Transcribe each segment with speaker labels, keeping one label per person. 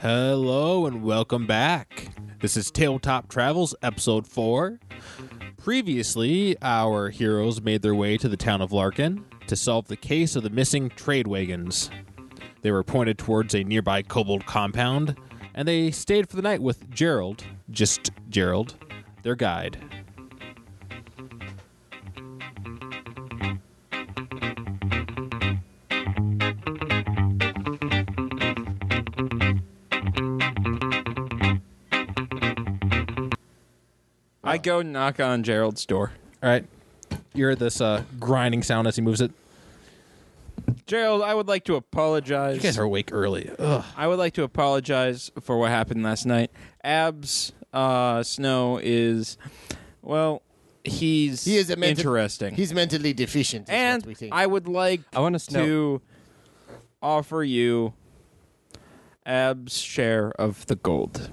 Speaker 1: Hello and welcome back. This is Tabletop Travels, episode four. Previously, our heroes made their way to the town of Larkin to solve the case of the missing trade wagons. They were pointed towards a nearby kobold compound, and they stayed for the night with Gerald, just Gerald, their guide.
Speaker 2: I go knock on Gerald's door.
Speaker 1: All right, you hear this uh, grinding sound as he moves it.
Speaker 2: Gerald, I would like to apologize.
Speaker 1: You guys are awake early. Ugh.
Speaker 2: I would like to apologize for what happened last night. Abs uh, Snow is, well, he's
Speaker 3: He is a menta-
Speaker 2: interesting.
Speaker 3: He's mentally deficient. Is what we
Speaker 2: and
Speaker 3: think.
Speaker 2: I would like
Speaker 4: I wanna s-
Speaker 2: to offer you Ab's share of the gold.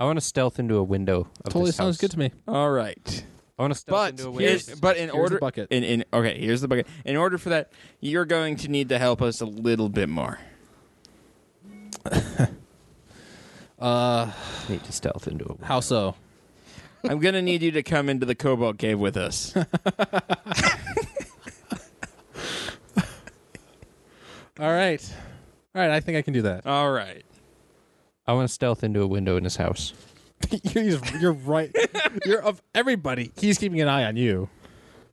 Speaker 4: I want to stealth into a window. Of
Speaker 1: Totally
Speaker 4: this
Speaker 1: sounds
Speaker 4: house.
Speaker 1: good to me.
Speaker 2: All right.
Speaker 4: I want to stealth
Speaker 2: But
Speaker 4: into a window.
Speaker 2: here's, but in
Speaker 1: here's the
Speaker 2: order
Speaker 1: bucket.
Speaker 2: In, in okay, here's the bucket. In order for that, you're going to need to help us a little bit more.
Speaker 4: I need to stealth into a window.
Speaker 1: How so?
Speaker 2: I'm gonna need you to come into the cobalt cave with us.
Speaker 1: All right. All right, I think I can do that.
Speaker 2: All right.
Speaker 4: I want to stealth into a window in his house.
Speaker 1: you're, he's- you're right. you're of everybody. He's keeping an eye on you.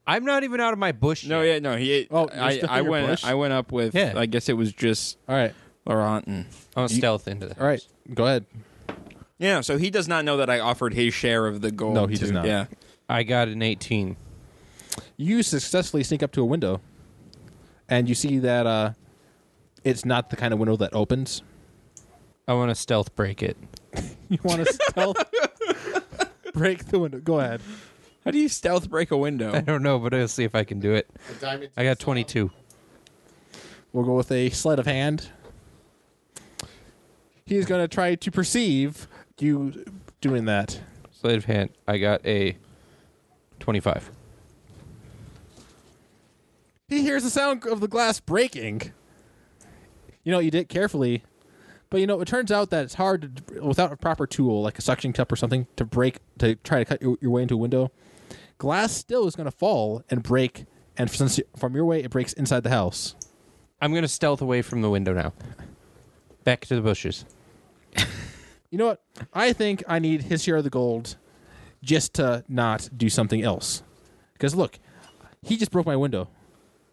Speaker 4: I'm not even out of my bush.
Speaker 2: No,
Speaker 4: yet.
Speaker 2: yeah, no. He.
Speaker 1: Oh,
Speaker 2: Oh,
Speaker 1: you're
Speaker 2: I,
Speaker 1: still
Speaker 2: I
Speaker 1: in your
Speaker 2: went.
Speaker 1: bush?
Speaker 2: I went up with.
Speaker 4: Yeah.
Speaker 2: I guess it was just
Speaker 1: All right.
Speaker 2: Laurent. And,
Speaker 4: I want to stealth into that.
Speaker 1: All right. Go ahead.
Speaker 2: yeah. So he does not know that I offered his share of the gold.
Speaker 1: No, he does
Speaker 2: to-
Speaker 1: not.
Speaker 2: Yeah.
Speaker 4: I got an 18.
Speaker 1: You successfully sneak up to a window, and you see that uh, it's not the kind of window that opens.
Speaker 4: I want to stealth break it.
Speaker 1: You want to stealth break the window. Go ahead.
Speaker 2: How do you stealth break a
Speaker 4: I
Speaker 2: window?
Speaker 4: don't know, but I'll see if I can do it.
Speaker 3: The diamond-
Speaker 4: I got 22.
Speaker 1: We'll go with a sleight of hand. He's going to try to perceive you doing that.
Speaker 4: Sleight of hand. I got a 25.
Speaker 1: He hears the sound of the glass breaking. You know, you did it carefully, but you know it turns out that it's hard to, without a proper tool like a suction cup or something to break to try to cut your, your way into a window. Glass still is going to fall and break, and since you- from your way it breaks inside the house.
Speaker 4: I'm going to stealth away from the window now. Back to the bushes.
Speaker 1: You know what? I think I need his share of the gold just to not do something else. Because look, he just broke my window.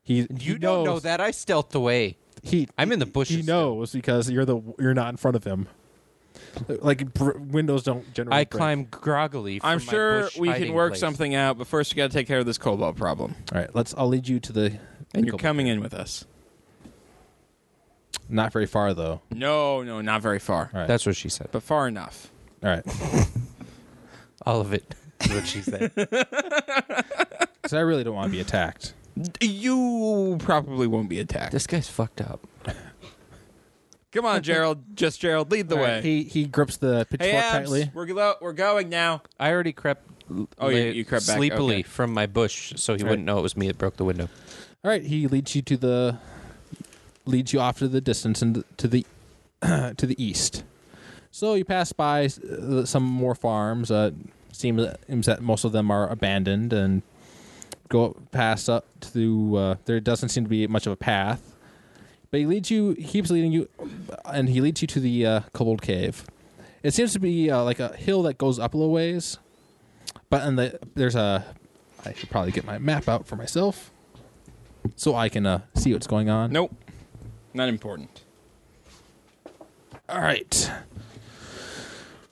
Speaker 1: He he knows,
Speaker 4: that. I stealthed away.
Speaker 1: He
Speaker 4: I'm in the bushes.
Speaker 1: he knows because you're the you're not in front of him. Like br- windows don't generally.
Speaker 4: I
Speaker 1: break.
Speaker 4: climb groggily. From
Speaker 2: I'm
Speaker 4: my
Speaker 2: sure
Speaker 4: bush
Speaker 2: we can
Speaker 4: hiding
Speaker 2: work
Speaker 4: place.
Speaker 2: something out, but first we got to take care of this cobalt problem.
Speaker 1: All right, let's. I'll lead you to the.
Speaker 2: And you're coming in with us.
Speaker 1: Not very far though.
Speaker 2: No, no, not very far,
Speaker 1: All right.
Speaker 4: That's what she said.
Speaker 2: but far enough.
Speaker 1: All right.
Speaker 4: All of it. Is what she said.
Speaker 1: Because I really don't want to be attacked.
Speaker 2: You probably won't be attacked.
Speaker 4: this guy's fucked up.
Speaker 2: Come on, Gerald. Just Gerald, lead the
Speaker 1: All
Speaker 2: way.
Speaker 1: right, he he grips the pitchfork
Speaker 2: hey, Abs,
Speaker 1: tightly.
Speaker 2: we're go- we're going now.
Speaker 4: I already crept.
Speaker 2: Oh, you- you crept back,
Speaker 4: sleepily
Speaker 2: okay.
Speaker 4: from my bush, so he wouldn't know it was me that broke the window.
Speaker 1: All right, he leads you to the. Leads you off to the distance and to the, to the east. So you pass by uh, some more farms. Uh, seems seems that most of them are abandoned and go past up to. Uh, there doesn't seem to be much of a path, but he leads you. He keeps leading you, and he leads you to the uh, Kobold Cave. It seems to be uh, like a hill that goes up a little ways, but in the there's a. I should probably get my map out for myself, so I can uh, see what's going on.
Speaker 2: Nope, not important.
Speaker 1: All right.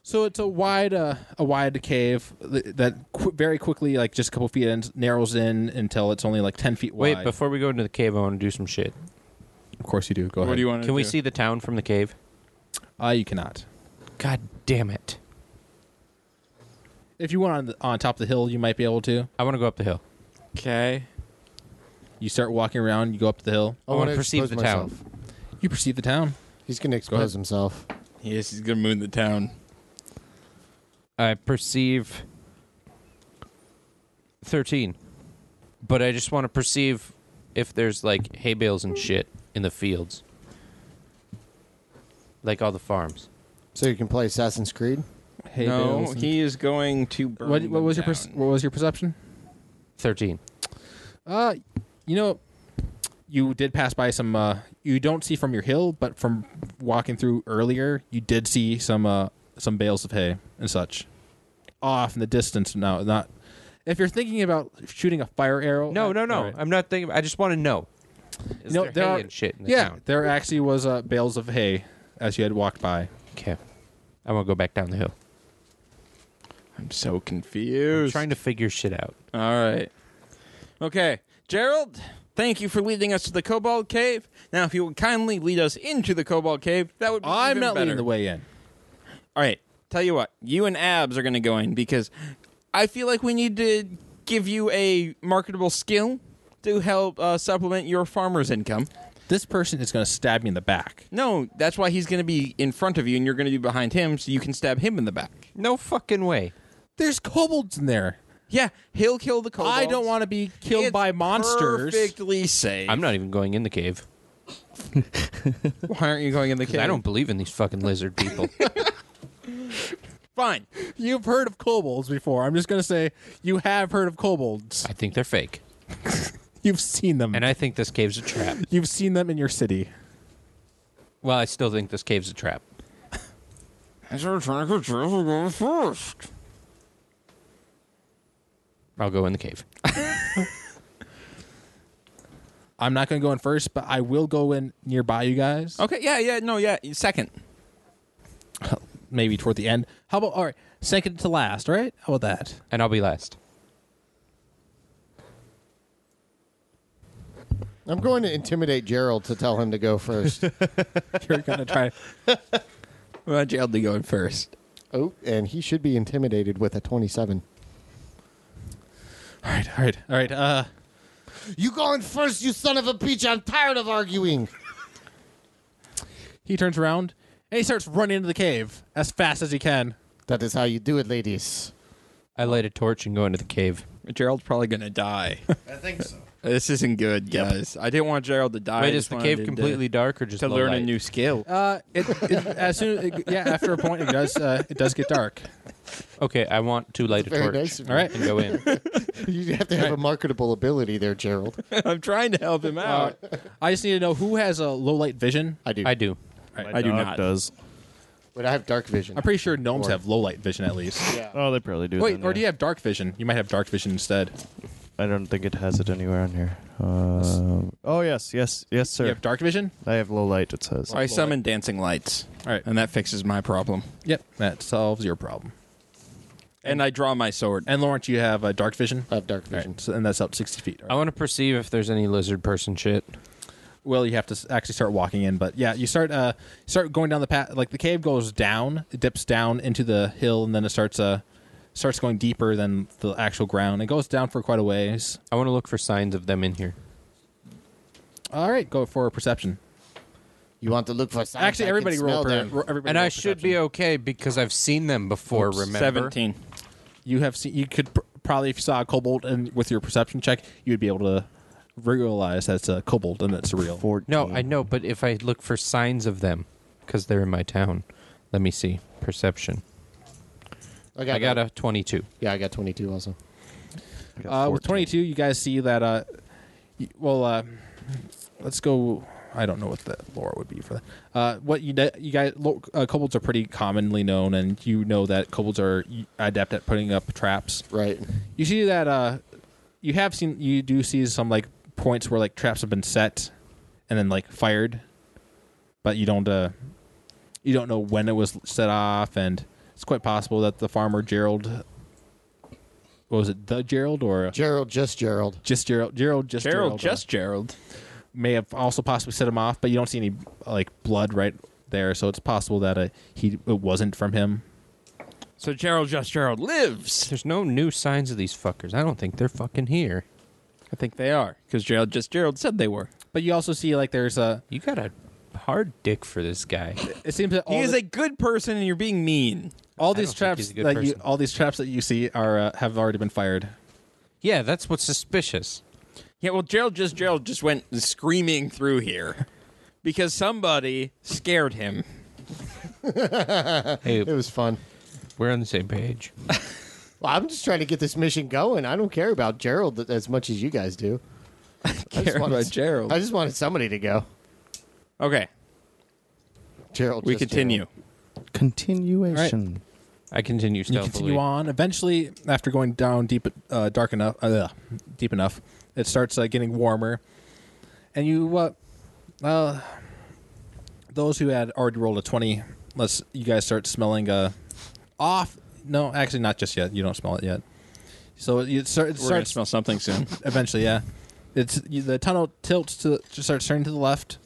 Speaker 1: So it's a wide, uh, a wide cave th- that qu- very quickly, like just a couple feet, in, narrows in until it's only like ten feet
Speaker 4: Wait,
Speaker 1: wide.
Speaker 4: before we go into the cave, I want to do some shit.
Speaker 1: of course you do. Go
Speaker 2: What
Speaker 1: ahead.
Speaker 2: do you want?
Speaker 4: Can we see the town from the cave?
Speaker 1: Uh, you cannot.
Speaker 4: God damn it!
Speaker 1: If you went on the, on top of the hill, you might be able to.
Speaker 4: I want to go up the hill.
Speaker 2: Okay.
Speaker 1: You start walking around. You go up the hill.
Speaker 4: Oh, I want
Speaker 3: wanna
Speaker 4: to perceive
Speaker 3: expose
Speaker 4: the town.
Speaker 3: myself.
Speaker 1: You perceive the town.
Speaker 3: He's going to expose himself.
Speaker 2: Yes, he's gonna moon the town.
Speaker 4: I perceive thirteen, but I just want to perceive if there's like hay bales and shit in the fields, like all the farms.
Speaker 3: So you can play Assassin's Creed.
Speaker 1: Hey,
Speaker 2: no,
Speaker 1: Bills.
Speaker 2: he is going to burn.
Speaker 1: What, what
Speaker 2: them
Speaker 1: was your
Speaker 2: down.
Speaker 1: perce- what was your perception?
Speaker 4: Thirteen.
Speaker 1: Uh, you know, you did pass by some. Uh, you don't see from your hill, but from walking through earlier, you did see some uh some bales of hay and such, off in the distance. Now, not if you're thinking about shooting a fire arrow.
Speaker 4: No,
Speaker 1: uh,
Speaker 4: no, no.
Speaker 1: all right.
Speaker 4: I'm not thinking. I just want to know. Is
Speaker 1: No,
Speaker 4: there,
Speaker 1: there
Speaker 4: hay
Speaker 1: are-
Speaker 4: and shit in the
Speaker 1: yeah,
Speaker 4: town?
Speaker 1: there actually was uh, bales of hay as you had walked by.
Speaker 4: Okay. I'm gonna go back down the hill.
Speaker 2: I'm so
Speaker 4: I'm
Speaker 2: confused.
Speaker 4: trying to figure shit out.
Speaker 2: All right. Okay, Gerald. Thank you for leading us to the Cobalt Cave. Now, if you would kindly lead us into the Cobalt Cave, that would be
Speaker 1: I'm
Speaker 2: even
Speaker 1: not
Speaker 2: better.
Speaker 1: leading the way in.
Speaker 2: All right, tell you what, you and Abs are going to go in because I feel like we need to give you a marketable skill to help uh, supplement your farmer's income.
Speaker 1: This person is going to stab me in the back.
Speaker 2: No, that's why he's going to be in front of you and you're going to be behind him so you can stab him in the back.
Speaker 4: No fucking way.
Speaker 1: There's kobolds in there.
Speaker 2: Yeah, he'll kill the kobolds.
Speaker 1: I don't want to be killed
Speaker 2: It's
Speaker 1: by monsters.
Speaker 2: Perfectly safe.
Speaker 4: I'm not even going in the cave.
Speaker 2: Why aren't you going in the
Speaker 4: 'cause
Speaker 2: cave?
Speaker 4: I don't believe in these fucking lizard people.
Speaker 2: Fine.
Speaker 1: You've heard of kobolds before. I'm just going to say you have heard of kobolds.
Speaker 4: I think they're fake,
Speaker 1: You've seen them.
Speaker 4: and I think this cave's a trap.
Speaker 1: You've seen them in your city.
Speaker 4: Well, I still think this cave's a trap. I'll go in the cave.
Speaker 1: I'm not going to go in first, but I will go in nearby you guys.
Speaker 2: Okay, yeah, yeah, no, yeah, second.
Speaker 1: Maybe toward the end. How about, all right, second to last, all right? How about that?
Speaker 4: And I'll be last.
Speaker 3: I'm going to intimidate Gerald to tell him to go first.
Speaker 1: You're going to try.
Speaker 2: We want Gerald to go in first.
Speaker 3: oh, and he should be intimidated with a 27.
Speaker 1: All right, all right, all right. Uh,
Speaker 3: You going first, you son of a bitch! I'm tired of arguing.
Speaker 1: he turns around and he starts running into the cave as fast as he can.
Speaker 3: That is how you do it, ladies.
Speaker 4: I light a torch and go into the cave.
Speaker 2: Gerald's probably going to die.
Speaker 3: I think so.
Speaker 2: this isn't good, guys. I didn't want Gerald to die. I
Speaker 4: Wait,
Speaker 2: just
Speaker 4: is the
Speaker 2: wanted
Speaker 4: cave
Speaker 2: to-
Speaker 4: completely dark or just
Speaker 2: to
Speaker 4: low
Speaker 2: learn a
Speaker 4: light?
Speaker 2: new skill?
Speaker 1: Uh, it, it as soon as it, yeah, after a point, it does uh, it does get dark.
Speaker 4: Okay, I want to light a
Speaker 3: Very
Speaker 4: torch
Speaker 3: nice.
Speaker 1: All right,
Speaker 4: and go in.
Speaker 3: You have to have a marketable ability there, Gerald.
Speaker 2: I'm trying to help him out.
Speaker 1: I just need to know who has a low light vision.
Speaker 3: I do.
Speaker 4: I do.
Speaker 5: My
Speaker 2: I do
Speaker 5: dog
Speaker 2: not.
Speaker 5: Does
Speaker 3: But I have dark vision.
Speaker 1: I'm pretty sure gnomes
Speaker 3: Or-
Speaker 1: have low light vision at least.
Speaker 3: yeah.
Speaker 5: oh, they probably do.
Speaker 1: Wait,
Speaker 5: then,
Speaker 1: or
Speaker 5: yeah.
Speaker 4: uh,
Speaker 1: do you have dark vision? You might have dark vision instead.
Speaker 5: I don't think it has it anywhere on here. Uh, oh yes, yes, yes, sir.
Speaker 1: You have dark vision.
Speaker 5: I have low light. It says.
Speaker 2: So I summon dancing lights,
Speaker 1: All right.
Speaker 2: and that fixes my problem.
Speaker 1: Yep, that solves your problem.
Speaker 2: And I draw my sword.
Speaker 1: And Lawrence, you have uh, dark vision.
Speaker 3: I have dark
Speaker 1: All
Speaker 3: vision.
Speaker 1: right, so, and that's up 60 feet. All
Speaker 4: I
Speaker 1: right.
Speaker 4: want to perceive if there's any lizard person shit.
Speaker 1: Well, you have to s- actually start walking in, but yeah, you start uh start going down the path. Like the cave goes down, it dips down into the hill, and then it starts uh starts going deeper than the actual ground. It goes down for quite a ways.
Speaker 4: I want to look for signs of them in here.
Speaker 1: All right, go for a perception.
Speaker 3: You want to look for signs
Speaker 1: Actually,
Speaker 3: I can
Speaker 1: everybody roll.
Speaker 3: smell
Speaker 1: Per,
Speaker 3: them.
Speaker 1: ro- everybody
Speaker 4: And
Speaker 1: roll
Speaker 4: I should
Speaker 1: perception.
Speaker 4: be okay because I've seen them before, remember?
Speaker 2: Seventeen.
Speaker 1: You have seen. You could pr- probably if you saw a kobold and with your perception check, you would be able to realize that's a kobold and that's real.
Speaker 5: Fourteen.
Speaker 4: No, I know, but if I look for signs of them because they're in my town, let me see. Perception.
Speaker 3: I got,
Speaker 4: I got
Speaker 3: that.
Speaker 4: a 22.
Speaker 3: Yeah, I got 22 also.
Speaker 5: I got
Speaker 1: Uh, with
Speaker 5: 14.
Speaker 1: 22, you guys see that. Uh, y- well, uh, let's go. I don't know what the lore would be for that. Uh, what you de- you guys, lo- uh, kobolds are pretty commonly known, and you know that kobolds are y- adept at putting up traps.
Speaker 3: Right.
Speaker 1: You see that. Uh, you have seen. You do see some like points where like traps have been set, and then like fired, but you don't. Uh, you don't know when it was set off, and it's quite possible that the farmer Gerald. What was it? The Gerald or
Speaker 3: Gerald, just Gerald.
Speaker 1: just Gerald, Gerald, just Gerald,
Speaker 2: Gerald, just Gerald.
Speaker 1: uh, may have also possibly set him off, but you don't see any like blood right there, so it's possible that uh, he it wasn't from him.
Speaker 2: So Gerald, just Gerald lives.
Speaker 4: There's no new signs of these fuckers. I don't think they're fucking here.
Speaker 2: I think they are because Gerald, just Gerald said they were.
Speaker 1: But you also see like there's a.
Speaker 4: You got a hard dick for this guy.
Speaker 1: It seems that all,
Speaker 2: he is
Speaker 1: the-
Speaker 2: a good person, and you're being mean.
Speaker 1: all
Speaker 4: I don't
Speaker 1: these
Speaker 4: think
Speaker 1: traps
Speaker 4: he's a good
Speaker 1: that you
Speaker 4: person.
Speaker 1: all these traps that you see are uh, have already been fired.
Speaker 4: Yeah, that's what's suspicious.
Speaker 2: Yeah, well, Gerald, just Gerald just went screaming through here because somebody scared him.
Speaker 4: Hey,
Speaker 3: It was fun.
Speaker 4: we're on the same page.
Speaker 3: Well, I'm just trying to get this mission going. I don't care about Gerald th- as much as you guys do. I
Speaker 2: Care
Speaker 3: wanted-
Speaker 2: about Gerald.
Speaker 3: I just wanted somebody to go.
Speaker 2: Okay,
Speaker 3: Gerald.
Speaker 2: we
Speaker 3: just
Speaker 2: continue.
Speaker 5: Continuation.
Speaker 4: I continue
Speaker 1: You
Speaker 4: stealthily.
Speaker 1: continue on. Eventually, after going down deep, uh, dark enough, uh, ugh, deep enough, it starts uh, getting warmer, and you, uh, uh, those who had already rolled a twenty, let's you guys start smelling uh, off. No, actually, not just yet. You don't smell it yet. So it starts.
Speaker 2: We're gonna smell something soon.
Speaker 1: eventually, yeah. It's you, the tunnel tilts to just starts turning to the left,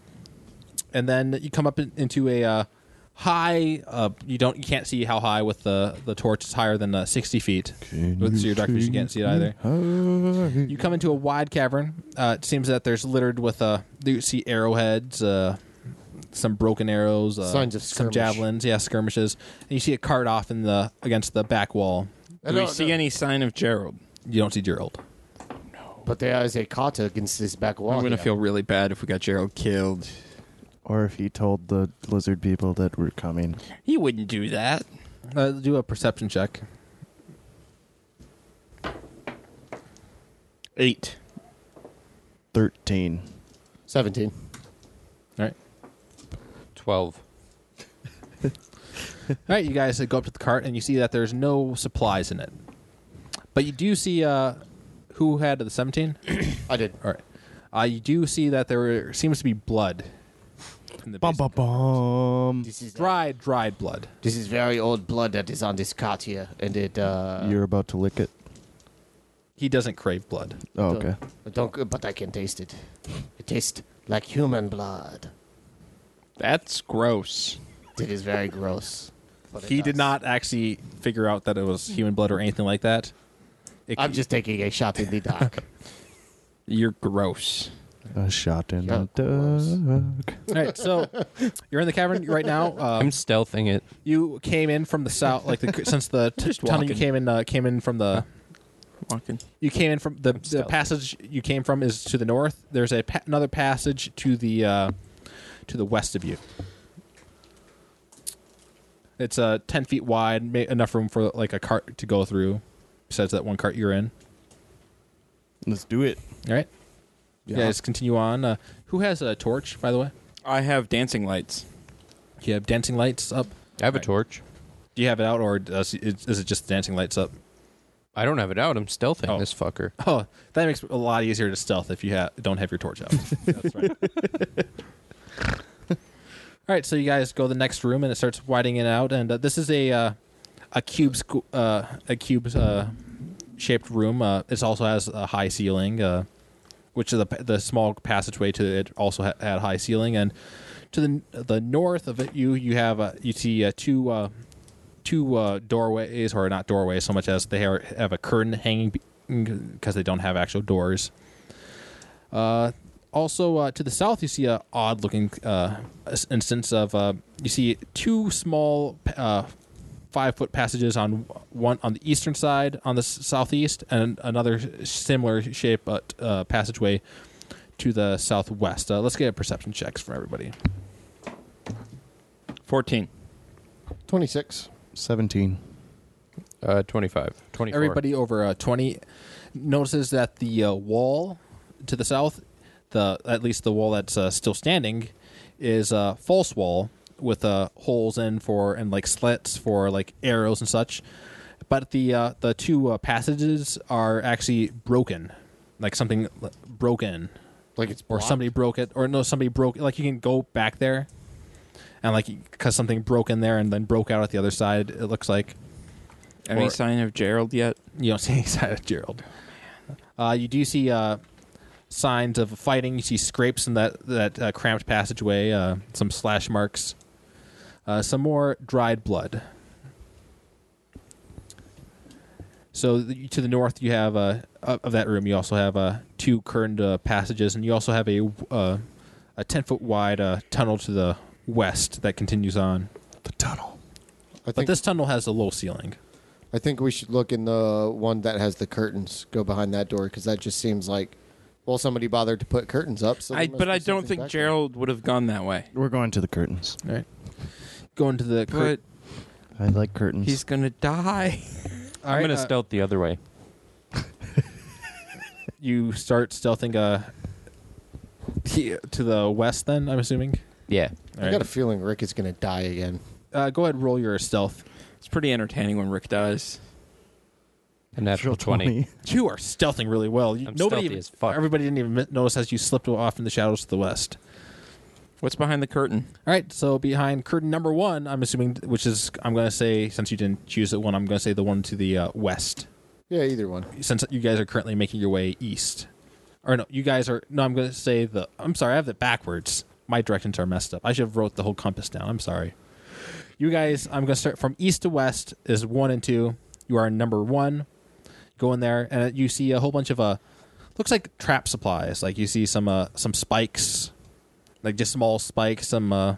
Speaker 1: and then you come up in, into a uh, high. Uh, you don't you can't see how high with the the torch. It's higher than uh, sixty feet. With your dark vision, you can't see it either. You come into a wide cavern. Uh, it seems that there's littered with uh, you see arrowheads, uh, some broken arrows, uh,
Speaker 3: Signs of
Speaker 1: some
Speaker 3: skirmish.
Speaker 1: javelins, yeah, skirmishes, and you see a cart off in the against the back wall.
Speaker 3: I
Speaker 2: Do we
Speaker 3: don't
Speaker 2: see
Speaker 3: know.
Speaker 2: any sign of Gerald?
Speaker 1: You don't see Gerald.
Speaker 3: But there is a kata against this back wall.
Speaker 2: I'm gonna
Speaker 3: here.
Speaker 2: feel really bad if we got Gerald killed.
Speaker 5: Or if he told the lizard people that we're coming.
Speaker 2: He wouldn't do that.
Speaker 1: Uh, do a perception check.
Speaker 2: Eight.
Speaker 5: 13.
Speaker 3: seventeen.
Speaker 1: All right.
Speaker 4: 12.
Speaker 1: All right, you guys uh, go up to the cart and you see that there's no supplies in it, but you do see uh, who had the seventeen.
Speaker 3: I did.
Speaker 1: All right, uh, you do see that there were- seems to be blood. In the basement.
Speaker 5: bum.
Speaker 3: This is
Speaker 1: Dried, dried blood.
Speaker 3: This is very old blood that is on this cart here, and it. Uh,
Speaker 5: You're about to lick it.
Speaker 1: He doesn't crave blood.
Speaker 5: Oh,
Speaker 3: don't-
Speaker 5: okay.
Speaker 3: Don't. But I can taste it. It tastes like human blood.
Speaker 2: That's gross.
Speaker 3: It is very gross. but it
Speaker 1: He did
Speaker 3: does.
Speaker 1: not actually figure out that it was human blood or anything like that. It-
Speaker 3: I'm just taking a shot in the dark.
Speaker 2: You're gross.
Speaker 5: A shot in
Speaker 3: Yeah,
Speaker 5: the dark.
Speaker 1: All right, so you're in the cavern right now.
Speaker 4: I'm
Speaker 1: Uh,
Speaker 4: stealthing it.
Speaker 1: you came in from the south, like the, since the t-
Speaker 2: Just
Speaker 1: tunnel you
Speaker 2: walking.
Speaker 1: came in uh, came in from the
Speaker 2: Walking.
Speaker 1: you came in from the, the
Speaker 4: stealthy.
Speaker 1: passage you came from is to the north. There's a pa- another passage to the uh, to the west of you. It's uh, ten feet wide, ma- enough room for like a cart to go through. Besides that one cart you're in.
Speaker 5: Let's do it.
Speaker 1: All right,
Speaker 5: Yeah.
Speaker 1: you guys continue on. Uh, who has a torch, by the way?
Speaker 2: I have dancing lights.
Speaker 1: Do you have dancing lights up?
Speaker 4: I have
Speaker 1: Right.
Speaker 4: a torch.
Speaker 1: Do you have it out, or does is, is it just dancing lights up?
Speaker 4: I don't have it out. I'm stealthing
Speaker 1: Oh.
Speaker 4: this fucker.
Speaker 1: Oh, that makes it a lot easier to stealth if you ha- don't have your torch out. That's right. All right, so you guys go to the next room and it starts widening it out, and uh, this is a uh, a cube squ- uh, a cube uh, shaped room. Uh, it also has a high ceiling, uh, which is the pa- the small passageway to it also ha- had high ceiling, and to the the north of it, you you have uh, you see uh, two. Uh, two uh, doorways, or not doorways, so much as they are, have a curtain hanging because they don't have actual doors. Uh, also, uh, to the south, you see a odd-looking uh, s- instance of uh, you see two small uh, five-foot passages on one on the eastern side, on the s- southeast, and another similar shape uh, t- uh, passageway to the southwest. Uh, let's get perception checks from everybody.
Speaker 2: 14.
Speaker 3: Twenty-six.
Speaker 5: 17.
Speaker 4: Uh, 25. 24.
Speaker 1: Everybody over uh, 20 notices that the uh, wall to the south, the at least the wall that's uh, still standing, is a false wall with uh, holes in for and like slits for like arrows and such. But the uh, the two uh, passages are actually broken, like something l- broken,
Speaker 3: Like it's
Speaker 1: or
Speaker 3: blocked?
Speaker 1: somebody broke it, or no, somebody broke. Like you can go back there, and like because something broke in there and then broke out at the other side. It looks like
Speaker 2: Any
Speaker 1: Or-
Speaker 2: sign of Gerald yet?
Speaker 1: you don't see any sign of Gerald. Uh, you do see uh, signs of fighting. You see scrapes in that that uh, cramped passageway. Uh, some slash marks. Uh, some more dried blood. So the, to the north, you have uh, of of that room. You also have uh, two curtained uh, passages, and you also have a uh, a ten foot wide uh, tunnel to the west that continues on.
Speaker 5: The tunnel.
Speaker 3: I think,
Speaker 1: But this tunnel has a low ceiling.
Speaker 3: I think we should look in the one that has the curtains. Go behind that door because that just seems like, well, somebody bothered to put curtains up. So there
Speaker 2: I,
Speaker 3: must
Speaker 2: but
Speaker 3: be
Speaker 2: I don't
Speaker 3: something
Speaker 2: think
Speaker 3: back there.
Speaker 2: Gerald would have gone that way.
Speaker 5: We're going to the curtains.
Speaker 1: All right. going to the. cur-
Speaker 2: But
Speaker 5: I like curtains.
Speaker 2: he's gonna die.
Speaker 1: All
Speaker 4: I'm
Speaker 1: right,
Speaker 4: gonna
Speaker 1: uh,
Speaker 4: stealth the other way.
Speaker 1: you start stealthing uh, he- to the west. Then I'm assuming.
Speaker 4: Yeah.
Speaker 1: All
Speaker 3: I
Speaker 1: right.
Speaker 3: got a feeling Rick is going to die again.
Speaker 1: uh, go ahead, roll your stealth.
Speaker 2: It's pretty entertaining when Rick dies.
Speaker 4: A natural 20.
Speaker 1: You are stealthing really well. You,
Speaker 4: I'm
Speaker 1: nobody,
Speaker 4: stealthy
Speaker 1: even-
Speaker 4: as fuck.
Speaker 1: everybody didn't even notice as you slipped off in the shadows to the west.
Speaker 2: What's behind the curtain?
Speaker 1: All right, so behind curtain number one, I'm assuming, which is I'm going to say since you didn't choose that one, I'm going to say the one to the uh, west,
Speaker 3: Yeah, either one.
Speaker 1: since you guys are currently making your way east. Or no, you guys are. No, I'm going to say the. I'm sorry, I have that backwards. My directions are messed up. I should have wrote the whole compass down. I'm sorry. You guys, I'm going to start from east to west is one and two. You are in number one. Go in there, and you see a whole bunch of uh, looks like trap supplies. Like you see some uh, some spikes, like just small spikes. Some uh,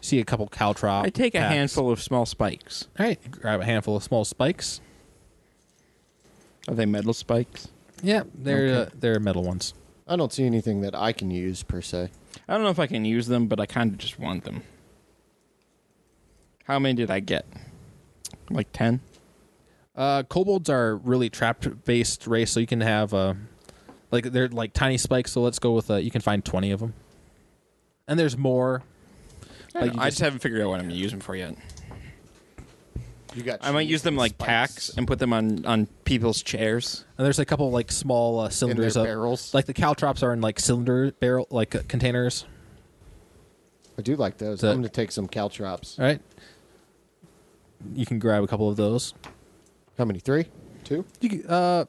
Speaker 1: see a couple caltrop.
Speaker 2: I take a
Speaker 1: packs.
Speaker 2: handful of small spikes.
Speaker 1: All right, grab a handful of small spikes.
Speaker 2: Are they metal spikes?
Speaker 1: Yeah, they're
Speaker 2: Okay.
Speaker 1: uh, they're metal ones.
Speaker 3: I don't see anything that I can use per se.
Speaker 2: I don't know if I can use them, but I kind of just want them. How many did I get? Like 10?
Speaker 1: Uh, kobolds are really trap based race, so you can have uh, like they're like tiny spikes. So let's go with uh, you can find twenty of them, and there's more.
Speaker 2: I,
Speaker 1: Like
Speaker 2: don't
Speaker 1: you
Speaker 2: know. I
Speaker 1: just-
Speaker 2: just haven't figured out what I'm going to use them for yet.
Speaker 3: You got.
Speaker 2: I might
Speaker 3: trees
Speaker 2: use them
Speaker 3: and
Speaker 2: like
Speaker 3: spikes
Speaker 2: packs and put them on, on people's chairs.
Speaker 1: And there's a couple like small uh,
Speaker 3: in their
Speaker 1: cylinders. of-
Speaker 3: barrels.
Speaker 1: like the caltrops are in like cylinder barrel like uh, containers.
Speaker 3: I do like those.
Speaker 1: That-
Speaker 3: I'm going to take some caltrops.
Speaker 1: All right, you can grab a couple of those.
Speaker 3: How many? Three, two.
Speaker 1: You c- uh,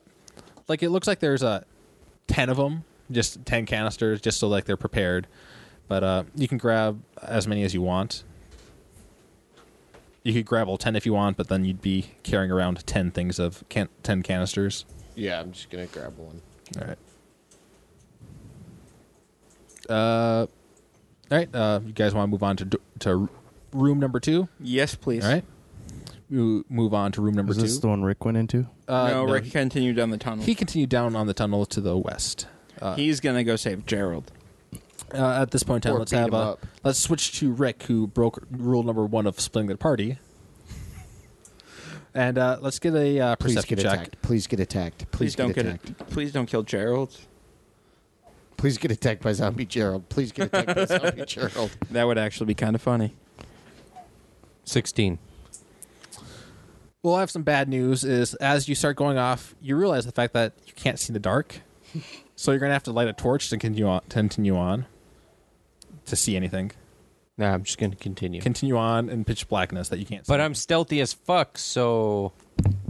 Speaker 1: like it looks like there's uh, ten of them, just ten canisters, just so like they're prepared. But uh, you can grab as many as you want. You could grab all ten if you want, but then you'd be carrying around ten things of can- ten canisters.
Speaker 3: Yeah, I'm just going to grab one.
Speaker 1: All right. Uh, all right. Uh, you guys want to move on to d- to r- room number two?
Speaker 2: Yes, please.
Speaker 1: All right. You move on to room number
Speaker 5: Is this
Speaker 1: two.
Speaker 5: the one Rick went into?
Speaker 1: uh,
Speaker 2: no,
Speaker 1: no,
Speaker 2: Rick continued down the tunnel.
Speaker 1: He continued down on the tunnel to the west. Uh,
Speaker 2: He's going to go save Gerald.
Speaker 1: uh, at this point in time,
Speaker 3: Or
Speaker 1: let's
Speaker 3: beat
Speaker 1: have
Speaker 3: him
Speaker 1: a,
Speaker 3: up.
Speaker 1: let's switch to Rick, who broke rule number one of splitting the party, and uh, let's get a uh,
Speaker 3: Please
Speaker 1: perception
Speaker 3: get
Speaker 1: check.
Speaker 3: attacked. Please get attacked. Please,
Speaker 2: don't
Speaker 3: get
Speaker 2: get
Speaker 3: attacked.
Speaker 2: it. Please don't kill Gerald.
Speaker 3: Please get attacked by zombie Gerald. Please get attacked by zombie Gerald.
Speaker 2: That would actually be kind of funny.
Speaker 4: 16.
Speaker 1: Well, I have some bad news. Is as you start going off, you realize the fact that you can't see in the dark, so you're gonna have to light a torch to continue on, to continue on to see anything.
Speaker 4: Nah, I'm just gonna continue.
Speaker 1: Continue on in pitch blackness that you can't. see.
Speaker 4: but I'm stealthy as fuck, so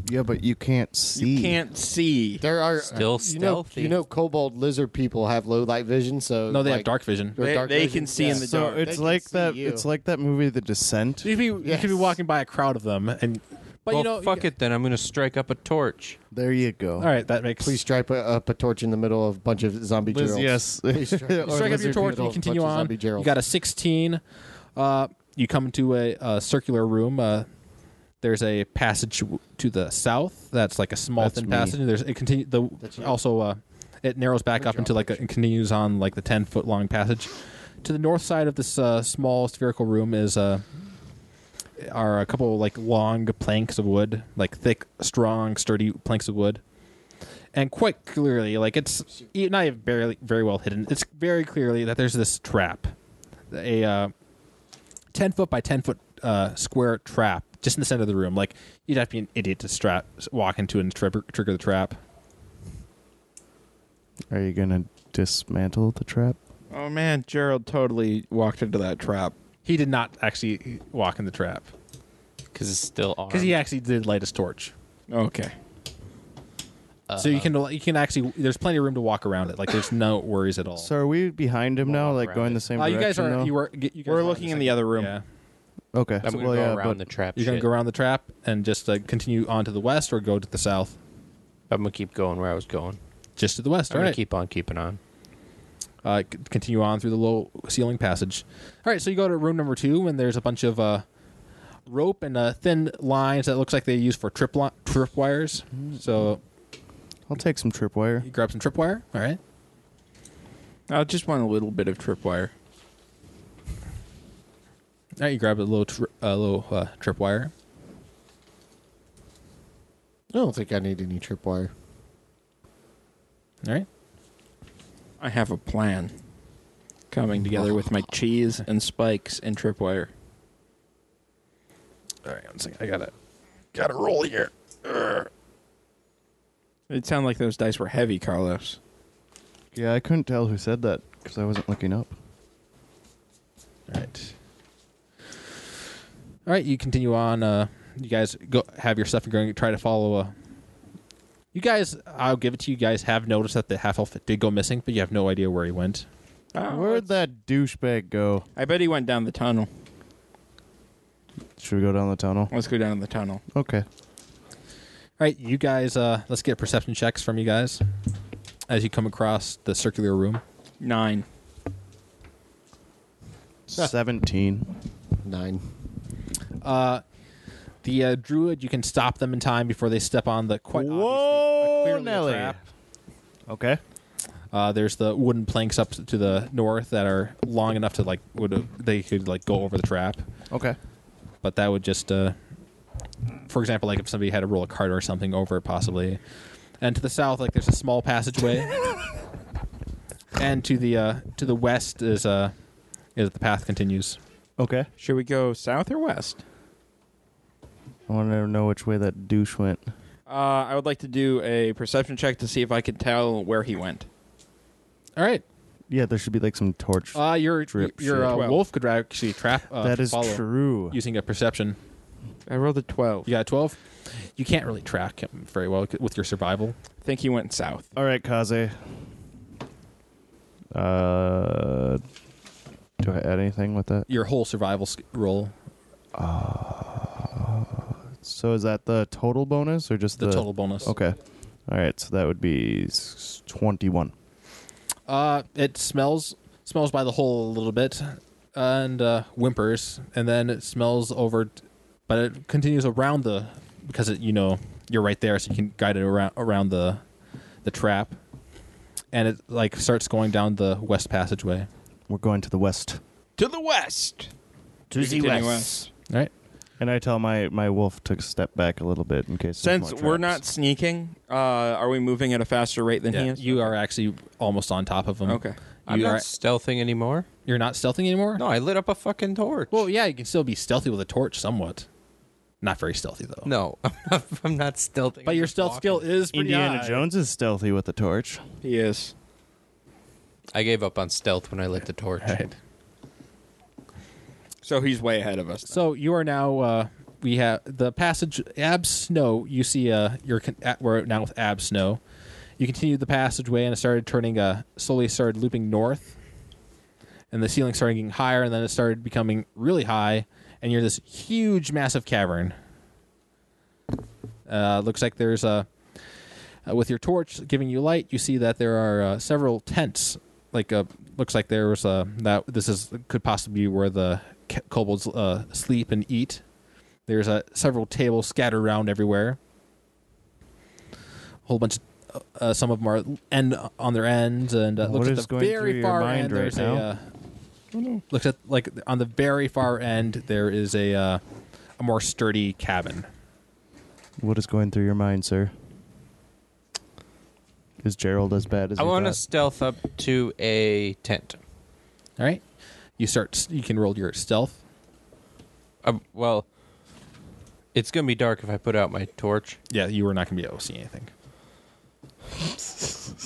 Speaker 5: Yeah, but you can't see.
Speaker 2: You can't see.
Speaker 3: There are
Speaker 4: Still
Speaker 3: you know,
Speaker 4: stealthy.
Speaker 3: You know, kobold lizard people have low light vision, so
Speaker 1: no, they have
Speaker 3: like,
Speaker 1: dark vision.
Speaker 3: Or
Speaker 2: They,
Speaker 3: dark
Speaker 2: they
Speaker 3: vision?
Speaker 2: can see
Speaker 3: Yeah.
Speaker 2: in the
Speaker 5: So
Speaker 2: dark.
Speaker 5: it's
Speaker 3: can
Speaker 5: like
Speaker 3: see
Speaker 5: that.
Speaker 3: you.
Speaker 5: It's like that movie, The Descent.
Speaker 1: You could be, you could be
Speaker 3: Yes.
Speaker 1: walking by a crowd of them, and but
Speaker 4: well,
Speaker 1: you know,
Speaker 4: fuck it then. I'm gonna strike up a torch.
Speaker 5: There you go.
Speaker 1: All right, that makes
Speaker 3: Please strike a- up a torch in the middle of a bunch of zombie
Speaker 5: Liz-
Speaker 3: Geralds.
Speaker 5: yes.
Speaker 3: Please strike,
Speaker 5: You
Speaker 3: or
Speaker 1: you strike up your
Speaker 3: lizard
Speaker 1: torch and you
Speaker 3: middle of a bunch
Speaker 1: continue
Speaker 3: of
Speaker 1: on.
Speaker 3: zombie
Speaker 1: You
Speaker 3: Geralds.
Speaker 1: got a 16. Uh, you come to a, a circular room. Uh, there's a passage w- to the south that's like a small
Speaker 5: That's
Speaker 1: thin
Speaker 5: me.
Speaker 1: passage. There's it continue the
Speaker 3: That's you.
Speaker 1: also uh, it narrows back
Speaker 3: Good
Speaker 1: up
Speaker 3: job,
Speaker 1: into like a,
Speaker 3: Richard.
Speaker 1: it continues on like the 10 foot long passage. To the north side of this uh, small spherical room is uh, are a couple like long planks of wood, like thick, strong, sturdy planks of wood and quite clearly, like it's e- not even barely very well hidden. It's very clearly that there's this trap, a uh, ten foot by ten foot uh, square trap, just in the center of the room. Like you'd have to be an idiot to strap walk into and trigger, trigger the trap.
Speaker 5: Are you gonna dismantle the trap?
Speaker 2: oh man, Gerald totally walked into that trap.
Speaker 1: He did not actually walk in the trap
Speaker 4: Because it's still armed.
Speaker 1: because he
Speaker 2: Um,
Speaker 1: actually did light his torch.
Speaker 2: Okay.
Speaker 1: so
Speaker 2: uh-huh.
Speaker 1: you can you can actually there's plenty of room to walk around it. Like there's no worries at all.
Speaker 5: So are we behind him
Speaker 4: We'll
Speaker 5: now?
Speaker 4: walk
Speaker 5: Like
Speaker 4: around
Speaker 5: going
Speaker 4: it.
Speaker 5: the same
Speaker 1: uh, you
Speaker 5: direction?
Speaker 1: guys are
Speaker 5: now?
Speaker 1: you were you guys
Speaker 2: We're
Speaker 1: are in
Speaker 2: looking in
Speaker 1: same-
Speaker 2: the other room.
Speaker 1: Yeah.
Speaker 5: okay.
Speaker 4: I'm
Speaker 5: so-
Speaker 4: gonna
Speaker 5: well,
Speaker 4: go
Speaker 5: yeah,
Speaker 4: around
Speaker 5: but
Speaker 4: the trap.
Speaker 1: You're gonna
Speaker 4: shit.
Speaker 1: go around the trap and just uh, continue on to the west or go to the south.
Speaker 4: I'm gonna keep going where I was going.
Speaker 1: Just to the west.
Speaker 4: I'm
Speaker 1: All
Speaker 4: gonna
Speaker 1: right.
Speaker 4: keep on keeping on.
Speaker 1: uh, c- continue on through the low ceiling passage. All right, so you go to room number two, and there's a bunch of uh, rope and uh, thin lines that looks like they use for trip li- trip wires.
Speaker 2: Hmm.
Speaker 1: So
Speaker 5: I'll take some tripwire.
Speaker 1: you grab some trip wire. All right,
Speaker 2: I just want a little bit of tripwire.
Speaker 1: All right, you grab a little tri- a little uh, tripwire.
Speaker 3: I don't think I need any tripwire.
Speaker 1: All right.
Speaker 2: I have a plan. Coming together with my cheese and spikes and tripwire.
Speaker 1: All right. One second. I gotta gotta roll here.
Speaker 2: It sounded like those dice were heavy, Carlos.
Speaker 5: Yeah, I couldn't tell who said that because I wasn't looking up.
Speaker 1: All right. All right. You continue on. Uh, you guys go have your stuff going. Try to follow. Uh, you guys, I'll give it to you. you Guys have noticed that the half elf did go missing, but you have no idea where he went.
Speaker 5: Where'd that douchebag go?
Speaker 2: Oh, I bet he went down the tunnel.
Speaker 5: Should we go down the tunnel?
Speaker 2: Let's go down the tunnel.
Speaker 5: Okay.
Speaker 1: All right, you guys. Uh, let's get perception checks from you guys as you come across the circular room.
Speaker 2: Nine.
Speaker 5: 17.
Speaker 3: Nine.
Speaker 1: Uh, the uh, druid, you can stop them in time before they step on the quite obviously-
Speaker 5: Whoa,
Speaker 1: uh, clearly a
Speaker 5: Nelly.
Speaker 1: trap.
Speaker 5: Okay.
Speaker 1: Uh, there's the wooden planks up to the north that are long enough to like would they could like go over the trap,
Speaker 5: Okay.
Speaker 1: but that would just, uh, for example, like if somebody had to roll a cart or something over it possibly, and to the south like there's a small passageway, and to the uh, to the west is uh is the path continues.
Speaker 5: Okay.
Speaker 2: Should we go south or west?
Speaker 5: I want to know which way that douche went.
Speaker 2: Uh, I would like to do a perception check to see if I could tell where he went.
Speaker 1: All right,
Speaker 5: Yeah, there should be like some torch.
Speaker 1: uh, your
Speaker 5: Drip
Speaker 1: your
Speaker 5: shit.
Speaker 1: uh,
Speaker 2: Twelve.
Speaker 1: wolf could actually trap. Uh,
Speaker 5: that is
Speaker 1: follow
Speaker 5: true.
Speaker 1: Using a perception.
Speaker 2: I rolled a 12.
Speaker 1: You got a 12? You can't really track him very well c- with your survival.
Speaker 2: I think he went south.
Speaker 5: All right, Kaze. Uh, do I add anything with that?
Speaker 1: Your whole survival sk- roll,
Speaker 5: So is that the total bonus or just
Speaker 1: the,
Speaker 5: the,
Speaker 1: total bonus.
Speaker 5: Okay. All right, so that would be s- 21.
Speaker 1: Uh, it smells smells by the hole a little bit and uh, whimpers, and then it smells over, t- but it continues around the because it, you know you're right there, so you can guide it around around the the trap, and it like starts going down the west passageway.
Speaker 5: We're going to the west.
Speaker 2: To the west!
Speaker 3: To
Speaker 2: You
Speaker 3: the
Speaker 2: continue
Speaker 3: west.
Speaker 1: All right,
Speaker 5: And I tell my, my wolf to step back a little bit in case. there's
Speaker 2: Since
Speaker 5: more
Speaker 2: we're not
Speaker 5: traps.
Speaker 2: sneaking, uh, are we moving at a faster rate than he
Speaker 1: yeah,
Speaker 2: is?
Speaker 1: you are actually almost on top of him.
Speaker 2: Okay.
Speaker 4: I'm
Speaker 1: You
Speaker 4: not
Speaker 1: are,
Speaker 4: stealthing anymore.
Speaker 1: you're not stealthing anymore.
Speaker 4: No, I lit up a fucking torch.
Speaker 1: Well, yeah, you can still be stealthy with a torch somewhat. Not very stealthy though.
Speaker 4: no, I'm not, I'm not stealthing.
Speaker 1: But
Speaker 4: I'm
Speaker 1: your
Speaker 4: just
Speaker 1: stealth skill
Speaker 4: walking.
Speaker 1: is pretty
Speaker 5: Indiana
Speaker 1: high.
Speaker 5: Jones is stealthy with a torch.
Speaker 2: He is.
Speaker 4: I gave up on stealth when I lit the torch.
Speaker 2: So he's way ahead of us. then.
Speaker 1: So you are now. Uh, we have the passage Ab Snow. You see, uh, you're con- at, we're now with Ab Snow. You continued the passageway and it started turning. Uh, slowly started looping north, and the ceiling started getting higher, and then it started becoming really high, and you're this huge, massive cavern. Uh, looks like there's a. Uh, with your torch giving you light, you see that there are uh, several tents. Like uh, looks like there was a that this is could possibly be where the c- kobolds uh, sleep and eat. There's uh, several tables scattered around everywhere. A whole bunch. Of, uh, some of them are end uh, on their ends, and uh,
Speaker 5: What
Speaker 1: looks at the
Speaker 5: is going through
Speaker 1: very
Speaker 5: your
Speaker 1: far
Speaker 5: mind
Speaker 1: end.
Speaker 5: right
Speaker 1: there's
Speaker 5: now?
Speaker 1: a uh, looks at like on the very far end. There is a uh, a more sturdy cabin.
Speaker 5: What is going through your mind, sir? Is Gerald as bad as
Speaker 4: I
Speaker 5: he
Speaker 4: want to
Speaker 5: thought?
Speaker 4: stealth up to a tent.
Speaker 1: All right, you start. You can roll your stealth.
Speaker 4: Um, well, it's gonna be dark if I put out my torch.
Speaker 1: Yeah, you are not going to be able to see anything.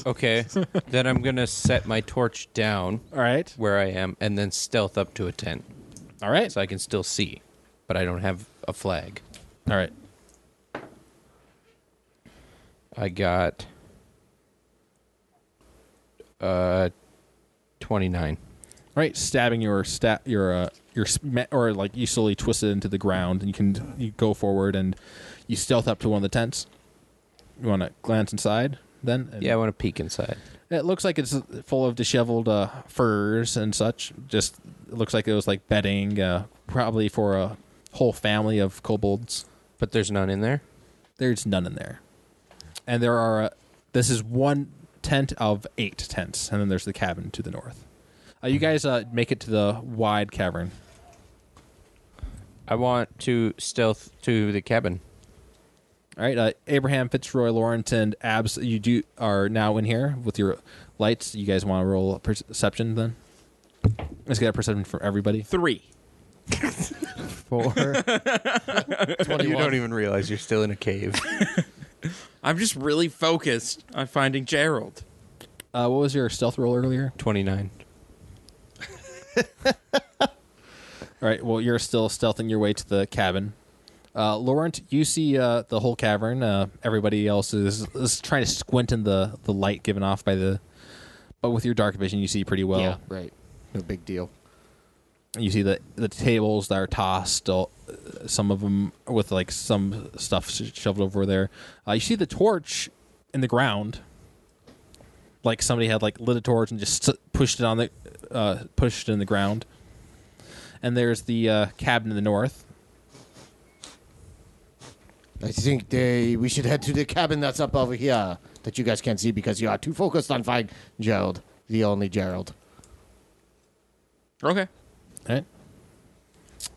Speaker 4: Okay, then I'm gonna set my torch down
Speaker 1: All right,
Speaker 4: where I am and then stealth up to a tent
Speaker 1: all right,
Speaker 4: so I can still see, but I don't have a flag.
Speaker 1: all right.
Speaker 4: I got uh 29.
Speaker 1: Right, stabbing your stat, your uh, your sm- or like you slowly twist it into the ground, and you can you go forward and you stealth up to one of the tents. You want to glance inside, then? And
Speaker 4: Yeah, I want to peek inside.
Speaker 1: it looks like it's full of disheveled uh, furs and such. Just it looks like it was like bedding, uh, probably for a whole family of kobolds.
Speaker 4: But there's none in there.
Speaker 1: There's none in there, and there are. Uh, this is one tent of eight tents, and then there's the cabin to the north. Uh, you guys uh, make it to the wide cavern.
Speaker 4: I want to stealth to the cabin.
Speaker 1: All right, uh, Abraham, Fitzroy, Lawrence, and Abs, you do are now in here with your lights. You guys want to roll a perception then? Let's get a perception from everybody.
Speaker 2: Three.
Speaker 5: Four.
Speaker 4: You don't even realize you're still in a cave.
Speaker 2: I'm just really focused on finding Gerald.
Speaker 1: Uh, what was your stealth roll earlier?
Speaker 4: 29.
Speaker 1: All right. Well, you're still stealthing your way to the cabin. Uh, Laurent, you see uh, the whole cavern. Uh, everybody else is, is trying to squint in the, the light given off by the. But with your dark vision, you see pretty well.
Speaker 3: yeah, right. No big deal.
Speaker 1: You see the the tables that are tossed. all- uh, Some of them with like some stuff sh- shoved over there. Uh, you see the torch in the ground. Like somebody had like lit a torch and just s- pushed it on the uh, pushed it in the ground. And there's the uh, cabin in the north.
Speaker 3: I think they we should head to the cabin that's up over here that you guys can't see because you are too focused on finding Gerald, the only Gerald.
Speaker 2: Okay.
Speaker 1: All right.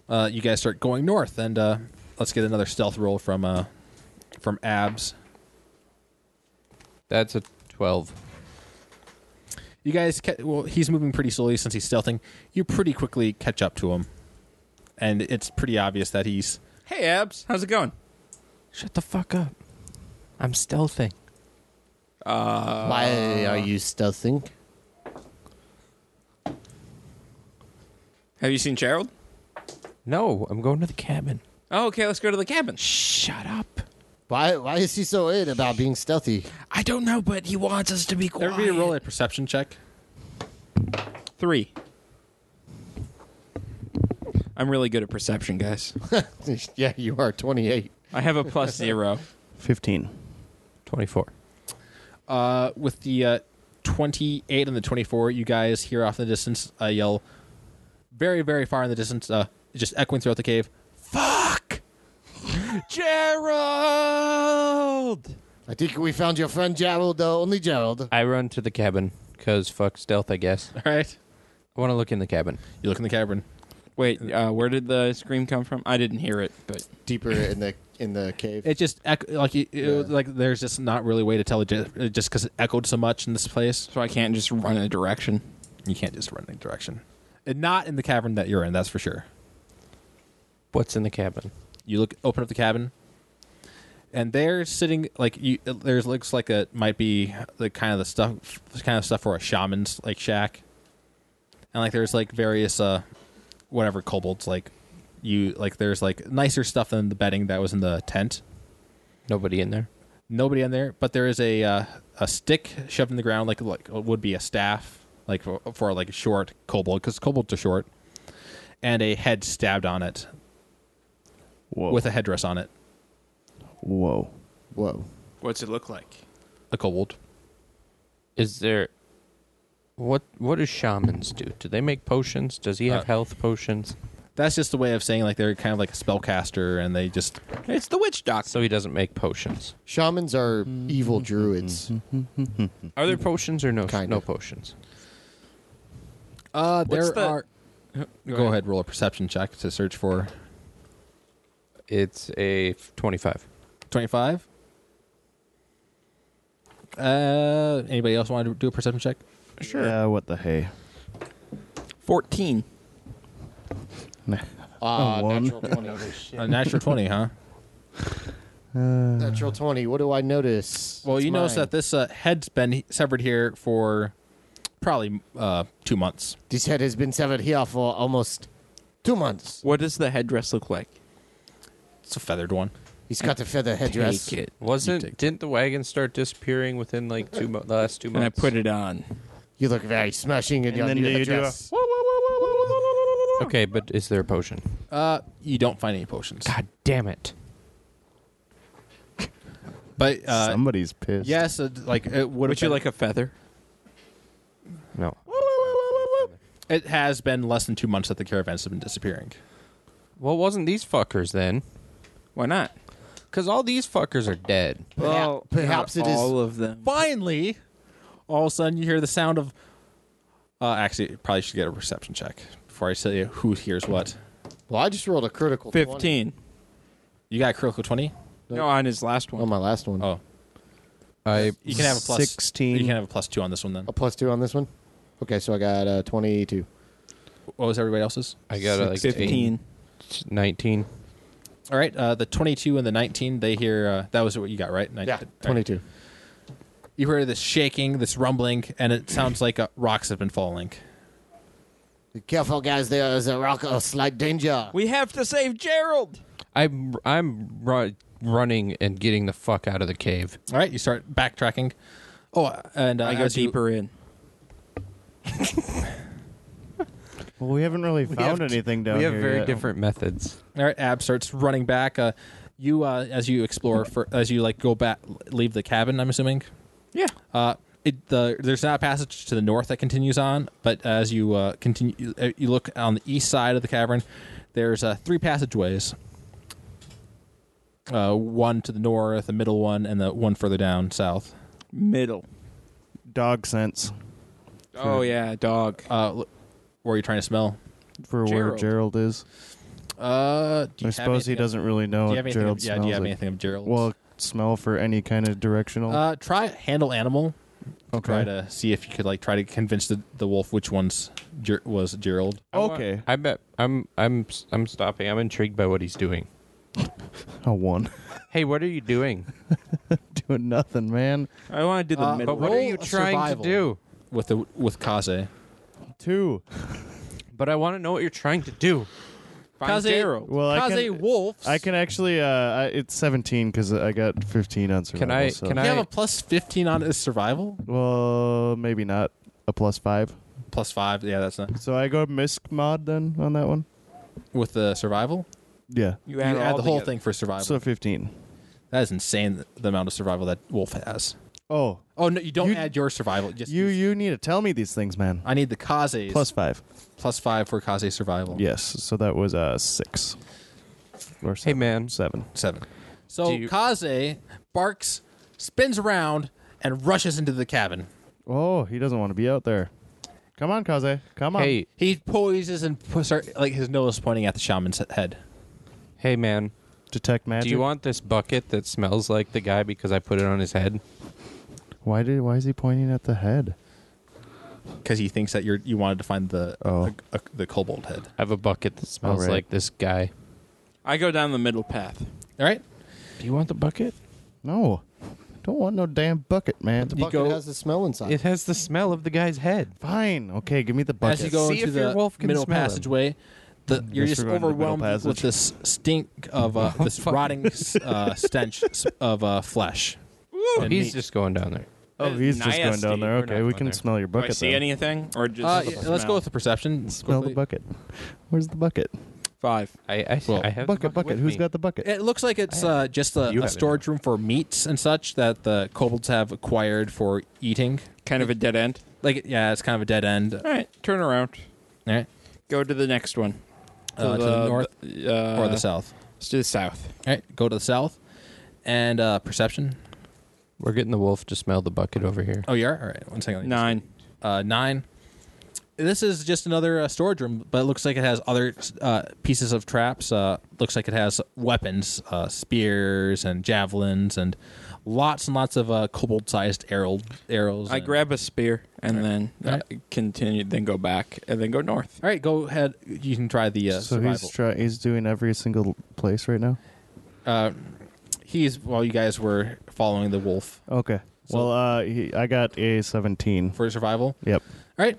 Speaker 1: Uh, you guys start going north, and uh, let's get another stealth roll from uh, from Abs.
Speaker 4: That's a 12.
Speaker 1: You guys, ca- well, he's moving pretty slowly since he's stealthing. You pretty quickly catch up to him, and it's pretty obvious that he's
Speaker 2: Hey, Abs. How's it going?
Speaker 4: Shut the fuck up. I'm stealthing.
Speaker 1: Uh.
Speaker 3: Why are you stealthing?
Speaker 2: Have you seen Gerald?
Speaker 4: No, I'm going to the cabin.
Speaker 2: Oh, okay. Let's go to the cabin.
Speaker 4: Shut up.
Speaker 3: Why why is he so in about being stealthy?
Speaker 2: I don't know, but he wants us to be quiet.
Speaker 1: everybody roll a perception check.
Speaker 2: Three. I'm really good at perception, guys.
Speaker 3: yeah, you are twenty eight.
Speaker 2: I have a plus zero.
Speaker 5: 15.
Speaker 4: 24.
Speaker 1: Uh, with the uh, twenty-eight and the twenty-four, you guys hear off in the distance a yell, very, very far in the distance, uh, just echoing throughout the cave.
Speaker 2: Fuck! Gerald!
Speaker 3: I think we found your friend Gerald, the only Gerald.
Speaker 4: I run to the cabin because fuck stealth, I guess.
Speaker 1: All right,
Speaker 4: I want to look in the cabin.
Speaker 1: you look in the cavern.
Speaker 2: Wait, uh, where did the scream come from? I didn't hear it, but
Speaker 3: Deeper in the in the cave.
Speaker 1: It just ec- like it, it was
Speaker 3: Yeah.
Speaker 1: like there's just not really a way to tell it ju- just because it echoed so much in this place.
Speaker 2: so I can't just run in a direction.
Speaker 1: You can't just run in any direction, and not in the cavern that you're in. That's for sure.
Speaker 4: What's in the cabin?
Speaker 1: You look, open up the cabin, and there sitting like you. uh, There looks like it might be the kind of the stuff, kind of stuff for a shaman's like shack, and like there's like various uh, whatever kobolds like you like there's like nicer stuff than the bedding that was in the tent.
Speaker 4: Nobody in there.
Speaker 1: nobody in there, but there is a uh, a stick shoved in the ground, like like would be a staff, like for, for like a short kobold, because kobolds are short, and a head stabbed on it
Speaker 5: Whoa.
Speaker 1: with a headdress on it,
Speaker 5: Whoa.
Speaker 3: Whoa.
Speaker 2: What's it look like?
Speaker 1: a kobold.
Speaker 4: Is there. What What do shamans do? Do they make potions? Does he have
Speaker 1: Uh,
Speaker 4: health potions?
Speaker 1: That's just a way of saying like they're kind of like a spellcaster, and they just
Speaker 2: It's the witch doctor.
Speaker 4: So he doesn't make potions.
Speaker 3: Shamans are evil druids.
Speaker 4: Are there potions or no?
Speaker 3: Kind
Speaker 4: no
Speaker 3: of.
Speaker 4: potions.
Speaker 1: uh
Speaker 2: What's
Speaker 1: there
Speaker 2: the-
Speaker 1: are. Go ahead, roll a perception check to search for
Speaker 4: It's a twenty-five.
Speaker 1: twenty five. Uh, anybody else want to do a perception check?
Speaker 5: Sure. Yeah, what the hey.
Speaker 2: 14.
Speaker 3: Ah,
Speaker 5: A one.
Speaker 3: natural twenty.
Speaker 1: A natural twenty, huh?
Speaker 3: natural twenty. What do I notice?
Speaker 1: Well,
Speaker 3: It's
Speaker 1: you notice
Speaker 3: mine.
Speaker 1: that this uh, head's been severed here for probably uh, two months.
Speaker 3: this head has been severed here for almost two months.
Speaker 2: What does the headdress look like?
Speaker 1: It's a feathered one.
Speaker 3: He's got the feather headdress.
Speaker 2: Take it.
Speaker 4: Wasn't didn't the wagon start disappearing within like two mo- the last two
Speaker 2: And I
Speaker 4: months?
Speaker 2: put it on.
Speaker 3: You look very smashing in
Speaker 5: And
Speaker 3: your
Speaker 5: then
Speaker 3: new
Speaker 5: you do a-
Speaker 3: headdress.
Speaker 4: Okay, but is there a potion?
Speaker 1: Uh, you don't find any potions,
Speaker 4: God damn it!
Speaker 1: but uh,
Speaker 5: Somebody's pissed.
Speaker 1: yes, it, like it would.
Speaker 2: Would you like a feather?
Speaker 4: No.
Speaker 1: It has been less than two months that the caravans have been disappearing.
Speaker 4: Well, it wasn't these fuckers then?
Speaker 2: Why not?
Speaker 4: Because all these fuckers are dead.
Speaker 3: Well, perhaps it
Speaker 2: not
Speaker 3: is-
Speaker 2: all of them.
Speaker 1: Finally, all of a sudden you hear the sound of. Uh, actually, you probably should get a reception check before I tell you who hears what.
Speaker 3: Well, I just rolled a critical 20.
Speaker 2: 15.
Speaker 1: You got a critical twenty.
Speaker 2: No, on his last
Speaker 3: on
Speaker 2: one.
Speaker 3: my last one.
Speaker 1: Oh,
Speaker 4: I
Speaker 1: you can have a plus
Speaker 5: 16.
Speaker 1: You can have a plus two on this one then.
Speaker 3: A plus two on this one. Okay, so I got uh, 22.
Speaker 1: What was everybody else's?
Speaker 4: I got a, like
Speaker 2: 15.
Speaker 4: 8, 19.
Speaker 1: All right, uh, the twenty-two and the nineteen. They hear uh, that was what you got, right? Nin-
Speaker 3: Yeah,
Speaker 1: all right.
Speaker 3: 22.
Speaker 1: You heard this shaking, this rumbling, and it sounds like uh, rocks have been falling.
Speaker 3: Be careful, guys. There is a rock of slight danger.
Speaker 2: We have to save Gerald.
Speaker 4: I'm I'm ru- running and getting the fuck out of the cave.
Speaker 1: All right, you start backtracking. Oh, uh, and uh,
Speaker 2: I go
Speaker 1: as you-
Speaker 2: deeper in.
Speaker 5: Well, we haven't really
Speaker 4: have
Speaker 5: found
Speaker 4: t-
Speaker 5: anything down
Speaker 4: we
Speaker 5: here.
Speaker 4: have very
Speaker 5: yet.
Speaker 4: different methods.
Speaker 1: All right, Ab starts running back. Uh, you, uh, as you explore, for, as you like go back, leave the cabin. I'm assuming.
Speaker 2: Yeah.
Speaker 1: Uh, it, the, there's not a passage to the north that continues on, but as you uh, continue, you- uh, you look on the east side of the cavern. There's uh, three passageways. Uh, one to the north, the middle one, and the one further down south.
Speaker 2: Middle.
Speaker 5: dog sense
Speaker 2: Oh, yeah, dog.
Speaker 1: Uh, l- where are you trying to smell?
Speaker 5: for where
Speaker 2: Gerald.
Speaker 5: Gerald is.
Speaker 1: Uh, do you
Speaker 5: I
Speaker 1: have
Speaker 5: suppose he
Speaker 1: anything-
Speaker 5: doesn't really know
Speaker 1: Do you
Speaker 5: what
Speaker 1: have anything?
Speaker 5: Gerald
Speaker 1: Of, yeah, do you
Speaker 5: smells
Speaker 1: have
Speaker 5: like.
Speaker 1: anything of Gerald's?
Speaker 5: Well, smell for any kind of directional.
Speaker 1: uh, try handle animal.
Speaker 5: okay.
Speaker 1: Try to see if you could like try to convince the, the wolf which one's Ger- was Gerald.
Speaker 4: I want-
Speaker 5: Okay.
Speaker 4: I bet I'm I'm I'm stopping. I'm intrigued by what he's doing.
Speaker 5: A one.
Speaker 4: Hey, what are you doing?
Speaker 5: Doing nothing, man.
Speaker 2: I want to do the
Speaker 1: Uh,
Speaker 2: middle.
Speaker 4: But what are
Speaker 1: Roll
Speaker 4: you
Speaker 1: a
Speaker 4: trying
Speaker 1: survival.
Speaker 4: to do?
Speaker 1: with the with Kaze.
Speaker 5: Two.
Speaker 4: But I want to know what you're trying to do.
Speaker 2: Find Gerald.
Speaker 5: Well, I
Speaker 1: Kaze
Speaker 5: can.
Speaker 1: wolves.
Speaker 5: I can actually. Uh, I, it's seventeen because I got fifteen on survival.
Speaker 4: Can I-
Speaker 5: so-
Speaker 4: can
Speaker 1: You
Speaker 4: I-
Speaker 1: have a plus fifteen on his survival.
Speaker 5: Well, maybe not. A plus five.
Speaker 1: Plus five. Yeah, that's not
Speaker 5: So I go misc mod then on that one.
Speaker 1: with the survival.
Speaker 5: Yeah.
Speaker 2: You
Speaker 1: You
Speaker 2: add,
Speaker 1: add the whole
Speaker 2: thing.
Speaker 1: thing for survival.
Speaker 5: So fifteen.
Speaker 1: that is insane. The amount of survival that wolf has.
Speaker 5: Oh,
Speaker 1: Oh no, you don't
Speaker 5: You-
Speaker 1: add your survival. Just
Speaker 5: you
Speaker 1: use-
Speaker 5: you need to tell me these things, man.
Speaker 1: I need the Kaze's
Speaker 5: Plus five.
Speaker 1: plus five for Kaze survival.
Speaker 5: Yes. So that was uh six. Or
Speaker 4: Hey
Speaker 5: seven.
Speaker 4: man,
Speaker 5: Seven.
Speaker 1: seven. So
Speaker 4: Do you-
Speaker 1: Kaze barks, spins around, and rushes into the cabin.
Speaker 5: Oh, he doesn't want to be out there. Come on, Kaze. Come on.
Speaker 4: hey,
Speaker 1: He poises and pu- start, like his nose pointing at the shaman's head.
Speaker 4: hey man.
Speaker 5: Detect magic.
Speaker 4: Do you want this bucket that smells like the guy because I put it on his head?
Speaker 5: Why did? Why is he pointing at the head?
Speaker 1: because he thinks that you're you wanted to find the
Speaker 5: Oh.
Speaker 1: the, uh, the kobold head.
Speaker 4: I have a bucket that smells
Speaker 5: Alright.
Speaker 4: like this guy.
Speaker 2: I go down the middle path.
Speaker 1: All right,
Speaker 4: Do you want the bucket?
Speaker 5: No. Don't want no damn bucket, man.
Speaker 3: The
Speaker 1: You
Speaker 3: bucket
Speaker 1: go-
Speaker 3: has the smell inside.
Speaker 4: It has the smell of the guy's head.
Speaker 5: Fine. Okay, give me the bucket.
Speaker 1: as you go
Speaker 4: See
Speaker 1: into
Speaker 4: if your
Speaker 1: the
Speaker 4: wolf can
Speaker 1: middle
Speaker 4: smell him.
Speaker 1: passageway, the, you're
Speaker 5: Guess
Speaker 1: just
Speaker 5: we're going to the middle
Speaker 1: overwhelmed with
Speaker 5: passage.
Speaker 1: this stink of uh, this rotting uh, stench s- of uh, flesh. And
Speaker 4: He's
Speaker 1: meat.
Speaker 4: just going down there.
Speaker 5: oh,
Speaker 2: That
Speaker 5: he's
Speaker 2: is
Speaker 5: just going
Speaker 2: nasty.
Speaker 5: down there.
Speaker 4: We're
Speaker 5: Okay,
Speaker 4: not
Speaker 5: we
Speaker 4: going
Speaker 5: can
Speaker 4: there.
Speaker 5: smell your
Speaker 2: Do I
Speaker 5: bucket.
Speaker 2: see
Speaker 5: then.
Speaker 2: anything, or just
Speaker 1: Uh,
Speaker 2: the
Speaker 1: yeah, let's go
Speaker 2: smell?
Speaker 1: with the perception.
Speaker 5: Smell the
Speaker 1: quickly.
Speaker 5: bucket. Where's the bucket?
Speaker 2: five.
Speaker 4: I I,
Speaker 1: Well,
Speaker 4: I have the
Speaker 5: Bucket,
Speaker 4: bucket.
Speaker 5: bucket.
Speaker 4: with
Speaker 5: Who's
Speaker 4: me.
Speaker 5: got the bucket?
Speaker 1: It looks like it's uh, just a,
Speaker 4: You
Speaker 1: a
Speaker 4: have it.
Speaker 1: storage room for meats and such that the kobolds have acquired for eating.
Speaker 2: Kind of a dead end.
Speaker 1: Like, yeah, it's kind of a dead end.
Speaker 2: All right, turn around.
Speaker 1: All right,
Speaker 2: Go to the next one.
Speaker 1: Uh, to the north
Speaker 2: uh,
Speaker 1: or the south.
Speaker 2: Let's do the south.
Speaker 1: All right, go to the south, and uh, perception.
Speaker 4: We're getting the wolf to smell the bucket over here.
Speaker 1: Oh, you are all right. One second.
Speaker 2: Nine.
Speaker 1: uh, nine. This is just another uh, storage room, but it looks like it has other uh, pieces of traps. Uh, looks like it has weapons, uh, spears and javelins, and lots and lots of uh, kobold-sized arrow, arrows.
Speaker 2: I
Speaker 1: and-
Speaker 2: grab a spear and then uh,
Speaker 1: All
Speaker 2: continue, then go back and then go north.
Speaker 1: All right, go ahead. You can try the uh,
Speaker 5: so
Speaker 1: survival.
Speaker 5: he's try- he's doing every single place right now.
Speaker 1: uh, he's while you guys were following the wolf
Speaker 5: Okay.
Speaker 1: So-
Speaker 5: well, uh, he, I got a seventeen.
Speaker 1: for survival.
Speaker 5: Yep.
Speaker 1: All right.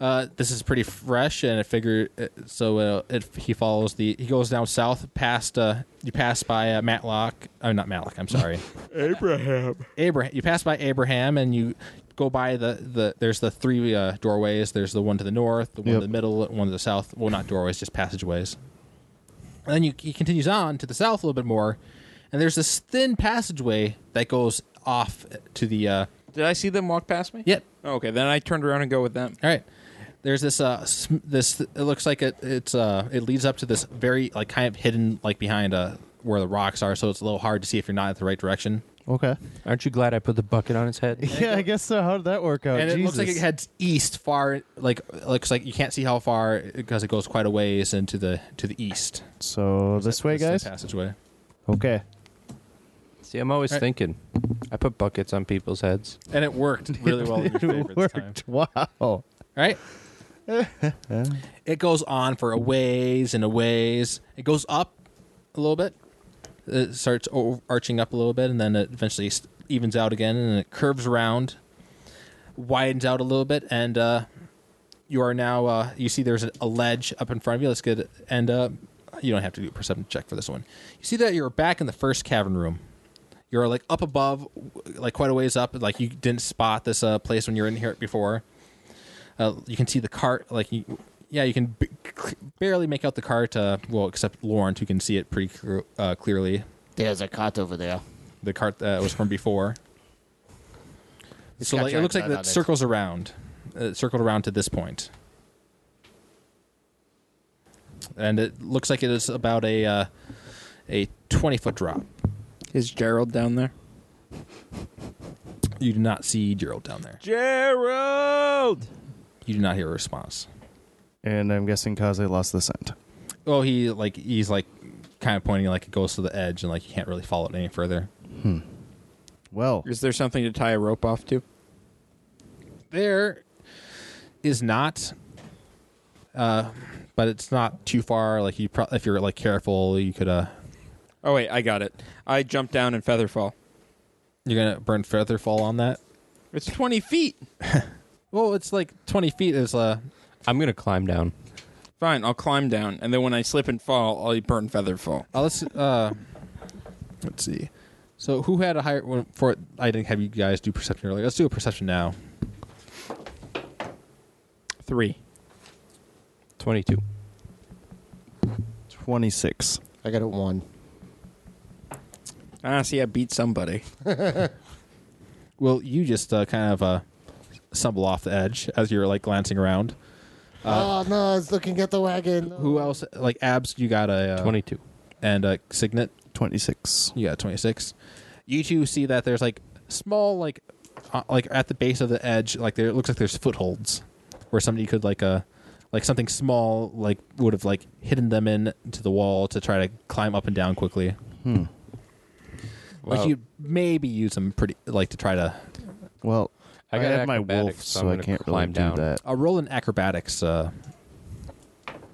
Speaker 1: Uh, this is pretty fresh, and I figure uh, so. Uh, it, he follows the. He goes down south past. Uh, you pass by uh, Matlock. Oh, not Matlock. I'm sorry.
Speaker 5: Abraham.
Speaker 1: Abraham. You pass by Abraham, and you go by the the. There's the three uh, doorways. There's the one to the north, the one
Speaker 5: Yep.
Speaker 1: to the middle, one to the south. Well, not doorways, just passageways. And then you, he continues on to the south a little bit more, and there's this thin passageway that goes off to the. Uh,
Speaker 2: Did I see them walk past me?
Speaker 1: yep,
Speaker 2: Okay, then I turned around and go with them.
Speaker 1: All right. There's this uh sm- this it looks like it it's uh it leads up to this very like kind of hidden like behind uh where the rocks are so it's a little hard to see if you're not at the right direction.
Speaker 5: Okay.
Speaker 4: Aren't you glad I put the bucket on its head?
Speaker 5: Yeah, I guess so. How did that work out?
Speaker 1: and it looks like it
Speaker 5: Oh, Jesus.
Speaker 1: heads east far like looks like you can't see how far because it goes quite a ways into the to the east
Speaker 5: So this way,
Speaker 1: That's the
Speaker 5: guys.
Speaker 1: passageway
Speaker 5: Okay.
Speaker 4: See, I'm always
Speaker 1: Alright.
Speaker 4: thinking. I put buckets on people's heads.
Speaker 1: and it worked really well in your favor
Speaker 5: It
Speaker 1: this time
Speaker 5: worked. Wow.
Speaker 1: right it goes on for a ways and a ways it goes up a little bit it starts o- arching up a little bit and then it eventually s- evens out again and it curves around widens out a little bit and uh you are now uh you see there's a ledge up in front of you let's get and uh you don't have to do a perception check for this one you see that you're back in the first cavern room you're like up above like quite a ways up like you didn't spot this uh place when you were in here before uh, you can see the cart like you, yeah you can b- c- barely make out the cart uh, well except Lawrence who can see it pretty cr- uh, clearly
Speaker 3: There's a cot over there.
Speaker 1: the cart that was from before
Speaker 3: It's
Speaker 1: so
Speaker 3: got
Speaker 1: like, it
Speaker 3: your
Speaker 1: looks like
Speaker 3: antenna on
Speaker 1: it
Speaker 3: it.
Speaker 1: circles around it circled around to this point and it looks like it is about a uh, a 20 foot drop
Speaker 2: Is Gerald down there?
Speaker 1: you do not see Gerald down there
Speaker 2: Gerald.
Speaker 1: you do not hear a response
Speaker 5: And I'm guessing Kaze lost the scent.
Speaker 1: oh he like he's like kind of pointing like it goes to the edge and like you can't really follow it any further
Speaker 5: Well,
Speaker 2: Is there something to tie a rope off to?
Speaker 1: there is not uh but it's not too far like you pro- if you're like careful you could uh
Speaker 2: Oh wait, I got it. I jump down and feather fall.
Speaker 1: you're gonna burn feather fall on that
Speaker 2: It's twenty feet.
Speaker 1: well it's like 20 feet is uh
Speaker 4: I'm gonna climb down.
Speaker 2: Fine, I'll climb down, and then when I slip and fall, I'll burn feather fall.
Speaker 1: oh, let's uh let's see so who had a higher one for i didn't have you guys do perception earlier let's do a perception now
Speaker 2: Three.
Speaker 4: Twenty-two.
Speaker 5: 26.
Speaker 3: I got it one.
Speaker 2: Ah, see, I beat somebody.
Speaker 1: well you just uh, kind of uh stumble off the edge as you're like glancing around
Speaker 3: oh no, it's looking at the wagon.
Speaker 1: who else like abs you got
Speaker 5: Oh.
Speaker 1: a uh,
Speaker 4: Twenty-two.
Speaker 1: and a signet
Speaker 5: 26.
Speaker 1: You got 26. You two see that there's like small like uh, like at the base of the edge like there it looks like there's footholds where somebody could like uh like something small like would have like hidden them in to the wall to try to climb up and down quickly.
Speaker 4: Wow.
Speaker 1: Like you maybe use them pretty like to try to
Speaker 5: Well,
Speaker 4: I
Speaker 5: I,
Speaker 4: got
Speaker 5: have my
Speaker 4: acrobatics,
Speaker 5: wolf,
Speaker 4: so
Speaker 5: so
Speaker 4: I'm
Speaker 5: I
Speaker 4: gonna
Speaker 5: can't really
Speaker 4: climb down.
Speaker 5: do that.
Speaker 1: uh, roll an acrobatics uh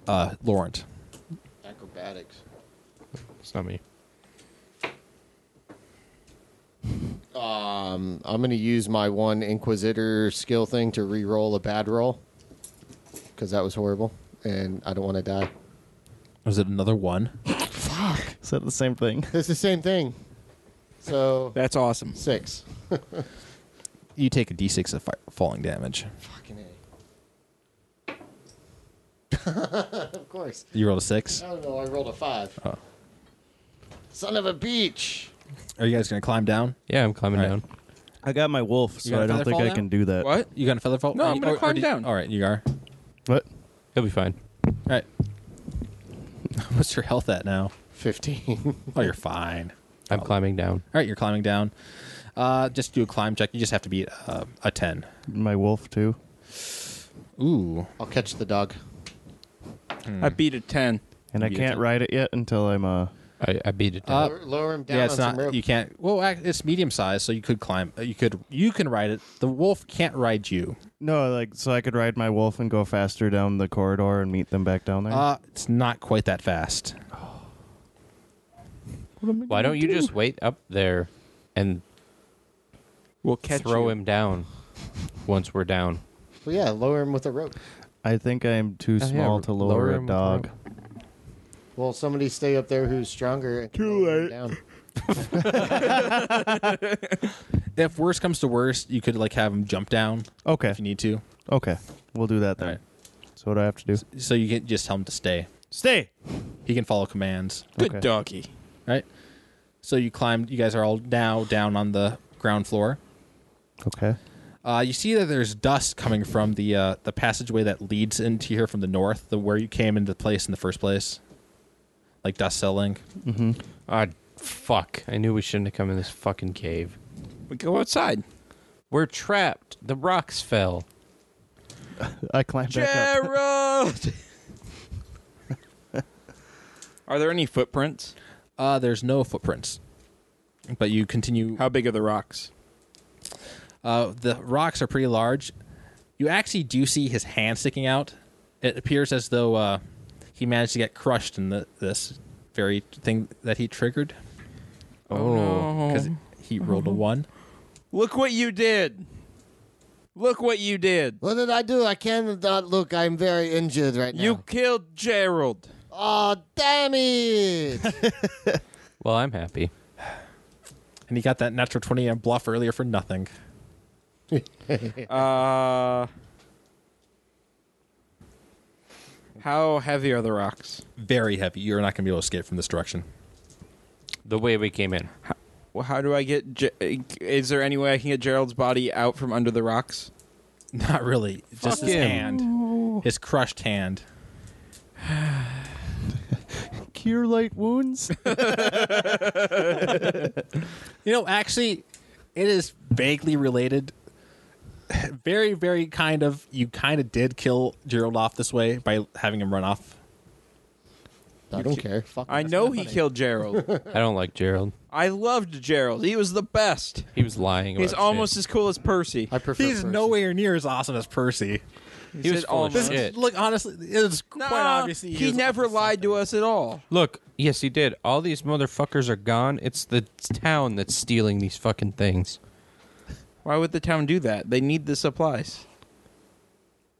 Speaker 1: uh Laurent.
Speaker 3: Acrobatics.
Speaker 4: It's not me.
Speaker 3: Um, I'm gonna use my one Inquisitor skill thing to re-roll a bad roll because that was horrible, and I don't want to die.
Speaker 1: Was it another one?
Speaker 5: Is that the same thing?
Speaker 3: It's the same thing. So
Speaker 2: That's awesome.
Speaker 3: six.
Speaker 1: You take a d6 of fi- falling damage.
Speaker 3: Fucking a. of course.
Speaker 1: You rolled a 6.
Speaker 3: I don't know. I rolled a five.
Speaker 1: Oh.
Speaker 3: Son of a beach.
Speaker 1: Are you guys going to climb down?
Speaker 4: Yeah, I'm climbing
Speaker 1: Alright.
Speaker 4: down.
Speaker 5: I got my wolf,
Speaker 1: You
Speaker 5: so
Speaker 1: got
Speaker 5: I don't
Speaker 1: feather
Speaker 5: think
Speaker 1: fall
Speaker 5: I
Speaker 1: now?
Speaker 5: can do that.
Speaker 2: What?
Speaker 1: You got a feather fall?
Speaker 2: No, I'm gonna
Speaker 1: Or- or
Speaker 2: climb
Speaker 1: did-
Speaker 2: down.
Speaker 1: All right, you are.
Speaker 5: What?
Speaker 4: He'll be fine.
Speaker 1: All right. What's your health at now?
Speaker 3: Fifteen.
Speaker 1: Oh, you're fine.
Speaker 4: I'm climbing down.
Speaker 1: All right, you're climbing down. Uh, just do a climb check. You just have to beat uh, a 10.
Speaker 5: My wolf, too?
Speaker 1: Ooh.
Speaker 3: I'll catch the dog.
Speaker 2: I beat a ten.
Speaker 5: And I
Speaker 1: Maybe
Speaker 5: can't
Speaker 1: it's-
Speaker 5: ride it yet until I'm uh
Speaker 4: I, I beat it down.
Speaker 1: Uh,
Speaker 3: Lower, lower him down
Speaker 1: yeah,
Speaker 3: on
Speaker 1: it's
Speaker 3: some rope.
Speaker 1: not. You can't. Well, ac- it's medium size, so you could climb. uh, You could. You can ride it. The wolf can't ride you.
Speaker 5: no, like so I could ride my wolf and go faster down the corridor and meet them back down there.
Speaker 1: Uh, it's not quite that fast.
Speaker 4: Why don't you just wait up there and
Speaker 2: We'll catch
Speaker 4: throw
Speaker 2: you.
Speaker 4: him down once we're down?
Speaker 3: Well, yeah, lower him with a rope.
Speaker 5: I think I'm too
Speaker 4: Oh, yeah,
Speaker 5: small to lower,
Speaker 4: lower him
Speaker 5: a
Speaker 4: with
Speaker 5: dog.
Speaker 3: Well, somebody stay up there who's stronger. And can lower him Down.
Speaker 1: If worse comes to worst, you could like have him jump down
Speaker 5: Okay.
Speaker 1: if you need to.
Speaker 5: Okay. We'll do that then.
Speaker 1: Alright.
Speaker 5: So what do I have to do?
Speaker 1: So you can just tell him to stay.
Speaker 5: Stay.
Speaker 1: He can follow commands.
Speaker 2: Good
Speaker 5: Okay.
Speaker 2: doggy.
Speaker 1: Right. So you climbed. You guys are all now down on the ground floor.
Speaker 5: Okay.
Speaker 1: Uh, you see that there's dust coming from the uh, the passageway that leads into here from the north, the where you came into place in the first place, like dust settling.
Speaker 5: Mm-hmm.
Speaker 4: Ah, Fuck. I knew we shouldn't have come in this fucking cave.
Speaker 2: We go outside.
Speaker 4: We're trapped. The rocks fell.
Speaker 5: I climbed back up.
Speaker 2: Gerald! are there any footprints?
Speaker 1: Uh, there's no footprints, but you continue.
Speaker 2: How big are the rocks?
Speaker 1: Uh, the rocks are pretty large. You actually do see his hand sticking out. It appears as though uh, he managed to get crushed in the, this very thing that he triggered because he rolled a one.
Speaker 2: Look what you did. Look what you did.
Speaker 3: What did I do? I cannot look. I'm very injured right now.
Speaker 2: You killed Gerald.
Speaker 3: Oh, damn it!
Speaker 4: Well, I'm happy.
Speaker 1: And he got that natural 20 and bluff earlier for nothing.
Speaker 2: Uh How heavy are the rocks?
Speaker 1: Very heavy. You're not going to be able to escape from this direction.
Speaker 4: The way we came in.
Speaker 2: Well, how do I get? Ge- uh, is there any way I can get Gerald's body out from under the rocks?
Speaker 1: Not really. Just his
Speaker 4: him.
Speaker 1: hand. His crushed hand.
Speaker 5: Cure light wounds.
Speaker 1: You know, actually, it is vaguely related. Very, very kind of. You kind of did kill Gerald off this way by having him run off.
Speaker 3: I don't care. Fuck.
Speaker 2: I
Speaker 3: that's
Speaker 2: know
Speaker 3: not
Speaker 2: he
Speaker 3: funny.
Speaker 2: killed Gerald.
Speaker 4: I don't like Gerald.
Speaker 2: I loved Gerald. He was the best.
Speaker 4: He was lying. About
Speaker 2: He's
Speaker 4: shit.
Speaker 2: almost as cool as Percy.
Speaker 3: I prefer.
Speaker 1: He's
Speaker 3: Percy.
Speaker 1: nowhere near as awesome as Percy.
Speaker 4: He was
Speaker 2: said
Speaker 4: full of
Speaker 2: almost.
Speaker 4: shit.
Speaker 1: Look, honestly, it's quite
Speaker 2: Nah,
Speaker 1: obvious. He,
Speaker 2: he
Speaker 1: is
Speaker 2: never
Speaker 1: onto
Speaker 2: lied to us at all.
Speaker 4: Look, yes, he did. All these motherfuckers are gone. It's the town that's stealing these fucking things.
Speaker 2: Why would the town do that? They need the supplies.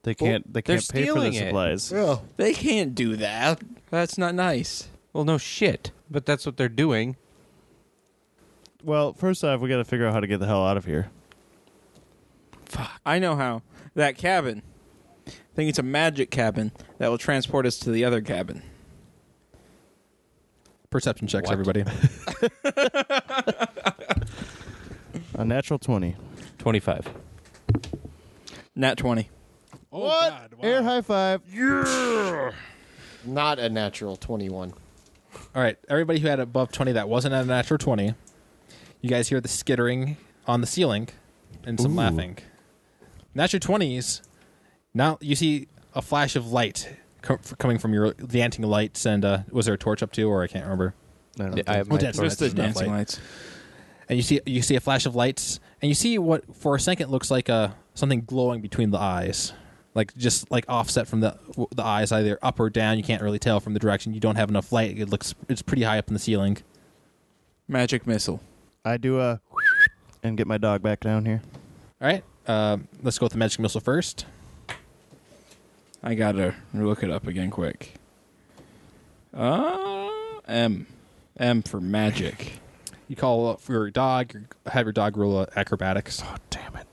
Speaker 5: They can't. They
Speaker 4: they're
Speaker 5: can't pay for the
Speaker 4: stealing it.
Speaker 5: supplies.
Speaker 3: Yeah.
Speaker 2: They can't do that. That's not nice.
Speaker 4: Well, no shit. But that's what they're doing.
Speaker 5: Well, first off, we got to figure out how to get the hell out of here.
Speaker 2: I know how. That cabin. I think it's a magic cabin that will transport us to the other cabin.
Speaker 1: something. Perception checks,
Speaker 4: What?
Speaker 1: everybody.
Speaker 5: A natural twenty.
Speaker 4: 25.
Speaker 2: Nat 20.
Speaker 1: Oh, God, wow.
Speaker 5: Air high five.
Speaker 3: Not a natural twenty-one.
Speaker 1: All right, everybody who had above 20 that wasn't at a natural 20, you guys hear the skittering on the ceiling and some laughing. Natural 20s, now you see a flash of light co- f- coming from your dancing lights, and uh, was there a torch up too, or I can't remember.
Speaker 5: I don't
Speaker 4: Yeah, I have
Speaker 1: Oh,
Speaker 4: my
Speaker 1: that's-
Speaker 4: torch.
Speaker 1: Just the dancing
Speaker 2: lights.
Speaker 1: And you see you see a flash of lights, and you see what for a second looks like uh, something glowing between the eyes, like just like offset from the the eyes, either up or down. You can't really tell from the direction. You don't have enough light. It looks it's pretty high up in the ceiling.
Speaker 2: Magic missile.
Speaker 5: I do a and get my dog back down here.
Speaker 1: All right, um, let's go with the magic missile first.
Speaker 2: I gotta look it up again quick. Uh, M. M for magic.
Speaker 1: You call up for your dog. Your, have your dog roll uh, acrobatics.
Speaker 5: Oh damn it.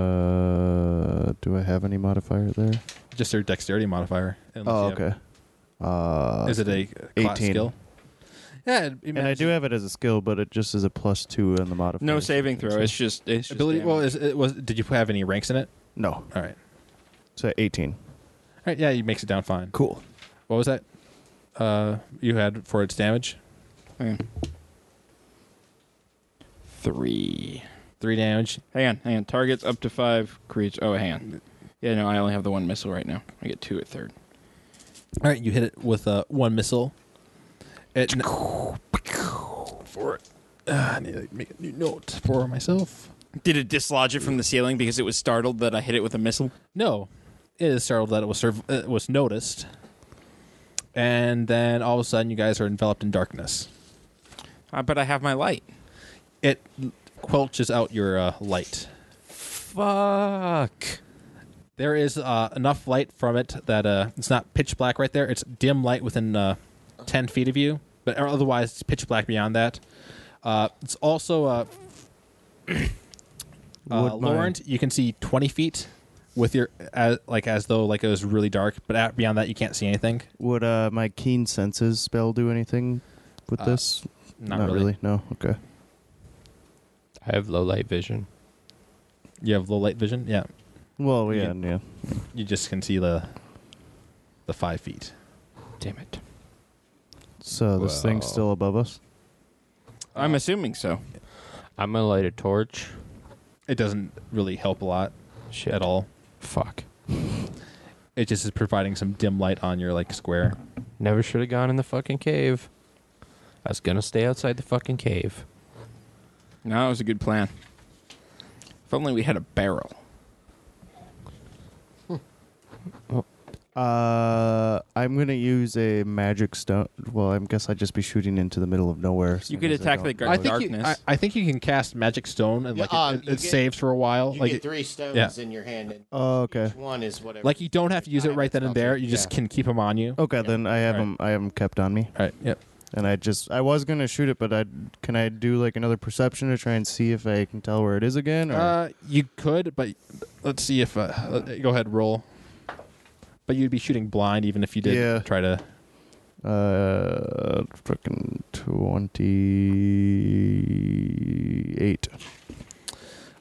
Speaker 5: Uh, do I have any modifier there?
Speaker 1: Just their dexterity modifier. unless
Speaker 5: Oh,
Speaker 1: you have-
Speaker 5: okay. Uh,
Speaker 1: Is it a class
Speaker 5: 18.
Speaker 1: skill? Yeah, it,
Speaker 5: and I do have it as a skill, but it just is a plus two in the modifier.
Speaker 2: No saving throw. It's just it's just
Speaker 1: ability. Well,
Speaker 2: damage.
Speaker 1: is, it was did you have any ranks in it?
Speaker 5: No.
Speaker 1: All right,
Speaker 5: So eighteen.
Speaker 1: all right. Yeah, he makes it down fine.
Speaker 5: Cool.
Speaker 1: What was that? Uh, you had for its damage,
Speaker 2: Hang on. three.
Speaker 1: three damage.
Speaker 2: Hang on, hang on. Targets up to five creatures. Oh, hang on. Yeah, no, I only have the one missile right now. I get two at third.
Speaker 1: All right, you hit it with uh, one missile. It n- for it. Uh, I need to make a new note for myself.
Speaker 2: Did it dislodge it from the ceiling because it was startled that I hit it with a missile?
Speaker 1: No, it is startled that it was serv- uh, it was noticed, and then all of a sudden you guys are enveloped in darkness.
Speaker 2: Uh, but I have my light.
Speaker 1: It quelches out your uh, light.
Speaker 4: Fuck.
Speaker 1: There is uh, enough light from it that uh, it's not pitch black right there. It's dim light within uh, ten feet of you, but otherwise it's pitch black beyond that. Uh, it's also uh, uh,
Speaker 5: Would my-
Speaker 1: Laurent. You can see twenty feet with your uh, like as though like it was really dark, but out beyond that you can't see anything.
Speaker 5: Would uh my keen senses spell do anything with
Speaker 1: Uh,
Speaker 5: this?
Speaker 1: Not,
Speaker 5: really. No. Okay.
Speaker 4: I have low light vision.
Speaker 1: You have low light vision. Yeah.
Speaker 5: Well,
Speaker 1: You
Speaker 5: yeah, yeah.
Speaker 1: you just can see the the five feet.
Speaker 4: Damn it.
Speaker 5: So this thing's still above us. Oh.
Speaker 2: I'm assuming so.
Speaker 4: I'm gonna light a torch.
Speaker 1: It doesn't really help a lot
Speaker 4: Shit.
Speaker 1: at all.
Speaker 4: Fuck.
Speaker 1: It just is providing some dim light on your like square.
Speaker 4: Never should have gone in the fucking cave. I was gonna stay outside the fucking cave.
Speaker 2: No, it was a good plan. If only we had a barrel.
Speaker 5: Uh, I'm gonna use a magic stone. Well, I guess I'd just be shooting into the middle of nowhere.
Speaker 2: You could attack the guard
Speaker 1: I
Speaker 2: with
Speaker 1: think you,
Speaker 2: darkness.
Speaker 1: I, I think you can cast magic stone and
Speaker 3: Yeah,
Speaker 1: like
Speaker 3: um,
Speaker 1: it,
Speaker 3: you
Speaker 1: it
Speaker 3: get-
Speaker 1: saves for a while.
Speaker 3: You
Speaker 1: like
Speaker 3: get
Speaker 1: it-
Speaker 3: three stones
Speaker 1: yeah.
Speaker 3: in your hand, and
Speaker 5: Oh, okay.
Speaker 3: each one is whatever.
Speaker 1: like you don't have to use it
Speaker 3: Time
Speaker 1: right then and
Speaker 3: spells,
Speaker 1: there. You just
Speaker 3: yeah. Oh.
Speaker 1: can keep them on you.
Speaker 5: Okay, then I have
Speaker 1: Alright.
Speaker 5: them. I have them kept on me,
Speaker 1: All right. Yep.
Speaker 5: and I just I was gonna shoot it, but I can I do like another perception to try and see if I can tell where it is again. Or?
Speaker 1: Uh, you could, but let's see if. Uh, uh, go ahead, roll. But you'd be shooting blind even if you did
Speaker 5: Yeah.
Speaker 1: try to.
Speaker 5: Uh, fucking twenty-eight.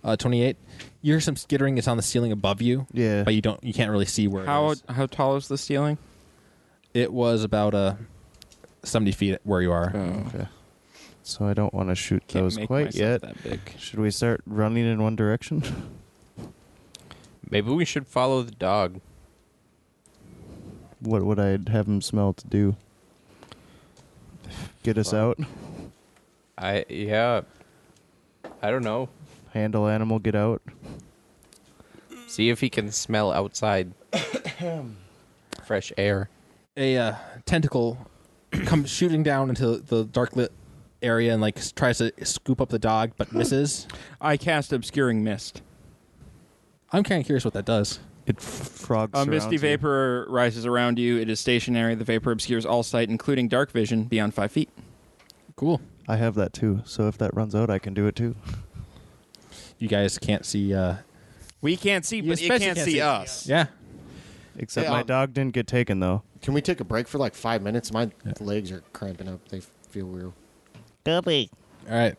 Speaker 1: Uh, Twenty-eight. You hear some skittering. It's on the ceiling above you,
Speaker 5: Yeah.
Speaker 1: but you don't. You can't really see where.
Speaker 2: how
Speaker 1: it, is.
Speaker 2: how tall is the ceiling?
Speaker 1: it was about uh, seventy feet where you are.
Speaker 2: Oh,
Speaker 5: So I don't want to shoot
Speaker 2: can't
Speaker 5: those
Speaker 2: make
Speaker 5: quite
Speaker 2: myself
Speaker 5: yet.
Speaker 2: That big.
Speaker 5: Should we start running in one direction?
Speaker 4: Maybe we should follow the dog.
Speaker 5: what would I have him smell to do? Get us out.
Speaker 4: I yeah. I don't know.
Speaker 5: Handle animal. Get out.
Speaker 4: See if he can smell outside. Fresh air.
Speaker 1: a uh, tentacle comes shooting down into the dark lit area and like s- tries to scoop up the dog but misses.
Speaker 2: I cast obscuring mist.
Speaker 1: I'm kind of curious what that does.
Speaker 5: It f- frogs.
Speaker 2: A Uh, misty
Speaker 5: surrounds you.
Speaker 2: vapor rises around you. It is stationary. The vapor obscures all sight, including dark vision, beyond five feet.
Speaker 1: Cool.
Speaker 5: I have that too. So if that runs out, I can do it too.
Speaker 1: You guys can't see. Uh,
Speaker 2: We can't see,
Speaker 1: You
Speaker 2: but it
Speaker 1: especially
Speaker 2: can't
Speaker 1: can't
Speaker 2: see
Speaker 1: see-
Speaker 2: us.
Speaker 1: yeah.
Speaker 5: Except
Speaker 3: Yeah,
Speaker 5: my
Speaker 3: um,
Speaker 5: dog didn't get taken though.
Speaker 3: Can we take a break for like five minutes? My legs are cramping up. They feel weird.
Speaker 1: All right.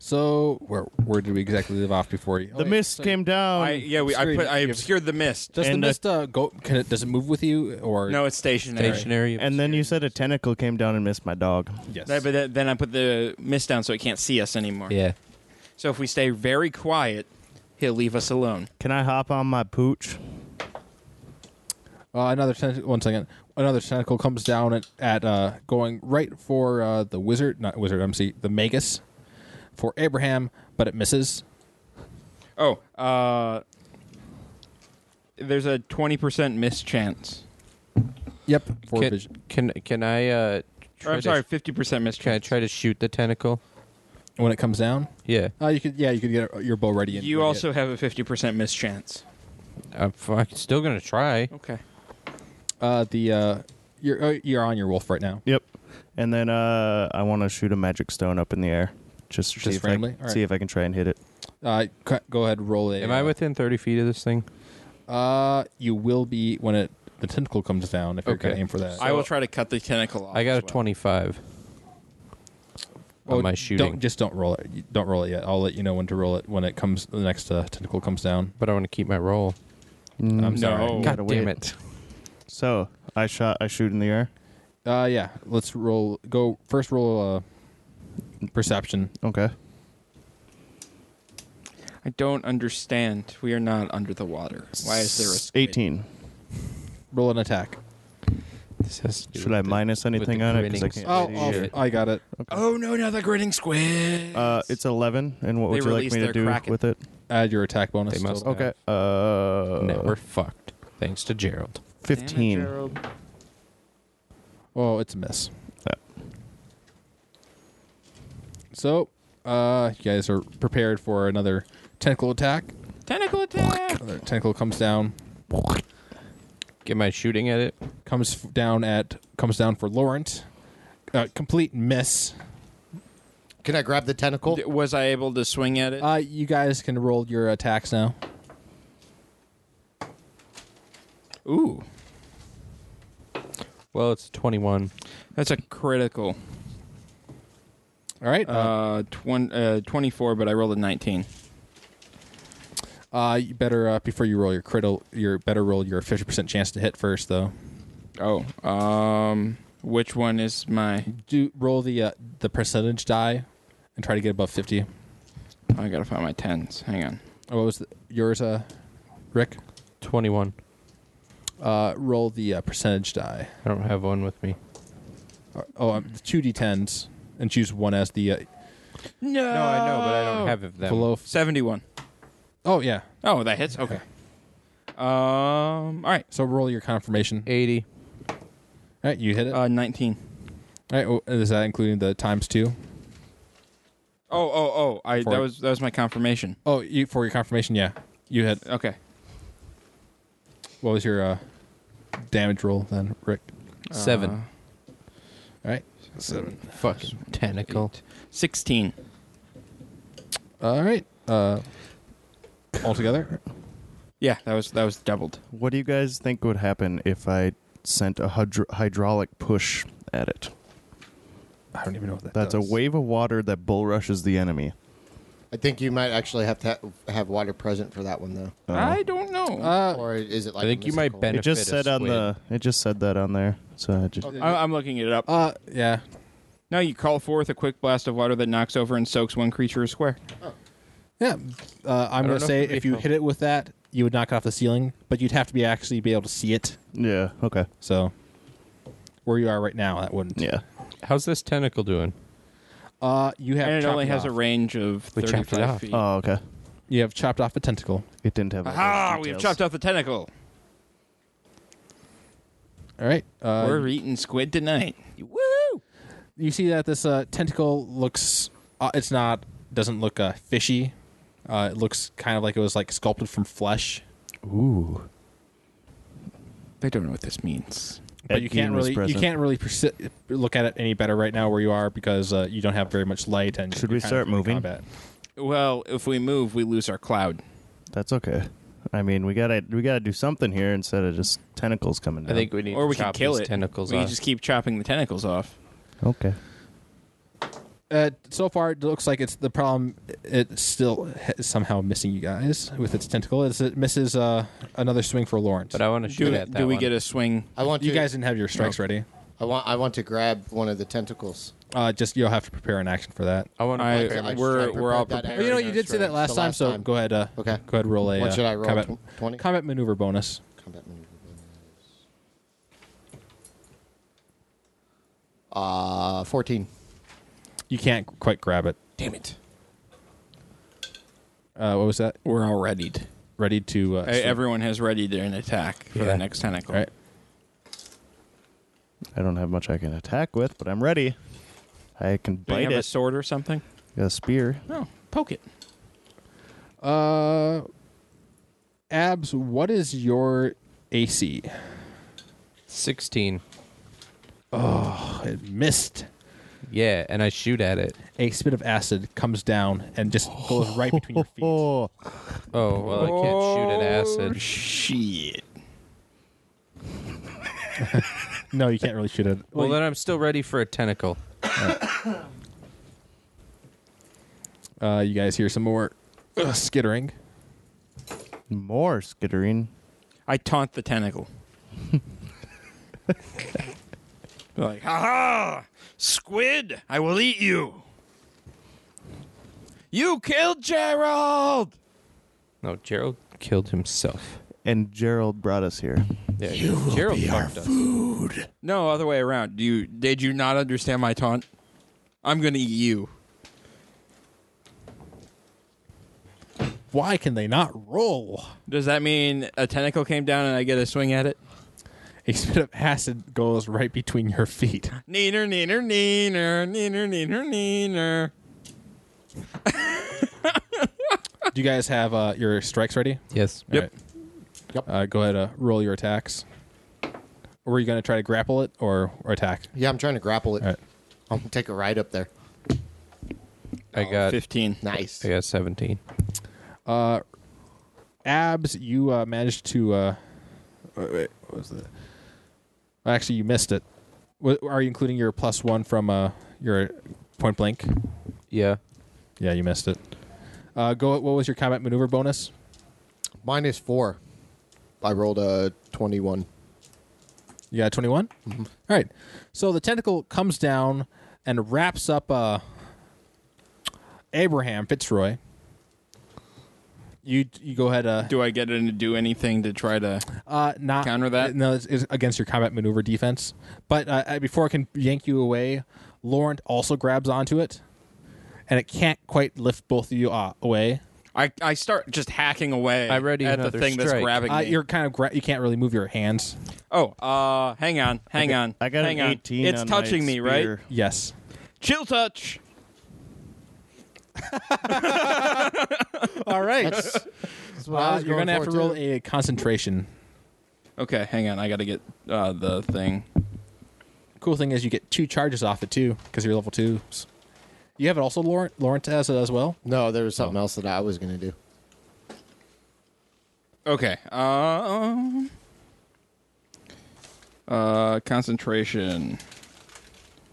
Speaker 1: So where where did we exactly leave off before you? Oh,
Speaker 5: The mist came down.
Speaker 2: Oh, I, yeah, we, I,
Speaker 1: Obscuring-
Speaker 2: put, I obscured the mist.
Speaker 1: Does the
Speaker 5: and, uh,
Speaker 1: mist uh, go? Can it does it move with you or
Speaker 2: no, it's stationary.
Speaker 4: Stationary.
Speaker 5: and then you said a tentacle came down and missed my dog.
Speaker 1: Yes.
Speaker 2: That- but that- then I put the mist down so it can't see us anymore.
Speaker 4: Yeah.
Speaker 2: So if we stay very quiet, he'll leave us alone.
Speaker 5: Can I hop on my pooch?
Speaker 1: Uh, another tentacle. One second. Another tentacle comes down at, at uh, going right for uh, the wizard, not wizard. I'm see the magus for Abraham, but it misses.
Speaker 2: Oh, uh, there's a 20% miss chance.
Speaker 1: Yep. For
Speaker 4: Can,
Speaker 1: vision.
Speaker 4: can can I uh
Speaker 2: Or,
Speaker 4: try
Speaker 2: I'm sorry,
Speaker 4: To,
Speaker 2: 50% miss
Speaker 4: can I
Speaker 2: chance.
Speaker 4: try to shoot the tentacle?
Speaker 1: When it comes down,
Speaker 4: Yeah.
Speaker 1: uh, you could. Yeah, you could get your bow ready. And
Speaker 2: You
Speaker 1: ready
Speaker 2: also
Speaker 1: it.
Speaker 2: have a 50% miss chance.
Speaker 4: I'm fuck, still gonna try.
Speaker 2: Okay.
Speaker 1: Uh, the uh, you're uh, you're on your wolf right now.
Speaker 5: Yep. And then uh, I want to shoot a magic stone up in the air. Just, to see,
Speaker 1: Just
Speaker 5: if I,
Speaker 1: randomly? All right.
Speaker 5: see if I can try and hit it.
Speaker 1: Uh, c- go ahead. Roll it.
Speaker 4: Am I within 30 feet of this thing?
Speaker 1: Uh, you will be when it the tentacle comes down if you're
Speaker 4: Okay.
Speaker 1: gonna aim for that.
Speaker 2: I will try to cut the tentacle off.
Speaker 4: I
Speaker 2: as
Speaker 4: got a
Speaker 2: well.
Speaker 4: 25.
Speaker 1: Oh,
Speaker 4: on my shooting,
Speaker 1: Don't just don't roll it. You- Don't roll it yet. I'll let you know when to roll it when it comes. The next uh, tentacle comes down.
Speaker 4: but I want to keep my roll. Mm.
Speaker 1: I'm
Speaker 2: No.
Speaker 1: sorry.
Speaker 4: God
Speaker 5: gotta
Speaker 4: damn
Speaker 5: wait.
Speaker 4: it!
Speaker 5: So I shot. I shoot in the air.
Speaker 1: Uh, yeah. Let's roll. Go first. Roll uh, perception.
Speaker 5: Okay.
Speaker 2: I don't understand. We are not under the water. Why is there a squid?
Speaker 5: eighteen?
Speaker 1: Roll an attack.
Speaker 4: This has to do
Speaker 5: Should
Speaker 4: with
Speaker 5: I
Speaker 4: the-
Speaker 5: minus
Speaker 4: the
Speaker 5: anything on it? 'Cause I
Speaker 4: grinning
Speaker 5: can't
Speaker 1: Oh,
Speaker 5: really
Speaker 1: oh,
Speaker 5: hear.
Speaker 4: shit.
Speaker 1: I got it.
Speaker 2: Oh no, not the grinning squid.
Speaker 5: Uh, it's eleven. And what
Speaker 2: Oh, They
Speaker 5: would you like
Speaker 2: released
Speaker 5: me to
Speaker 2: their
Speaker 5: do
Speaker 2: Kraken.
Speaker 5: with it?
Speaker 1: Add your attack bonus.
Speaker 4: They must-
Speaker 1: total.
Speaker 5: Okay. Uh,
Speaker 4: No, we're fucked. Thanks to Gerald.
Speaker 5: fifteen.
Speaker 1: Oh, it's a miss.
Speaker 5: Yeah.
Speaker 1: So, uh, you guys are prepared for another tentacle attack.
Speaker 2: Tentacle
Speaker 4: Oh,
Speaker 2: attack.
Speaker 1: Another tentacle comes down.
Speaker 4: Get my shooting at it.
Speaker 1: comes f- down at comes down for Laurent. Uh, complete miss.
Speaker 3: Can I grab the tentacle?
Speaker 2: D- Was I able to swing at it?
Speaker 1: Uh, you guys can roll your attacks now.
Speaker 2: Ooh,
Speaker 4: Well, it's 21.
Speaker 2: that's a critical.
Speaker 1: All right. Uh,
Speaker 2: Uh, twen- uh, 24, but I rolled a 19.
Speaker 1: uh, you better uh, before you roll your critical, your better roll your fifty percent chance to hit first, though.
Speaker 2: Oh, um, Which one is my?
Speaker 1: Do roll the uh, the percentage die and try to get above fifty.
Speaker 2: Oh, I gotta find my tens. Hang on.
Speaker 1: Oh, what was the, yours, uh, Rick?
Speaker 4: 21.
Speaker 1: Uh, roll the uh, percentage die.
Speaker 4: I don't have one with me.
Speaker 1: Oh, um, two d10s and choose one as the uh,
Speaker 2: No,
Speaker 4: No, I know, but I
Speaker 2: Oh.
Speaker 4: don't have it. Them.
Speaker 1: below. F-
Speaker 2: Seventy-one.
Speaker 1: oh yeah.
Speaker 2: Oh, that hits. Okay. Um. All right.
Speaker 1: So roll your confirmation.
Speaker 4: 80.
Speaker 1: All right, you hit it.
Speaker 2: Uh, nineteen.
Speaker 1: All right, oh, is that including the times two?
Speaker 2: Oh, oh, oh! I
Speaker 1: For-
Speaker 2: that was that was my confirmation.
Speaker 1: Oh, you, for your confirmation, yeah, you hit.
Speaker 2: Okay.
Speaker 1: What was your uh, damage roll then, Rick?
Speaker 4: 7.
Speaker 1: All right, seven.
Speaker 4: Fucking tentacle.
Speaker 2: Sixteen.
Speaker 1: All right, uh, all together.
Speaker 2: Yeah, that was that was doubled.
Speaker 5: What do you guys think would happen if I sent a hydro- hydraulic push at it?
Speaker 1: I don't even know what that.
Speaker 5: That's
Speaker 1: does.
Speaker 5: a wave of water that bull rushes the enemy.
Speaker 3: I think you might actually have to ha- have water present for that one though.
Speaker 5: Uh,
Speaker 2: I don't know.
Speaker 1: Uh,
Speaker 3: or is it like
Speaker 4: I think you might
Speaker 3: mystical?
Speaker 4: benefit.
Speaker 5: it just
Speaker 4: a
Speaker 5: said on
Speaker 4: squid.
Speaker 5: the it just said that on there. So I just
Speaker 2: I, I'm looking it up.
Speaker 1: uh, yeah.
Speaker 2: Now you call forth a quick blast of water that knocks over and soaks one creature a square.
Speaker 1: Yeah, uh, I'm
Speaker 4: don't
Speaker 1: gonna
Speaker 4: know
Speaker 1: say
Speaker 4: if it'd be
Speaker 1: if you
Speaker 4: helpful.
Speaker 1: hit it with that, you would knock it off the ceiling, but you'd have to be actually be able to see it.
Speaker 5: yeah okay
Speaker 1: So where you are right now, that wouldn't.
Speaker 5: yeah.
Speaker 4: How's this tentacle doing?
Speaker 1: Uh, you have
Speaker 2: and it
Speaker 1: chopped
Speaker 2: only
Speaker 1: it
Speaker 2: has
Speaker 1: off.
Speaker 2: a range of
Speaker 4: We chopped it
Speaker 2: 35
Speaker 4: off.
Speaker 2: feet.
Speaker 5: Oh okay.
Speaker 1: You have chopped off a tentacle.
Speaker 5: It didn't have. all those
Speaker 2: Aha! We've
Speaker 5: details.
Speaker 2: chopped off the tentacle.
Speaker 1: All right. Uh,
Speaker 2: We're eating squid tonight. Woo!
Speaker 1: you see that this uh, tentacle looks uh, it's not doesn't look uh, fishy uh, it looks kind of like it was like sculpted from flesh
Speaker 5: Ooh.
Speaker 2: They don't know what this means.
Speaker 1: but
Speaker 5: Ed
Speaker 1: you can't
Speaker 5: Gein was
Speaker 1: really you
Speaker 5: present.
Speaker 1: can't really persi- look at it any better right now where you are because uh, you don't have very much light and
Speaker 5: Should
Speaker 1: you're
Speaker 5: we
Speaker 1: kind of
Speaker 5: start
Speaker 1: in
Speaker 5: moving?
Speaker 1: combat.
Speaker 2: Well, if we move, we lose our cloud.
Speaker 5: That's okay. I mean, we gotta we gotta do something here instead of just tentacles coming
Speaker 4: I
Speaker 5: down.
Speaker 4: think we need
Speaker 2: or we
Speaker 4: to chop
Speaker 2: can kill
Speaker 4: these
Speaker 2: it.
Speaker 4: tentacles
Speaker 2: we
Speaker 4: off.
Speaker 2: can just keep chopping the tentacles off.
Speaker 5: okay.
Speaker 1: Uh, so far, it looks like it's the problem. It's still h- somehow missing you guys with its tentacle. It's, it misses uh, another swing for Lawrence.
Speaker 4: But I want to shoot
Speaker 2: Do,
Speaker 4: at that
Speaker 2: do we
Speaker 4: one.
Speaker 2: get a swing?
Speaker 3: I want
Speaker 1: you
Speaker 3: to,
Speaker 1: guys didn't have your strikes ready.
Speaker 3: I want. I want to grab one of the tentacles.
Speaker 1: Uh, just you'll have to prepare an action for that.
Speaker 4: I want
Speaker 2: I-
Speaker 3: Like, I- I
Speaker 2: we're
Speaker 3: prepared
Speaker 2: we're all
Speaker 3: that
Speaker 2: prepared.
Speaker 1: Well, you know, you
Speaker 3: Aaron
Speaker 1: did say
Speaker 3: Aaron
Speaker 1: that last
Speaker 3: strikes. The
Speaker 1: time, so
Speaker 3: last time.
Speaker 1: go ahead. Uh,
Speaker 3: Okay.
Speaker 1: Go ahead, roll a
Speaker 3: What
Speaker 1: uh,
Speaker 3: should I roll?
Speaker 1: combat,
Speaker 3: Tw- 20?
Speaker 1: combat maneuver bonus.
Speaker 3: Combat maneuver bonus. Uh, fourteen.
Speaker 1: You can't quite grab it.
Speaker 2: Damn it!
Speaker 1: Uh, what was that?
Speaker 2: We're all readied.
Speaker 1: Ready to uh,
Speaker 2: Uh,
Speaker 1: swing.
Speaker 2: Everyone has readied an attack for
Speaker 4: Yeah.
Speaker 2: the next tentacle.
Speaker 1: All right.
Speaker 5: I don't have much I can attack with, but I'm ready. I can
Speaker 2: Do you
Speaker 5: bite
Speaker 2: have a
Speaker 5: it.
Speaker 2: sword or something?
Speaker 5: Got a spear.
Speaker 2: No, poke it.
Speaker 1: Uh, abs. What is your AC?
Speaker 4: 16.
Speaker 1: Oh, it missed.
Speaker 4: Yeah, and I shoot at it.
Speaker 1: A spit of acid comes down and just goes right between your feet.
Speaker 5: Oh,
Speaker 4: Oh, well, I can't shoot at acid.
Speaker 2: Shit.
Speaker 1: No, you can't really shoot it. Well,
Speaker 4: Well, then I'm still ready for a tentacle.
Speaker 1: uh, you guys hear some more uh, skittering.
Speaker 5: more skittering.
Speaker 2: I taunt the tentacle. like, ha ha! Squid, I will eat you! You killed Gerald!
Speaker 4: No, Gerald killed himself.
Speaker 5: And Gerald brought us here.
Speaker 4: Yeah, Gerald fucked us.
Speaker 2: No, other way around. Do you did you not understand my taunt? I'm gonna eat you.
Speaker 1: Why can they not roll?
Speaker 2: Does that mean a tentacle came down and I get a swing at it?
Speaker 1: A spit of acid goes right between your feet.
Speaker 2: Neener, neener, neener, neener, neener, neener.
Speaker 1: Do you guys have uh, your strikes ready?
Speaker 4: Yes.
Speaker 2: Yep.
Speaker 1: All right. Uh, go ahead. Uh, roll your attacks. Were you going to try to grapple it or, or attack?
Speaker 3: Yeah, I'm trying to grapple it.
Speaker 1: All right.
Speaker 3: I'll take a ride up there.
Speaker 4: I got, I
Speaker 2: 15.
Speaker 3: Nice.
Speaker 4: got 17.
Speaker 1: Abs, you uh, managed to. Uh, wait, wait, what was the? well, Actually, you missed it. Wa- Are you including your plus one from uh, your point blank?
Speaker 4: Yeah.
Speaker 1: Yeah, you missed it. Uh, go. What was your combat maneuver bonus?
Speaker 3: Minus four. I rolled a twenty-one.
Speaker 1: You got 21?
Speaker 3: Mm-hmm.
Speaker 1: All right. So the tentacle comes down and wraps up uh, Abraham Fitzroy. You you go ahead. Uh,
Speaker 2: Do I get in to do anything to try to?
Speaker 1: uh, not
Speaker 2: Counter that?
Speaker 1: uh, No, it's, it's against your combat maneuver defense. But uh, uh, before it can yank you away, Laurent also grabs onto it, and it can't quite lift both of you uh, away.
Speaker 2: I, I start just hacking away.
Speaker 4: I ready
Speaker 2: at the
Speaker 4: another
Speaker 2: thing that's
Speaker 4: strike.
Speaker 2: grabbing
Speaker 1: Uh,
Speaker 2: me.
Speaker 1: you're kind of gra- you can't really move your hands.
Speaker 2: oh, uh, hang on, hang on.
Speaker 5: I got
Speaker 2: hang
Speaker 5: an
Speaker 2: on.
Speaker 5: 18.
Speaker 2: It's
Speaker 5: on my
Speaker 2: touching me, right?
Speaker 5: spear.
Speaker 1: Yes.
Speaker 2: Chill touch.
Speaker 1: All right.
Speaker 3: That's what I was
Speaker 1: Uh, you're
Speaker 3: going
Speaker 1: gonna have
Speaker 3: for,
Speaker 1: to roll
Speaker 3: too.
Speaker 1: a concentration.
Speaker 2: Okay, hang on. I got to get uh, the thing.
Speaker 1: Cool thing is you get two charges off it too because you're level two. You have it also, Laurent. Laurent has it as well.
Speaker 3: No, there was something else that I was going to do.
Speaker 2: Okay. Uh, uh, concentration.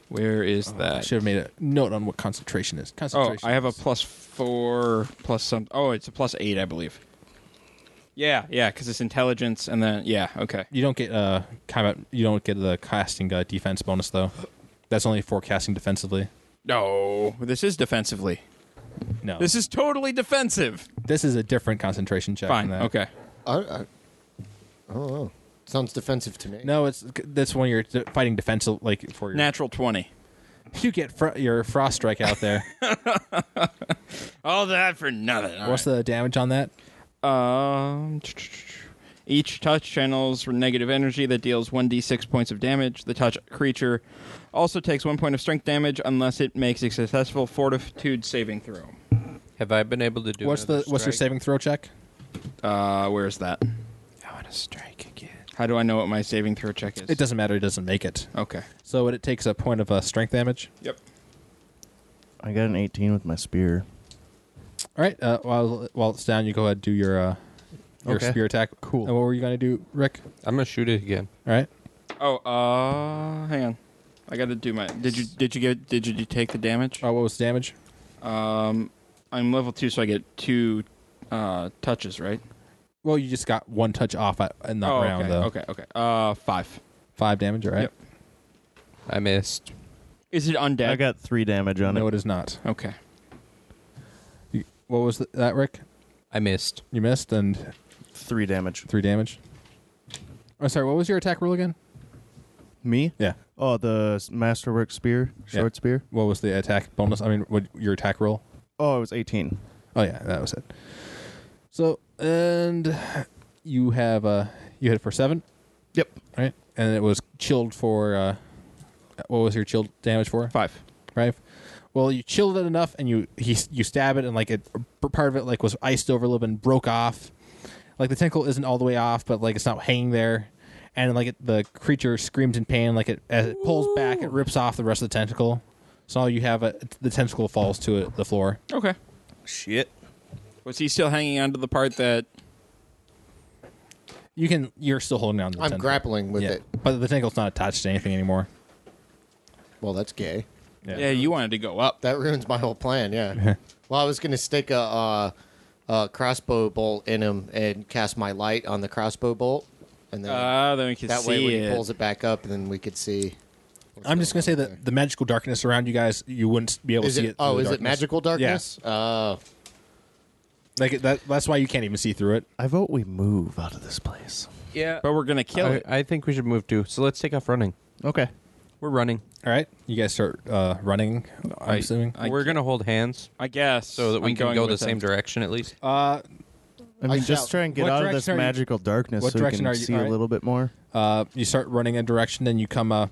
Speaker 2: Where
Speaker 5: Oh,
Speaker 2: is
Speaker 1: I
Speaker 2: that?
Speaker 1: should have made a note on what concentration is.
Speaker 2: Oh,
Speaker 1: Concentration.
Speaker 2: I have a plus four, plus some. Oh, it's a plus eight, I believe. Yeah, yeah, because it's intelligence, and then yeah, okay.
Speaker 1: You don't get uh combat. You don't get the casting uh, defense bonus though. That's only for casting defensively.
Speaker 2: No, this is defensively.
Speaker 5: Oh.
Speaker 1: No,
Speaker 2: This is totally defensive.
Speaker 1: this is a different concentration check.
Speaker 2: Fine.
Speaker 1: than that.
Speaker 2: Okay.
Speaker 3: I, I, I don't know. Sounds defensive to me.
Speaker 1: No, it's that's when you're d- fighting defensive, like for your.
Speaker 2: Natural twenty.
Speaker 1: You get fr- your frost strike out there.
Speaker 2: All that for nothing. All
Speaker 1: What's
Speaker 2: right.
Speaker 1: the damage on that?
Speaker 2: Um, each touch channels negative energy that deals 1d6 points of damage. The touch creature also takes one point of strength damage unless it makes a successful fortitude saving throw.
Speaker 4: Have I been able to do?
Speaker 1: what's the
Speaker 4: another
Speaker 1: what's your
Speaker 4: strike?
Speaker 1: saving throw check?
Speaker 2: Uh, where is that?
Speaker 4: I want to strike again.
Speaker 2: How do I know what my saving throw check is?
Speaker 1: It doesn't matter. It doesn't make it.
Speaker 2: Okay.
Speaker 1: So it, it takes a point of uh, strength damage.
Speaker 2: Yep.
Speaker 5: I got an 18 with my spear.
Speaker 1: All right. Uh, while while it's down, you go ahead and do your uh, your
Speaker 5: Okay.
Speaker 1: spear attack.
Speaker 5: Cool.
Speaker 1: And what were you gonna do, Rick?
Speaker 4: I'm gonna shoot it again.
Speaker 1: All right.
Speaker 2: Oh, uh, hang on. I got to do my. Did you did you get did you, did you take the damage?
Speaker 1: Uh, what was the damage?
Speaker 2: Um, I'm level two, so I get two uh touches, right?
Speaker 1: Well, you just got one touch off at, in that
Speaker 2: oh,
Speaker 1: round
Speaker 2: okay,
Speaker 1: though.
Speaker 2: okay, okay. Uh, five.
Speaker 1: Five damage. All right.
Speaker 2: Yep.
Speaker 4: I missed.
Speaker 2: Is it undead?
Speaker 5: I got three damage on
Speaker 1: No,
Speaker 5: it.
Speaker 1: it is not.
Speaker 2: Okay.
Speaker 1: What was th- that, Rick?
Speaker 4: I missed.
Speaker 1: You missed and
Speaker 5: Three damage.
Speaker 1: three damage. I'm sorry. What was your attack roll again?
Speaker 5: Me?
Speaker 1: Yeah.
Speaker 5: Oh, the s- masterwork spear, short spear.
Speaker 1: What was the attack bonus? I mean, what your attack roll?
Speaker 5: Oh, it was 18.
Speaker 1: Oh yeah, that was it. So and you have uh you hit for seven,
Speaker 5: Yep.
Speaker 1: right? And it was chilled for uh what was your chilled damage for?
Speaker 2: Five.
Speaker 1: Right. Well, you chilled it enough, and you he you stab it, and like it part of it like was iced over a little bit and broke off. Like the tentacle isn't all the way off, but like it's not hanging there, and like it, the creature screams in pain. Like it as it pulls back, it rips off the rest of the tentacle. So now you have a, the tentacle falls to it, the floor.
Speaker 2: Okay.
Speaker 5: Shit.
Speaker 2: Was he still hanging on to the part that?
Speaker 1: You can you're still holding on. to the
Speaker 3: I'm
Speaker 1: tentacle.
Speaker 3: grappling with it.
Speaker 1: But the tentacle's not attached to anything anymore.
Speaker 3: Well, that's gay.
Speaker 2: Yeah. you wanted to go up.
Speaker 3: That ruins my whole plan. Yeah. well, I was going to stick a, uh, a crossbow bolt in him and cast my light on the crossbow bolt, and then
Speaker 2: Ah, then we can
Speaker 3: that
Speaker 2: see
Speaker 3: way when
Speaker 2: it.
Speaker 3: he pulls it back up, then we could see.
Speaker 1: I'm just gonna say that the magical darkness around you guys, you wouldn't be able
Speaker 3: Is
Speaker 1: to see
Speaker 3: it,
Speaker 1: it.
Speaker 3: oh,
Speaker 1: through the
Speaker 3: is it
Speaker 1: darkness.
Speaker 3: magical darkness? Oh,
Speaker 1: Like it- that, that's why you can't even see through it.
Speaker 5: I vote we move out of this place.
Speaker 2: Yeah, but we're gonna kill
Speaker 4: I,
Speaker 2: it.
Speaker 4: I think we should move too. So let's take off running.
Speaker 5: Okay.
Speaker 4: We're running.
Speaker 1: All right, you guys start uh, running. I'm assuming.
Speaker 2: I
Speaker 4: We're
Speaker 2: can't-
Speaker 4: gonna hold hands
Speaker 2: I guess
Speaker 4: so that we
Speaker 2: I'm
Speaker 4: can
Speaker 2: going
Speaker 4: go
Speaker 2: with
Speaker 4: the same
Speaker 2: him.
Speaker 4: direction at least.
Speaker 1: uh,
Speaker 5: I mean, just
Speaker 3: shall-
Speaker 5: try and get
Speaker 1: what
Speaker 5: out of this
Speaker 1: direction are you-
Speaker 5: magical darkness
Speaker 1: what
Speaker 5: so we
Speaker 1: direction
Speaker 5: can
Speaker 1: are you-
Speaker 5: see
Speaker 1: alright.
Speaker 5: a little bit more.
Speaker 1: uh, you start running a direction, and you come. Uh,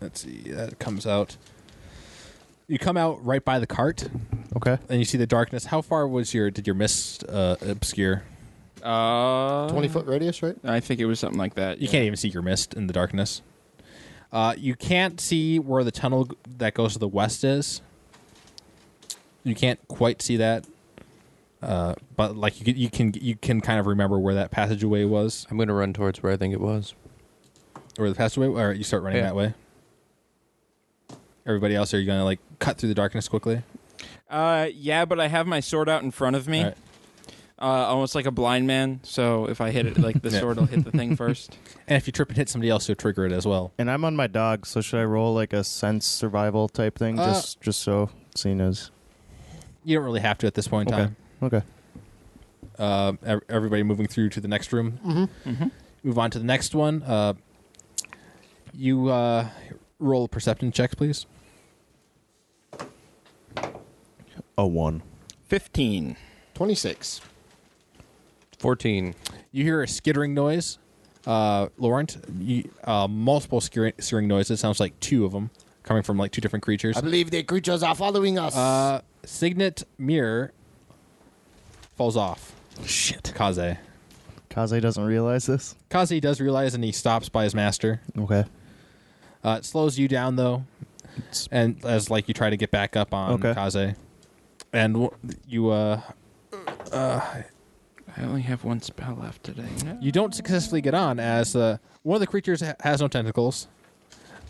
Speaker 1: let's see, that comes out. You come out right by the cart,
Speaker 5: Okay.
Speaker 1: and you see the darkness. How far was your? Did your mist uh, obscure?
Speaker 2: Uh,
Speaker 3: 20 foot radius, right?
Speaker 2: I think it was something like that.
Speaker 1: You can't even see your mist in the darkness. Uh, you can't see where the tunnel g- that goes to the west is. You can't quite see that, uh, but like you, can- you can you can kind of remember where that passageway was,
Speaker 4: I'm gonna run towards where I think it was.
Speaker 1: or the passageway. All right, you start running
Speaker 4: Yeah.
Speaker 1: that way. Everybody else, are you gonna like cut through the darkness quickly?
Speaker 2: Uh, yeah, but I have my sword out in front of me.
Speaker 1: All right.
Speaker 2: uh, almost like a blind man. So if I hit it, like the
Speaker 1: Yeah.
Speaker 2: sword will hit the thing first.
Speaker 1: And if you trip and hit somebody else, you'll trigger it as well.
Speaker 5: And I'm on my dog, so should I roll like a sense survival type thing?
Speaker 1: Uh,
Speaker 5: just just so Cena knows.
Speaker 1: You don't really have to at this point in
Speaker 5: Okay.
Speaker 1: time.
Speaker 5: Okay.
Speaker 1: Uh, ev- everybody moving through to the next room.
Speaker 2: hmm
Speaker 1: Move on to the next one. Uh, you uh, roll perception checks, please.
Speaker 5: A one.
Speaker 2: Fifteen.
Speaker 3: 26.
Speaker 4: 14.
Speaker 1: You hear a skittering noise, uh, Laurent. You, uh, multiple skittering, skittering noises. Sounds like two of them coming from like two different creatures.
Speaker 3: I believe the creatures are following us.
Speaker 1: Uh, signet mirror falls off. Shit. Kaze.
Speaker 5: Kaze doesn't realize this.
Speaker 1: Kaze does realize, and he stops by his master.
Speaker 5: Okay.
Speaker 1: Uh, it slows you down though, and as like you try to get back up on
Speaker 5: Okay.
Speaker 1: Kaze, and w- you uh,
Speaker 2: I only have one spell left today. No.
Speaker 1: you don't successfully get on as uh, one of the creatures ha- has no tentacles.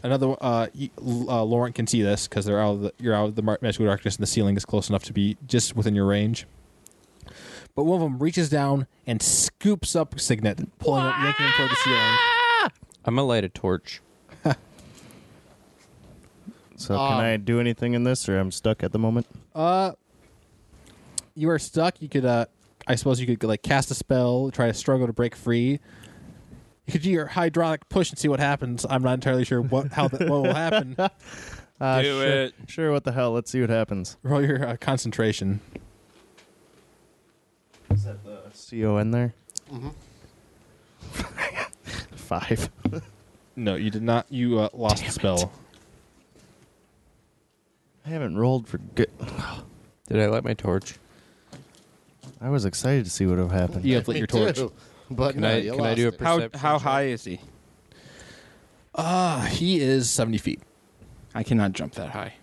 Speaker 1: Another uh, y- L- uh, Laurent can see this because they're out of the, you're out of the mar- magical darkness, and the ceiling is close enough to be just within your range. But one of them reaches down and scoops up Signet, pulling, him- yanking him toward the ceiling.
Speaker 4: I'm going to light a torch.
Speaker 5: So
Speaker 3: Ah.
Speaker 5: can I do anything in this, or I'm stuck at the moment?
Speaker 1: you are stuck. You could, uh, I suppose, you could like cast a spell, try to struggle to break free. You could do your hydraulic push and see what happens. I'm not entirely sure what how that what will happen.
Speaker 5: Uh,
Speaker 2: Do
Speaker 5: sure,
Speaker 2: it.
Speaker 5: Sure. What the hell? Let's see what happens.
Speaker 1: Roll your uh, concentration.
Speaker 5: Is that the C O N there? Mm-hmm. Five.
Speaker 1: No, you did not. You uh, lost the spell.
Speaker 5: I haven't rolled for good.
Speaker 4: Did I light my torch?
Speaker 5: I was excited to see what would happen.
Speaker 1: You have lit your torch.
Speaker 3: Too, but
Speaker 4: Can
Speaker 3: no,
Speaker 4: I-
Speaker 3: you
Speaker 4: can I
Speaker 3: lost
Speaker 4: do a
Speaker 3: it.
Speaker 4: per-
Speaker 2: How
Speaker 4: Perception
Speaker 2: how
Speaker 4: check.
Speaker 2: high is he?
Speaker 1: Ah, he is 70 feet.
Speaker 2: I cannot jump that high.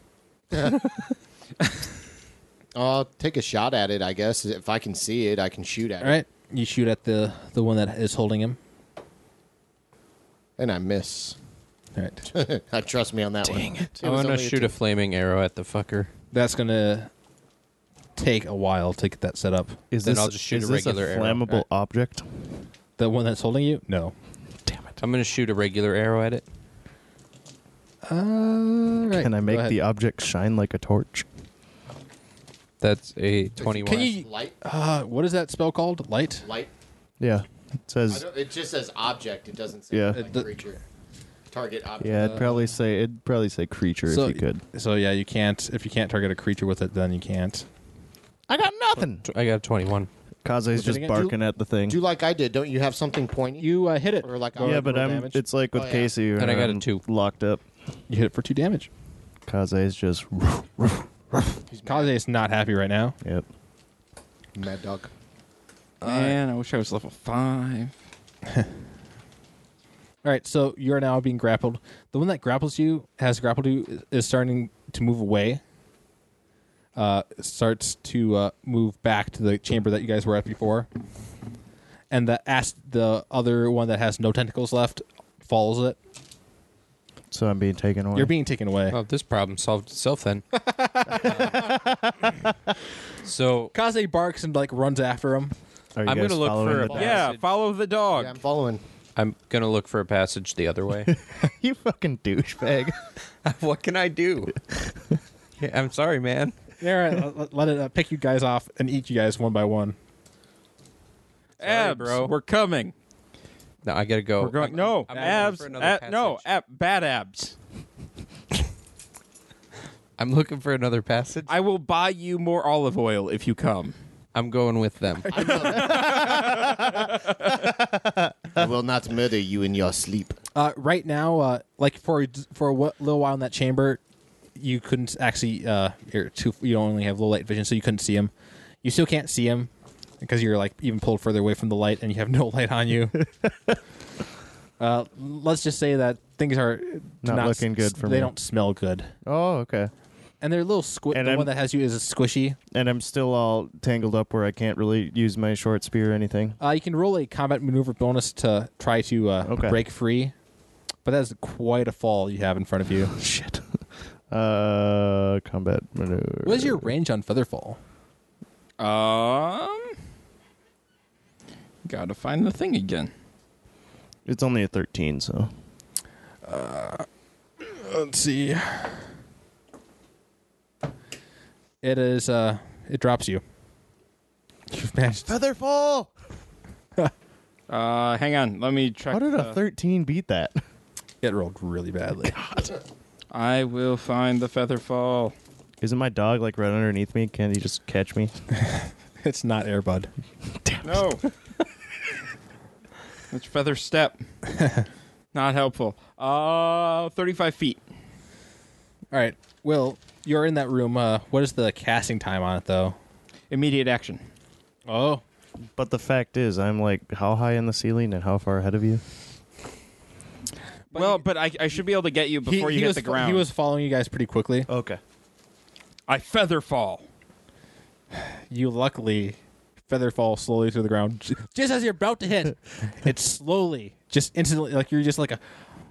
Speaker 3: I'll take a shot at it, I guess. If I can see it, I can shoot at
Speaker 1: All right, you shoot at the the one that is holding him.
Speaker 3: it. And I miss.
Speaker 1: All right,
Speaker 3: I trust me on that one. It
Speaker 4: I
Speaker 3: was
Speaker 4: want to
Speaker 3: only a
Speaker 4: shoot
Speaker 3: two.
Speaker 4: a flaming arrow at the fucker.
Speaker 1: that's gonna take a while to get that set up.
Speaker 5: Is
Speaker 4: Then
Speaker 5: this,
Speaker 4: I'll just shoot
Speaker 5: is
Speaker 4: a
Speaker 5: this
Speaker 4: regular arrow.
Speaker 5: flammable
Speaker 1: Alright.
Speaker 5: object?
Speaker 1: The one that's holding you? No.
Speaker 4: Damn it. I'm going to shoot a regular arrow at it.
Speaker 1: All right.
Speaker 5: Can I
Speaker 1: go
Speaker 5: make
Speaker 1: ahead.
Speaker 5: the object shine like a torch?
Speaker 4: That's a 21.
Speaker 1: Can you?
Speaker 3: Light.
Speaker 1: Uh, what is that spell called? Light.
Speaker 3: Light.
Speaker 5: Yeah. It
Speaker 3: I
Speaker 5: says.
Speaker 3: don't, it just says object. It doesn't say
Speaker 5: Yeah.
Speaker 3: like
Speaker 1: Uh, the-
Speaker 3: creature. Target object. Uh,
Speaker 5: Yeah, it'd probably say it'd probably say creature
Speaker 1: so,
Speaker 5: if you could.
Speaker 1: So yeah, you can't. If you can't target a creature with it, then you can't.
Speaker 5: I got nothing.
Speaker 4: I got a 21.
Speaker 1: What's
Speaker 5: Kaze's
Speaker 1: it
Speaker 5: just
Speaker 1: again?
Speaker 5: barking at the thing.
Speaker 3: Do like I did. Don't you have something pointy?
Speaker 1: You uh, hit it.
Speaker 3: or like I
Speaker 5: yeah,
Speaker 3: would
Speaker 5: but
Speaker 3: roll
Speaker 5: I'm.
Speaker 3: damage?
Speaker 5: It's like with
Speaker 3: Oh, yeah.
Speaker 5: Casey.
Speaker 4: And I got a
Speaker 5: I'm
Speaker 4: two.
Speaker 5: Locked up.
Speaker 1: You hit it for two damage.
Speaker 5: Kaze's just.
Speaker 1: Kaze is not happy right now.
Speaker 5: Yep.
Speaker 3: Mad Dog.
Speaker 2: Man, I wish I was level five.
Speaker 1: All right, so you are now being grappled. The one that grapples you has grappled you is starting to move away. Uh, starts to uh, move back to the chamber that you guys were at before, and the as- the other one that has no tentacles left follows it.
Speaker 5: So I'm being taken away.
Speaker 1: You're being taken away.
Speaker 4: Oh, this problem solved itself then. so
Speaker 1: Kaze barks and like runs after him.
Speaker 5: Are you
Speaker 4: I'm
Speaker 5: guys
Speaker 4: gonna look
Speaker 5: following
Speaker 4: for a-
Speaker 5: the-
Speaker 2: Yeah, follow the dog.
Speaker 3: Yeah, I'm following.
Speaker 4: I'm going to look for a passage the other way.
Speaker 5: you fucking douchebag.
Speaker 4: what can I do? yeah, I'm sorry, man.
Speaker 1: Yeah, all right, let, let it uh, pick you guys off and eat you guys one by one.
Speaker 4: Sorry,
Speaker 2: Abs,
Speaker 4: bro.
Speaker 2: we're coming.
Speaker 4: No, I got to go.
Speaker 2: We're going. no,
Speaker 4: I'm looking
Speaker 2: abs.
Speaker 4: for another
Speaker 2: ab- no,
Speaker 4: passage.
Speaker 2: ab, bad abs.
Speaker 4: I'm looking for another passage.
Speaker 2: I will buy you more olive oil if you come.
Speaker 4: I'm going with them.
Speaker 3: I will not murder you in your sleep.
Speaker 1: Uh, right now, uh, like for for a wh- little while in that chamber, you couldn't actually. Uh, you're too. You only have low light vision, so you couldn't see him. You still can't see him because you're like even pulled further away from the light, and you have no light on you. uh, let's just say that things are do
Speaker 5: Not looking good for
Speaker 1: They
Speaker 5: me.
Speaker 1: don't smell good,
Speaker 5: oh, okay.
Speaker 1: and they're a little squi-
Speaker 5: And
Speaker 1: The
Speaker 5: I'm-
Speaker 1: one that has you is a squishy.
Speaker 5: And I'm still all tangled up where I can't really use my short spear or anything.
Speaker 1: Uh, you can roll a combat maneuver bonus to try to uh,
Speaker 5: Okay.
Speaker 1: break free, but that's quite a fall you have in front of you.
Speaker 5: Shit. Uh, combat maneuver.
Speaker 1: what is your range on featherfall?
Speaker 2: Um, Gotta find the thing again.
Speaker 5: It's only a 13, so.
Speaker 1: Let's see. It is. Uh, it drops you. You've managed.
Speaker 5: Featherfall!
Speaker 2: Uh, hang on. Let me check.
Speaker 5: How did a
Speaker 2: the-
Speaker 5: 13 beat that?
Speaker 1: It rolled really badly.
Speaker 2: I will find the feather fall.
Speaker 5: Isn't my dog like right underneath me? Can't he just catch me?
Speaker 1: It's not Airbud.
Speaker 2: No. That's feather step. Not helpful. Uh, 35 feet.
Speaker 1: All right, Will, you're in that room. Uh, what is the casting time on it though?
Speaker 2: Immediate action.
Speaker 1: Oh,
Speaker 5: But the fact is, I'm like how high in the ceiling and how far ahead of you?
Speaker 2: well, but I, I should be able to get you before you hit
Speaker 1: was,
Speaker 2: the ground.
Speaker 1: He was following you guys pretty quickly.
Speaker 5: Okay.
Speaker 2: I feather fall.
Speaker 1: You luckily feather fall slowly to the ground, j- just as you're about to hit. it's slowly, just instantly, like you're just like a,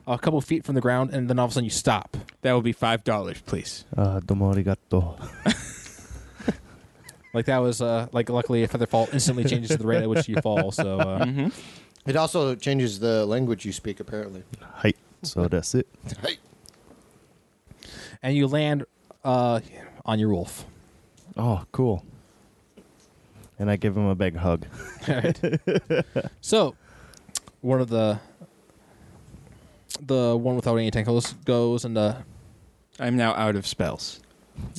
Speaker 1: a couple feet from the ground, and then all of a sudden you stop.
Speaker 2: That will be five dollars, please.
Speaker 5: Uh, domo arigato.
Speaker 1: Like that was uh, like luckily a feather fall instantly changes to the rate at which you fall. So uh,
Speaker 2: Mm-hmm.
Speaker 3: It also changes the language you speak, apparently.
Speaker 5: Height. So that's it.
Speaker 3: Hey.
Speaker 1: and you land uh, on your wolf.
Speaker 5: Oh, cool. And I give him a big hug.
Speaker 1: All right. so, one of the the one without any tentacles goes and uh,
Speaker 2: I'm now out of spells.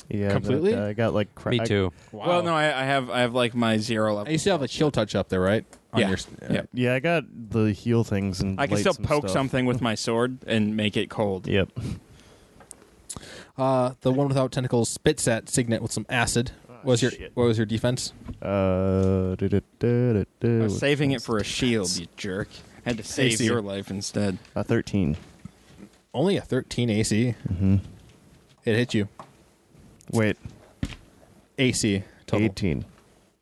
Speaker 5: Yeah, but,
Speaker 1: Completely?
Speaker 5: uh, I got like cra-
Speaker 4: Me
Speaker 5: I-
Speaker 4: too.
Speaker 2: Well, no, I, I have I have like my zero level.
Speaker 1: And you still have a chill touch up there, right? On
Speaker 2: yeah.
Speaker 1: your-
Speaker 2: yeah.
Speaker 5: yeah, I got the heal things and
Speaker 2: I can still
Speaker 5: lights and
Speaker 2: poke
Speaker 5: stuff.
Speaker 2: something with my sword and make it cold.
Speaker 5: Yep.
Speaker 1: Uh, the one without tentacles spits at Signet with some acid. What was your
Speaker 5: shit.
Speaker 1: what was your defense?
Speaker 5: Uh,
Speaker 2: I
Speaker 5: du-du-du-du-du.
Speaker 2: was saving it for a shield, you jerk. I had to save
Speaker 1: AC.
Speaker 2: your life instead.
Speaker 5: a thirteen.
Speaker 1: Only a 13 AC. Mm-hmm. It hit you.
Speaker 5: Wait,
Speaker 1: AC total.
Speaker 5: eighteen.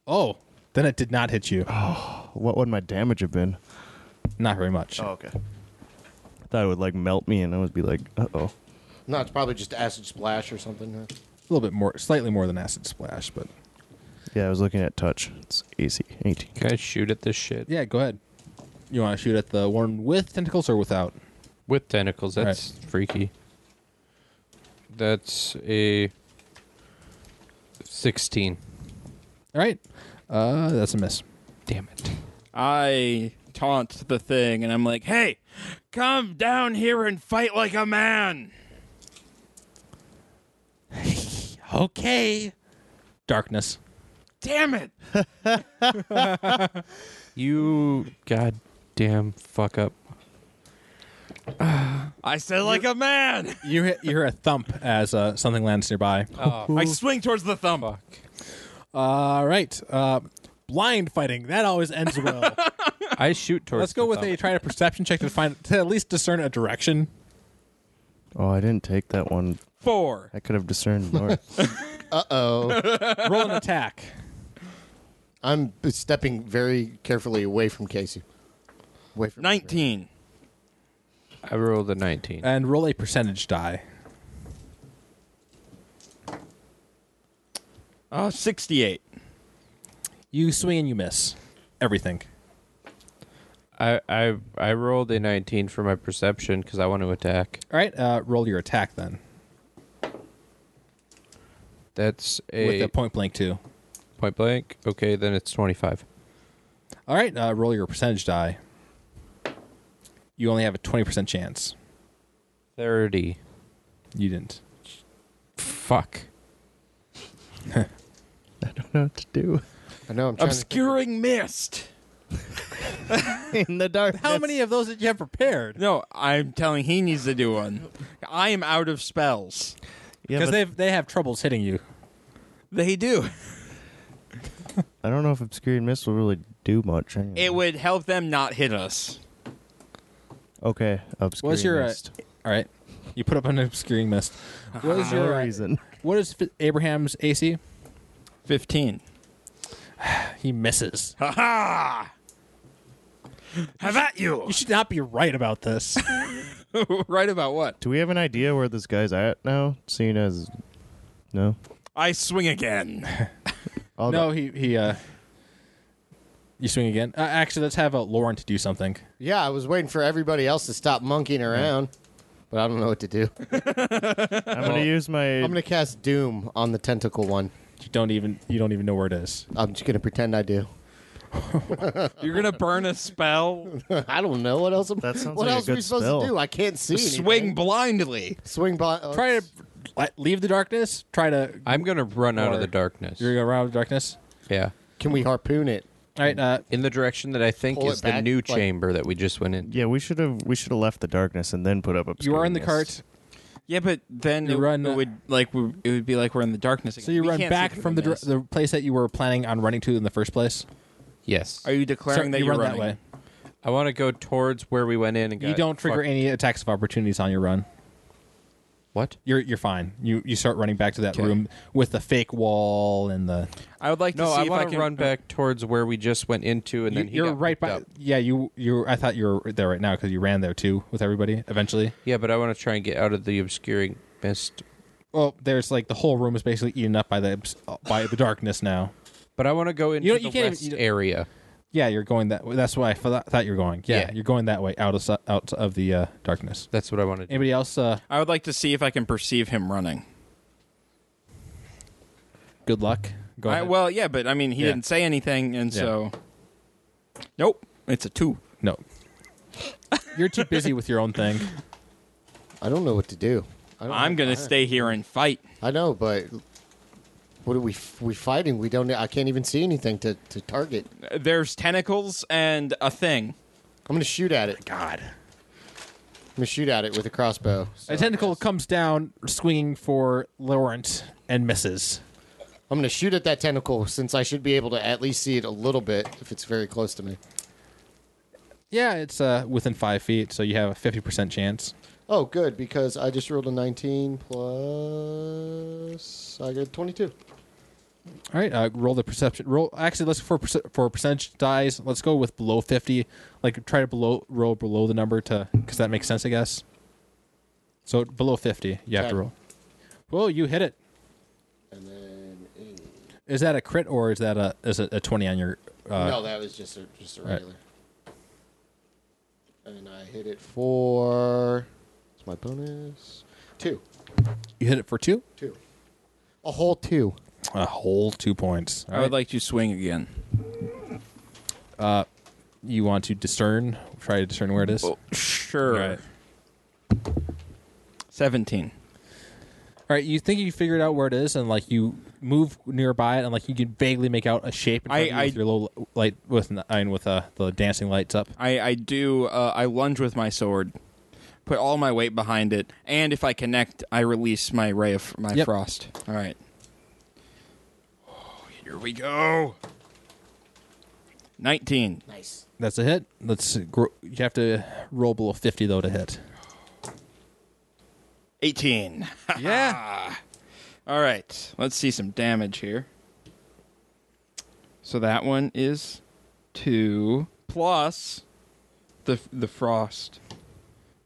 Speaker 1: Oh, then it did not hit you.
Speaker 5: What would my damage have been?
Speaker 1: Not very much.
Speaker 5: okay. I thought it would like melt me, and I would be like, uh oh.
Speaker 3: No, it's probably just acid splash or something. huh?
Speaker 1: A little bit more, slightly more than acid splash, but
Speaker 5: Yeah, I was looking at touch. It's AC eighteen.
Speaker 4: Can I shoot at this shit?
Speaker 1: yeah. Go ahead. You want to shoot at the one with tentacles or without?
Speaker 4: With tentacles. That's freaky. That's a 16.
Speaker 1: All right. Uh, that's a miss.
Speaker 4: Damn it.
Speaker 2: I taunt the thing and I'm like, "Hey, come down here and fight like a man."
Speaker 1: Okay. Darkness.
Speaker 2: Damn it!
Speaker 4: You goddamn fuck up.
Speaker 2: I said like a man.
Speaker 1: You hear, you hear a thump as uh, something lands nearby.
Speaker 4: Oh.
Speaker 2: I swing towards the thumb.
Speaker 1: All right. Uh, blind fighting. That always ends well.
Speaker 4: I shoot towards
Speaker 1: Let's go
Speaker 4: the
Speaker 1: with
Speaker 4: thumb.
Speaker 1: a try a perception check to find to at least discern a direction.
Speaker 5: Oh, I didn't take that one.
Speaker 2: Four.
Speaker 5: I could have discerned north.
Speaker 1: Roll an attack.
Speaker 3: I'm stepping very carefully away from Casey. Away from
Speaker 2: Nineteen.
Speaker 4: I rolled a 19.
Speaker 1: And roll a percentage die.
Speaker 2: Uh, sixty-eight.
Speaker 1: You swing and you miss. Everything.
Speaker 4: I, I I rolled a 19 for my perception because I want to attack.
Speaker 1: All right. Uh, roll your attack then.
Speaker 4: That's a,
Speaker 1: With a point blank too.
Speaker 4: point blank. Okay, then it's 25.
Speaker 1: All right. Uh, roll your percentage die. You only have a twenty percent chance.
Speaker 4: 30.
Speaker 1: You didn't.
Speaker 4: Fuck.
Speaker 5: I don't know what to do.
Speaker 3: I know. I'm trying
Speaker 2: Obscuring mist.
Speaker 5: In the dark.
Speaker 1: How many of those did you have prepared?
Speaker 2: No, I'm telling he needs to do one. I am out of spells.
Speaker 5: Yeah,
Speaker 1: Because
Speaker 5: but
Speaker 1: they they have troubles hitting you.
Speaker 2: They do.
Speaker 5: I don't know if obscuring mist will really do much. anyway.
Speaker 2: It would help them not hit us.
Speaker 5: Okay, obscuring
Speaker 1: What's your uh,
Speaker 5: mist.
Speaker 1: all right? You put up an obscuring mist. What is
Speaker 5: No
Speaker 1: your uh,
Speaker 5: reason.
Speaker 1: what is Fi- Abraham's AC?
Speaker 2: Fifteen.
Speaker 1: He misses.
Speaker 2: Ha ha! Have at you!
Speaker 1: You should not be right about this.
Speaker 2: right about what?
Speaker 5: Do we have an idea where this guy's at now? Seeing as, no.
Speaker 2: I swing again.
Speaker 5: I'll
Speaker 1: no, he he uh You swing again. Uh, actually, let's have uh, Lauren to do something.
Speaker 3: Yeah, I was waiting for everybody else to stop monkeying around, but I don't know what to do.
Speaker 5: I'm gonna use my.
Speaker 3: I'm gonna cast Doom on the tentacle one.
Speaker 1: You don't even you don't even know where it is.
Speaker 3: I'm just gonna pretend I do.
Speaker 2: You're gonna burn a spell.
Speaker 3: I don't know what else. am-
Speaker 5: That sounds
Speaker 3: what
Speaker 5: like a
Speaker 3: else are
Speaker 5: good
Speaker 3: we supposed
Speaker 5: spell.
Speaker 3: to do? I can't see.
Speaker 2: Swing
Speaker 3: anything.
Speaker 2: blindly.
Speaker 3: swing by. oh,
Speaker 1: Try to li- leave the darkness. Try to
Speaker 4: I'm gonna run out of the
Speaker 1: Or-
Speaker 4: darkness.
Speaker 1: you're gonna run out of the darkness.
Speaker 4: Yeah,
Speaker 3: Can we harpoon it?
Speaker 1: All right. Uh,
Speaker 4: in the direction that I think
Speaker 3: Pull
Speaker 4: is
Speaker 3: it
Speaker 4: the
Speaker 3: back,
Speaker 4: new
Speaker 3: like-
Speaker 4: chamber that we just went in.
Speaker 5: yeah, we should have we should have left the darkness and then put up.
Speaker 1: you are in the
Speaker 5: obscureness.
Speaker 1: cart,
Speaker 2: Yeah, but then
Speaker 1: You
Speaker 2: it,
Speaker 1: run- uh,
Speaker 2: it would like we, it would be like we're in the darkness. Again.
Speaker 1: so you
Speaker 2: We
Speaker 1: run
Speaker 2: can't see
Speaker 1: back
Speaker 2: through
Speaker 1: from the dir-
Speaker 2: mist.
Speaker 1: the place that you were planning on running to in the first place.
Speaker 4: Yes,
Speaker 2: Are you declaring
Speaker 1: So
Speaker 2: that
Speaker 1: you
Speaker 2: are
Speaker 1: run
Speaker 2: running?
Speaker 1: that way.
Speaker 4: I want to go towards where we went in and
Speaker 1: you
Speaker 4: got
Speaker 1: don't trigger
Speaker 4: fucked.
Speaker 1: any attacks of opportunities on your run.
Speaker 4: What?
Speaker 1: You're you're fine. You you start running back to that
Speaker 4: Okay.
Speaker 1: room with the fake wall and the.
Speaker 2: I would like to
Speaker 4: No,
Speaker 2: see
Speaker 4: I
Speaker 2: if I
Speaker 4: want to
Speaker 2: can
Speaker 4: run back towards where we just went into, and then he
Speaker 1: you, are
Speaker 4: got
Speaker 1: right
Speaker 4: picked
Speaker 1: by.
Speaker 4: up.
Speaker 1: Yeah, you you. I thought you were there right now because you ran there too with everybody. Eventually,
Speaker 4: Yeah, but I want to try and get out of the obscuring mist.
Speaker 1: well, there's like the whole room is basically eaten up by the by the darkness now.
Speaker 4: But I want to go into
Speaker 1: You know,
Speaker 4: the
Speaker 1: you can't even-
Speaker 4: west
Speaker 1: you don't-
Speaker 4: area.
Speaker 1: Yeah, you're going that. That's why I thought thought you were going. Yeah,
Speaker 4: Yeah.
Speaker 1: you're going that way out of si- out of the uh, darkness.
Speaker 4: That's what I want to do.
Speaker 1: Anybody else? Uh,
Speaker 2: I would like to see if I can perceive him running.
Speaker 1: good luck. Go
Speaker 2: I,
Speaker 1: ahead.
Speaker 2: well, yeah, but I mean, he
Speaker 1: Yeah.
Speaker 2: didn't say anything, and
Speaker 1: Yeah.
Speaker 2: so. Nope, it's a two.
Speaker 1: no, you're too busy with your own thing.
Speaker 3: I don't know what to do. I don't
Speaker 2: I'm
Speaker 3: know.
Speaker 2: gonna stay here and fight.
Speaker 3: I know, but what are we f- we fighting? We don't. I can't even see anything to, to target.
Speaker 2: There's tentacles and a thing.
Speaker 3: I'm gonna shoot at it.
Speaker 2: God.
Speaker 3: I'm gonna shoot at it with a crossbow. So
Speaker 1: A tentacle comes down, swinging for Laurent, and misses.
Speaker 3: I'm gonna shoot at that tentacle since I should be able to at least see it a little bit if it's very close to me.
Speaker 1: Yeah, it's uh, within five feet, so you have a fifty percent chance.
Speaker 3: Oh, good because I just rolled a 19 plus. I got 22.
Speaker 1: All right, uh, roll the perception. Roll actually, let's for perce- for percentage dies. Let's go with below fifty. Like try to below roll below the number to because that makes sense, I guess. So below fifty, you have to
Speaker 3: Okay.
Speaker 1: roll. Well, you hit it.
Speaker 3: And then eight.
Speaker 1: Is that a crit or is that a is it a twenty on your? Uh,
Speaker 3: no, that was just a just a
Speaker 1: right.
Speaker 3: regular. And I hit it for. It's my bonus. Two,
Speaker 1: You hit it for two.
Speaker 3: two, a whole two.
Speaker 1: A whole two points. All
Speaker 2: I
Speaker 1: right.
Speaker 2: would like to swing again.
Speaker 1: you want to discern? Try to discern where it is.
Speaker 2: Oh, sure.
Speaker 1: Right.
Speaker 2: Seventeen.
Speaker 1: All right, you think you figured out where it is, and like you move nearby it, and like you can vaguely make out a shape in front of
Speaker 2: I-
Speaker 1: you with
Speaker 2: I-
Speaker 1: your low light with I mean, with uh, the dancing lights up.
Speaker 2: I I do. Uh, I lunge with my sword, put all my weight behind it, and if I connect, I release my ray of my
Speaker 1: Yep.
Speaker 2: frost. All right. Oh, here we go. Nineteen.
Speaker 3: Nice.
Speaker 1: That's a hit. Let's gro- you have to roll below fifty though to hit.
Speaker 2: 18.
Speaker 1: Yeah.
Speaker 2: All right. Let's see some damage here. So that one is 2 plus the the frost.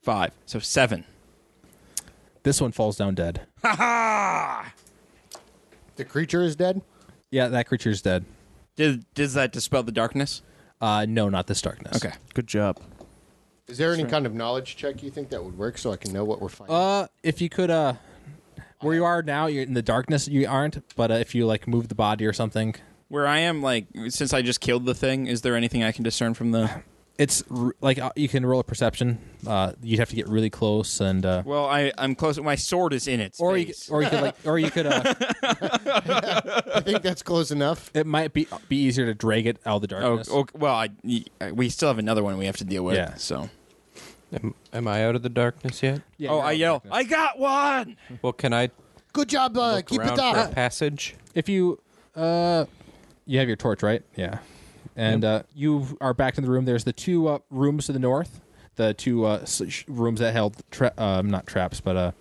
Speaker 2: 5. So 7.
Speaker 1: This one falls down dead.
Speaker 3: The creature is dead.
Speaker 1: Yeah, that creature's dead.
Speaker 2: Does does that dispel the darkness?
Speaker 1: Uh, no, not this darkness.
Speaker 2: Okay.
Speaker 5: Good job.
Speaker 3: Is there any kind of knowledge check you think that would work so I can know what we're fighting?
Speaker 1: Uh, if you could, uh, where you are now, you're in the darkness. You aren't, but uh, if you like move the body or something,
Speaker 2: Where I am like since I just killed the thing, is there anything I can discern from the
Speaker 1: it's r- like uh, you can roll a perception. Uh, you'd have to get really close and. Uh,
Speaker 2: Well, I I'm close. My sword is in its
Speaker 1: or you,
Speaker 2: face.
Speaker 1: or you could like, or you could. Uh,
Speaker 3: I think that's close enough.
Speaker 1: it might be be easier to drag it out of the
Speaker 2: Oh,
Speaker 1: darkness.
Speaker 2: okay, well, I, y- we still have another one we have to deal with.
Speaker 1: Yeah.
Speaker 2: So,
Speaker 4: Am, am I out of the darkness yet?
Speaker 1: Yeah,
Speaker 2: oh,
Speaker 1: you're out
Speaker 2: I
Speaker 1: of
Speaker 2: yell,
Speaker 1: darkness.
Speaker 2: I got one.
Speaker 1: Mm-hmm.
Speaker 4: Well, can I
Speaker 3: Good job. Uh,
Speaker 4: look
Speaker 3: keep
Speaker 4: around
Speaker 3: it
Speaker 4: for a
Speaker 3: up.
Speaker 4: passage?
Speaker 1: If you uh, you have your torch, right? Yeah. And uh, you are back in the room. There's the two uh, rooms to the north, the two uh, s- sh- rooms that held tra- um, not traps, but uh,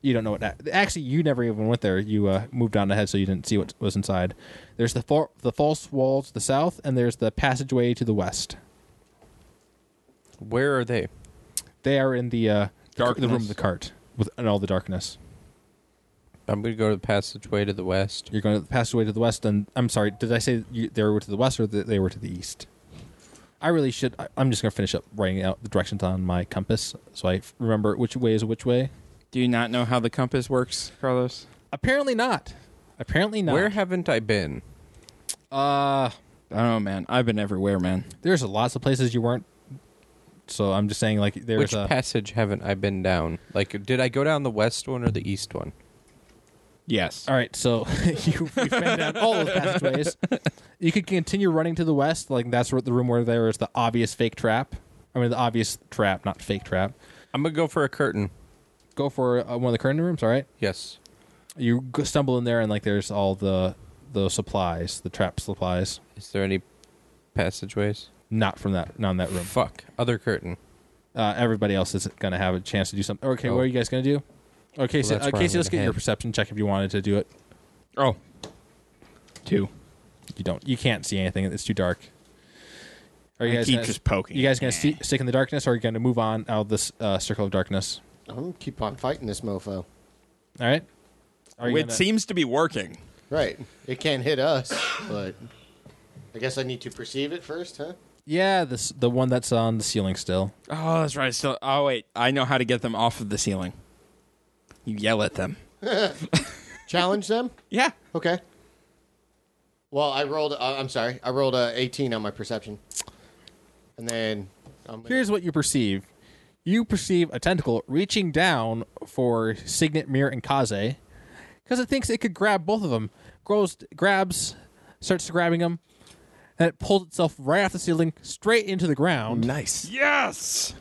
Speaker 1: you don't know what. That- actually, you never even went there. You uh, moved on ahead, so you didn't see what was inside. There's the fal- the false wall to the south, and there's the passageway to the west.
Speaker 4: Where are they?
Speaker 1: They are in the uh, the room
Speaker 2: Darkness.
Speaker 1: of the cart with and all the darkness.
Speaker 4: I'm gonna go to the passageway to the west.
Speaker 1: You're going to pass away to the west, and I'm sorry, did I say you, they were to the west or that they were to the east? I really should. I, I'm just going to finish up writing out the directions on my compass so I f- remember which way is which way.
Speaker 2: Do you not know how the compass works, Carlos?
Speaker 1: Apparently not. Apparently not.
Speaker 4: Where haven't I been?
Speaker 1: uh,
Speaker 2: I don't know, man. I've been everywhere, man.
Speaker 1: there's lots of places you weren't. So I'm just saying, like, there's
Speaker 4: Which
Speaker 1: a.
Speaker 4: passage haven't I been down? Like, did I go down the west one or the east one?
Speaker 2: Yes.
Speaker 1: All right, so you, you've been down all those passageways. You could continue running to the west, like that's where the room where there is the obvious fake trap. I mean, the obvious trap, not fake trap.
Speaker 4: I'm gonna go for a curtain.
Speaker 1: Go for uh, one of the curtain rooms. All right,
Speaker 4: Yes.
Speaker 1: you g- stumble in there, and like there's all the the supplies, the trap supplies.
Speaker 4: Is there any passageways?
Speaker 1: Not from that, not in that room.
Speaker 4: Fuck. Other curtain.
Speaker 1: Uh, everybody else is gonna have a chance to do something. Okay,
Speaker 4: Oh.
Speaker 1: what are you guys gonna do? Okay, so,
Speaker 4: that's
Speaker 1: uh,
Speaker 4: where I'm
Speaker 1: Casey, let's
Speaker 4: gonna
Speaker 1: get your
Speaker 4: head.
Speaker 1: perception check if you wanted to do it.
Speaker 2: Oh. Two.
Speaker 1: You don't. You can't see anything. It's too dark. Are you
Speaker 2: I
Speaker 1: guys
Speaker 2: keep
Speaker 1: gonna-
Speaker 2: just poking.
Speaker 1: You guys gonna sti- stick in the darkness, or are you gonna move on out of this uh, circle of darkness?
Speaker 3: I'm gonna keep on fighting this mofo.
Speaker 1: All right. Are
Speaker 2: It
Speaker 1: you gonna-
Speaker 2: seems to be working.
Speaker 3: Right. It can't hit us, but I guess I need to perceive it first, huh?
Speaker 1: yeah, this the one that's on the ceiling still.
Speaker 2: Oh, that's right. Still. Oh wait, I know how to get them off of the ceiling. You yell at them.
Speaker 3: Challenge them.
Speaker 2: Yeah.
Speaker 3: Okay. Well, I rolled. Uh, I'm sorry. I rolled a 18 on my perception, and then um,
Speaker 1: Here's what you perceive. You perceive a tentacle reaching down for Signet, Mir, and Kaze, because it thinks it could grab both of them. Grows, grabs, starts grabbing them, and it pulls itself right off the ceiling, straight into the ground.
Speaker 6: Nice.
Speaker 2: Yes.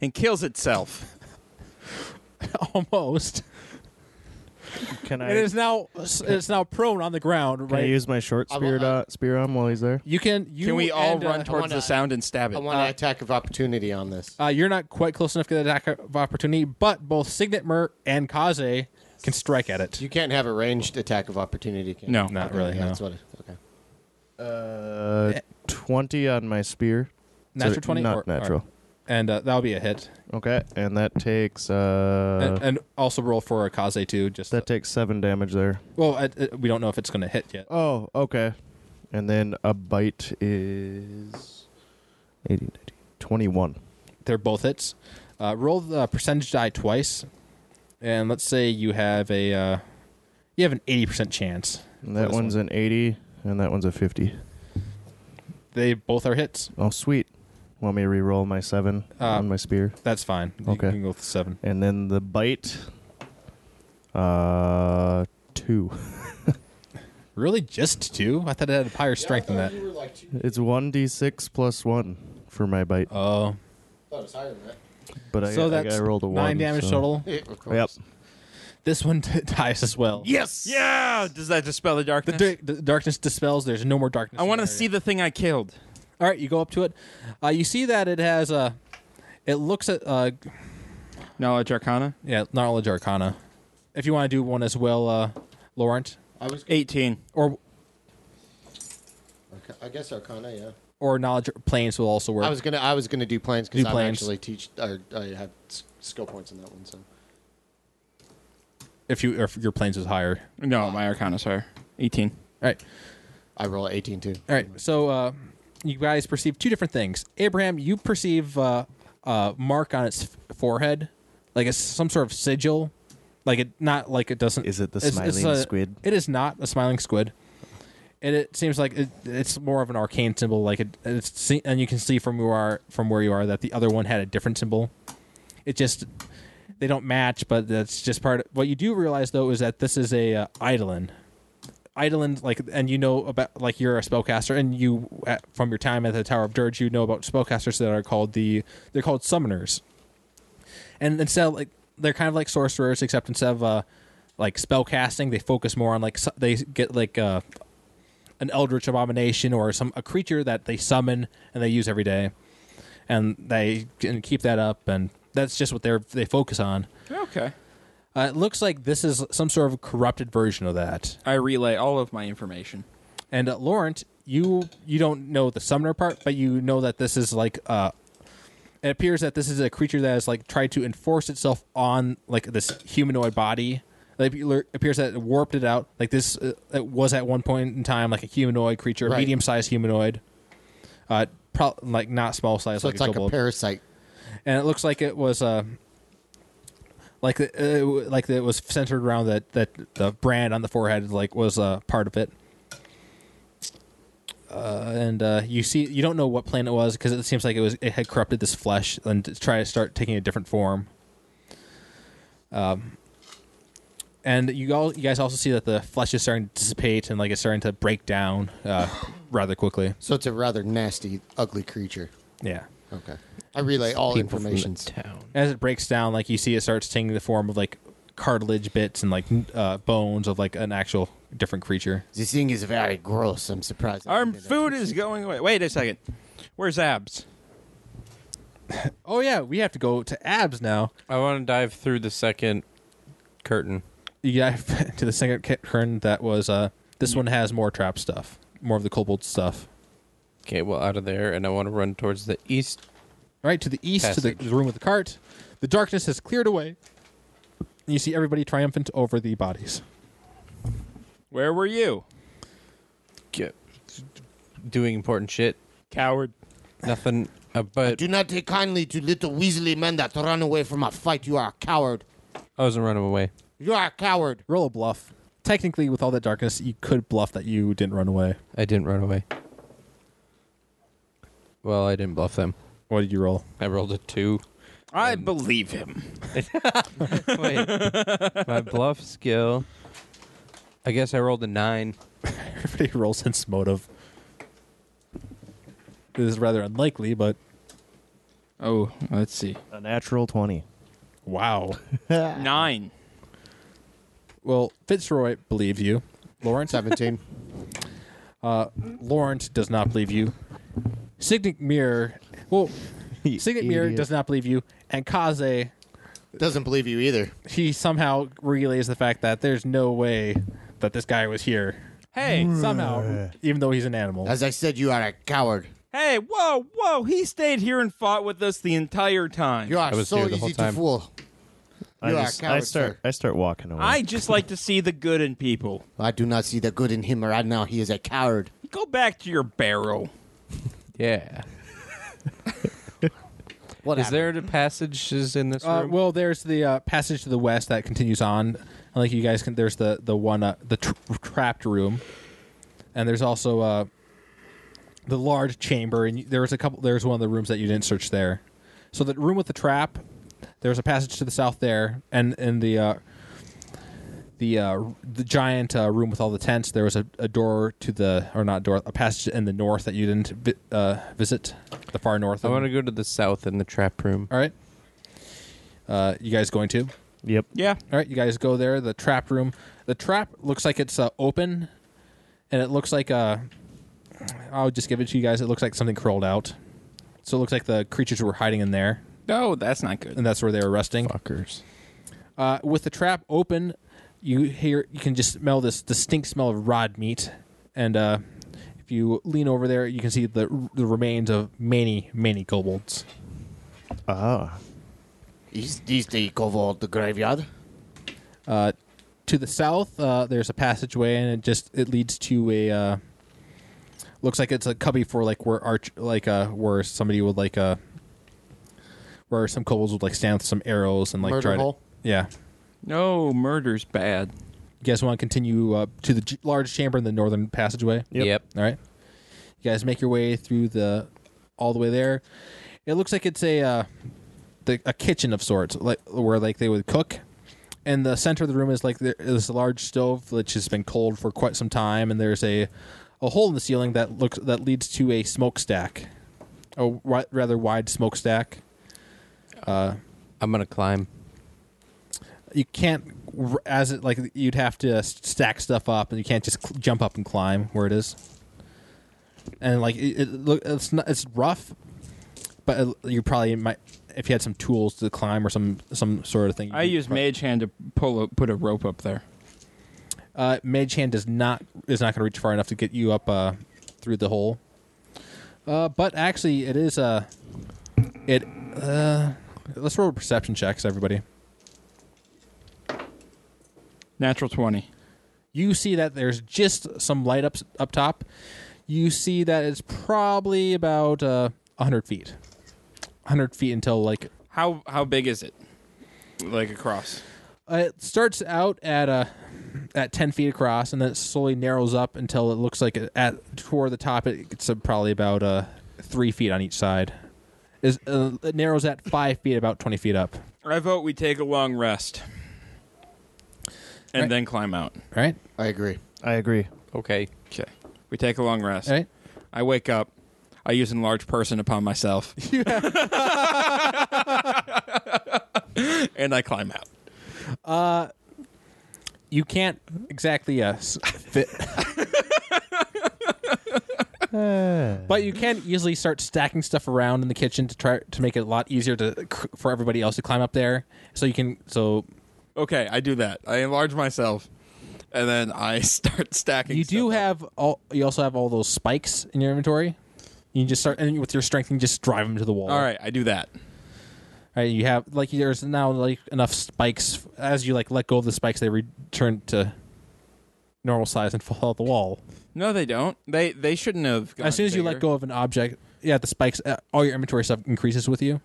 Speaker 2: And kills itself.
Speaker 1: almost.
Speaker 5: Can I?
Speaker 1: It is now it's now prone on the ground,
Speaker 5: Can I
Speaker 1: right?
Speaker 5: use my short
Speaker 3: I
Speaker 5: spear,
Speaker 3: will- I-
Speaker 5: dot, spear on while he's there?
Speaker 1: you can you
Speaker 2: Can we all
Speaker 1: and,
Speaker 2: run
Speaker 1: uh,
Speaker 2: towards
Speaker 3: wanna-
Speaker 2: the sound and stab it? Uh,
Speaker 3: I want an attack of opportunity on this.
Speaker 1: uh, you're not quite close enough to get an attack of opportunity, but both Signet Mer and Kaze can strike at it.
Speaker 3: You can't have a ranged attack of opportunity. Can you?
Speaker 2: No.
Speaker 1: Not
Speaker 3: Okay,
Speaker 1: really,
Speaker 3: yeah,
Speaker 1: no.
Speaker 3: That's what. I- okay.
Speaker 5: Uh, twenty on my spear. So
Speaker 1: Eh. natural twenty,
Speaker 5: Not
Speaker 1: or-
Speaker 5: natural.
Speaker 1: or- and uh, that'll be a hit,
Speaker 5: Okay, and that takes uh,
Speaker 1: and, and also roll for a Kaze too. Just
Speaker 5: that takes seven damage there.
Speaker 1: well, I, I- we don't know if it's going to hit yet.
Speaker 5: Oh, okay. And then a bite is 80, 90, 21.
Speaker 1: They're both hits. Uh, roll the percentage die twice, and let's say you have a uh, you have an eighty percent chance.
Speaker 5: And
Speaker 1: for
Speaker 5: that
Speaker 1: this
Speaker 5: one's
Speaker 1: one.
Speaker 5: an 80, and that one's a 50.
Speaker 1: they both are hits.
Speaker 5: Oh, sweet. Want me to re-roll my seven
Speaker 1: Uh,
Speaker 5: on my spear?
Speaker 1: That's fine. You
Speaker 5: Okay.
Speaker 1: can go with seven.
Speaker 5: And then the bite, uh, two.
Speaker 1: Really, just two? I thought it had a higher strength than that.
Speaker 5: It's 1d6 plus one for my bite.
Speaker 1: Oh,
Speaker 5: But I,
Speaker 1: so
Speaker 5: I,
Speaker 1: that's
Speaker 5: I rolled a one.
Speaker 1: nine damage
Speaker 5: so-
Speaker 1: total.
Speaker 5: Yep.
Speaker 1: This one dies as well.
Speaker 2: yes. Yeah. Does that dispel the
Speaker 1: The,
Speaker 2: darkness?
Speaker 1: dir- the darkness dispels. There's no more darkness.
Speaker 2: I
Speaker 1: in
Speaker 2: want
Speaker 1: the
Speaker 2: to
Speaker 1: area.
Speaker 2: see the thing I killed.
Speaker 1: All right, you go up to it. Uh, you see that it has a. It looks at uh,
Speaker 2: Knowledge Arcana.
Speaker 1: yeah knowledge arcana. If you want to do one as well, uh, Laurent
Speaker 3: I was.
Speaker 2: Eighteen.
Speaker 1: or
Speaker 3: Okay, I guess Arcana. Yeah.
Speaker 1: or knowledge planes will also work.
Speaker 3: I was gonna. I was gonna do planes
Speaker 1: Do
Speaker 3: because I
Speaker 1: planes.
Speaker 3: actually teach. Or I have s- skill points in that one. So
Speaker 1: if you if your planes is higher.
Speaker 2: No, my Arcana's higher. Eighteen.
Speaker 1: All right.
Speaker 3: I roll a 18 too.
Speaker 1: All right, so uh, you guys perceive two different things. Abraham, you perceive uh, a mark on its f- forehead, like it's some sort of sigil, like it not like it doesn't.
Speaker 5: Is it the smiling
Speaker 1: a-
Speaker 5: squid?
Speaker 1: It is not a smiling squid. And it seems like it, it's more of an arcane symbol, like it, it's se- and you can see from where you are from where you are that the other one had a different symbol. It just they don't match, but that's just part. of What you do realize though is that this is a uh, eidolon, Eidolon, like, and you know about, like, you're a spellcaster, and you, at, from your time at the Tower of Dirge, you know about spellcasters that are called the, they're called summoners. And instead, of, like, they're kind of like sorcerers, except instead of, uh, like, spellcasting, they focus more on, like, su- they get, like, uh, an eldritch abomination or some, a creature that they summon and they use every day. And they can keep that up, and that's just what they're, they focus on.
Speaker 2: Okay.
Speaker 1: Uh, it looks like this is some sort of corrupted version of that.
Speaker 2: I relay all of my information.
Speaker 1: And uh, Laurent, you you don't know the summoner part, but you know that this is like uh, It appears that this is a creature that has like tried to enforce itself on like this humanoid body. Like, it appears that it warped it out. Like this, uh, it was at one point in time like a humanoid creature,
Speaker 3: Right.
Speaker 1: medium-sized humanoid, uh, pro- like not small size.
Speaker 3: So
Speaker 1: like
Speaker 3: it's
Speaker 1: a
Speaker 3: like a
Speaker 1: kobold
Speaker 3: parasite.
Speaker 1: and it looks like it was uh like the, uh, it w- like it was centered around that that the brand on the forehead like was a uh, part of it. Uh, and uh, you see, you don't know what planet it was because it seems like it was it had corrupted this flesh and to try to start taking a different form. Um, and you all you guys also see that the flesh is starting to dissipate and like it's starting to break down uh, rather quickly.
Speaker 3: So it's a rather nasty, ugly creature.
Speaker 1: Yeah.
Speaker 3: Okay. I relay all
Speaker 4: People from the
Speaker 3: information.
Speaker 4: town.
Speaker 1: as it breaks down, like you see, it starts taking the form of like cartilage bits and like n- uh, bones of like an actual different creature.
Speaker 3: This thing is very gross. I'm surprised. I
Speaker 2: Our
Speaker 3: didn't know that.
Speaker 2: food is going away. Wait a second. Where's abs?
Speaker 1: Oh yeah, we have to go to abs now.
Speaker 4: I want to dive through the second curtain.
Speaker 1: Yeah, to the second ca- turn that was uh, this one has more trap stuff, more of the kobold stuff.
Speaker 4: Okay, well, out of there, and I want to run towards the east.
Speaker 1: Right to the east, to the-
Speaker 4: Passage.
Speaker 1: the room with the cart. The darkness has cleared away. And you see everybody triumphant over the bodies.
Speaker 2: Where were you?
Speaker 4: Get, doing important shit.
Speaker 2: Coward.
Speaker 4: Nothing, uh, but
Speaker 3: Do not take kindly to little Weasley men that run away from a fight. You are a coward.
Speaker 4: I wasn't running away.
Speaker 3: You are a coward.
Speaker 1: Roll a bluff. Technically, with all that darkness, you could bluff that you didn't run away.
Speaker 4: I didn't run away. Well, I didn't bluff them.
Speaker 1: What did you roll?
Speaker 4: I rolled a two.
Speaker 2: I believe him.
Speaker 4: Wait, my bluff skill. I guess I rolled a nine.
Speaker 1: Everybody roll sense motive. This is rather unlikely, but
Speaker 2: Oh, let's see.
Speaker 5: A natural 20.
Speaker 1: wow.
Speaker 2: Nine.
Speaker 1: well, Fitzroy believes you. Lawrence,
Speaker 3: 17.
Speaker 1: Lawrence does not believe you. Signet Mirror, well, Signet Mirror
Speaker 5: idiot.
Speaker 1: does not believe you, and Kaze,
Speaker 3: Doesn't believe you either.
Speaker 1: he somehow relays the fact that there's no way that this guy was here.
Speaker 2: Hey,
Speaker 1: Somehow, even though he's an animal.
Speaker 3: As I said, you are a coward.
Speaker 2: hey, whoa, whoa. He stayed here and fought with us the entire time.
Speaker 3: You are
Speaker 4: was
Speaker 3: so
Speaker 4: here the whole
Speaker 3: easy to
Speaker 4: time.
Speaker 3: fool.
Speaker 5: I,
Speaker 3: You are a
Speaker 5: just- I
Speaker 3: coward,
Speaker 5: start.
Speaker 3: sir.
Speaker 5: I start walking away.
Speaker 2: I just like to see the good in people.
Speaker 3: I do not see the good in him right now. He is a coward.
Speaker 2: Go back to your barrel.
Speaker 4: Yeah.
Speaker 3: What
Speaker 4: Is
Speaker 3: happened?
Speaker 4: there the passages in this
Speaker 1: Uh,
Speaker 4: room?
Speaker 1: well, there's the uh, passage to the west that continues on. And, Like you guys can, there's the the one uh, the tr trapped room, and there's also uh, the large chamber. And you- there was a couple. There's one of the rooms that you didn't search there. So the room with the trap, there's a passage to the south there, and in the uh, the uh, r- the giant uh, room with all the tents, there was a, a door to the or not door, a passage in the north that you didn't vi- uh, visit, the far north.
Speaker 4: I
Speaker 1: of
Speaker 4: want to
Speaker 1: them.
Speaker 4: go to the south in the trap room.
Speaker 1: All right, uh, you guys going to?
Speaker 5: Yep.
Speaker 2: Yeah.
Speaker 1: All right, you guys go there. The trap room. The trap looks like it's uh, open, and it looks like uh, I'll just give it to you guys. It looks like something crawled out, so it looks like the creatures were hiding in there,
Speaker 2: No, that's not good.
Speaker 1: and that's where they were resting.
Speaker 4: Fuckers.
Speaker 1: Uh, with the trap open, you hear you can just smell this distinct smell of rod meat, and uh, if you lean over there, you can see the the remains of many many kobolds.
Speaker 5: Ah.
Speaker 3: Is this the cover of the graveyard?
Speaker 1: Uh, to the south, uh, there's a passageway, and it just it leads to a. Uh, looks like it's a cubby for like where arch like uh where somebody would like uh where some kobolds would like stand with some arrows and like
Speaker 3: Murder
Speaker 1: try to
Speaker 3: hole?
Speaker 1: yeah.
Speaker 2: No, murder's bad.
Speaker 1: You guys want to continue uh, to the g- large chamber in the northern passageway?
Speaker 5: Yep.
Speaker 1: All right. You guys make your way through the all the way there. It looks like it's a uh, the, a kitchen of sorts, like where like they would cook. And the center of the room is like there is a large stove which has been cold for quite some time, and there's a a hole in the ceiling that looks that leads to a smokestack, a wi- rather wide smokestack.
Speaker 4: I'm gonna climb.
Speaker 1: You can't r- as it like you'd have to s- stack stuff up, and you can't just cl- jump up and climb where it is. And like it, it look, it's not, it's rough, but it, you probably might if you had some tools to climb or some some sort of thing.
Speaker 2: I
Speaker 1: you
Speaker 2: use mage hand to pull a, put a rope up there.
Speaker 1: Uh, Mage Hand does not is not going to reach far enough to get you up uh, through the hole. Uh, but actually, it is uh, It. Uh, let's roll perception checks, everybody.
Speaker 2: Natural 20.
Speaker 1: You see that there's just some light up up top. You see that it's probably about uh, 100 feet. 100 feet until like
Speaker 2: How how big is it? Like across.
Speaker 1: Uh, it starts out at uh, at ten feet across, and then it slowly narrows up until it looks like it- at toward the top. It gets uh, probably about uh, three feet on each side. Is uh, it narrows at five feet, about twenty feet up.
Speaker 2: I vote we take a long rest. And
Speaker 1: Right.
Speaker 2: then climb out.
Speaker 1: All right,
Speaker 3: I agree.
Speaker 5: I agree.
Speaker 4: Okay.
Speaker 2: Okay. We take a long rest.
Speaker 1: all right.
Speaker 2: I wake up. I use enlarge person upon myself. and I climb out.
Speaker 1: You can't exactly uh, s- fit, but you can easily start stacking stuff around in the kitchen to try to make it a lot easier to for everybody else to climb up there. So you can so
Speaker 2: Okay, I do that. I enlarge myself. And then I start stacking.
Speaker 1: You do
Speaker 2: stuff up.
Speaker 1: have all. You also have all those spikes in your inventory. You can just start and with your strength, you can just drive them to the wall.
Speaker 2: All right, I do that.
Speaker 1: All right, You have like there's now like enough spikes as you like let go of the spikes, they return to normal size and fall out the wall.
Speaker 2: No, they don't. They they shouldn't have. Gone
Speaker 1: as soon as you
Speaker 2: bigger.
Speaker 1: let go of an object, yeah, the spikes, uh, all your inventory stuff increases with you.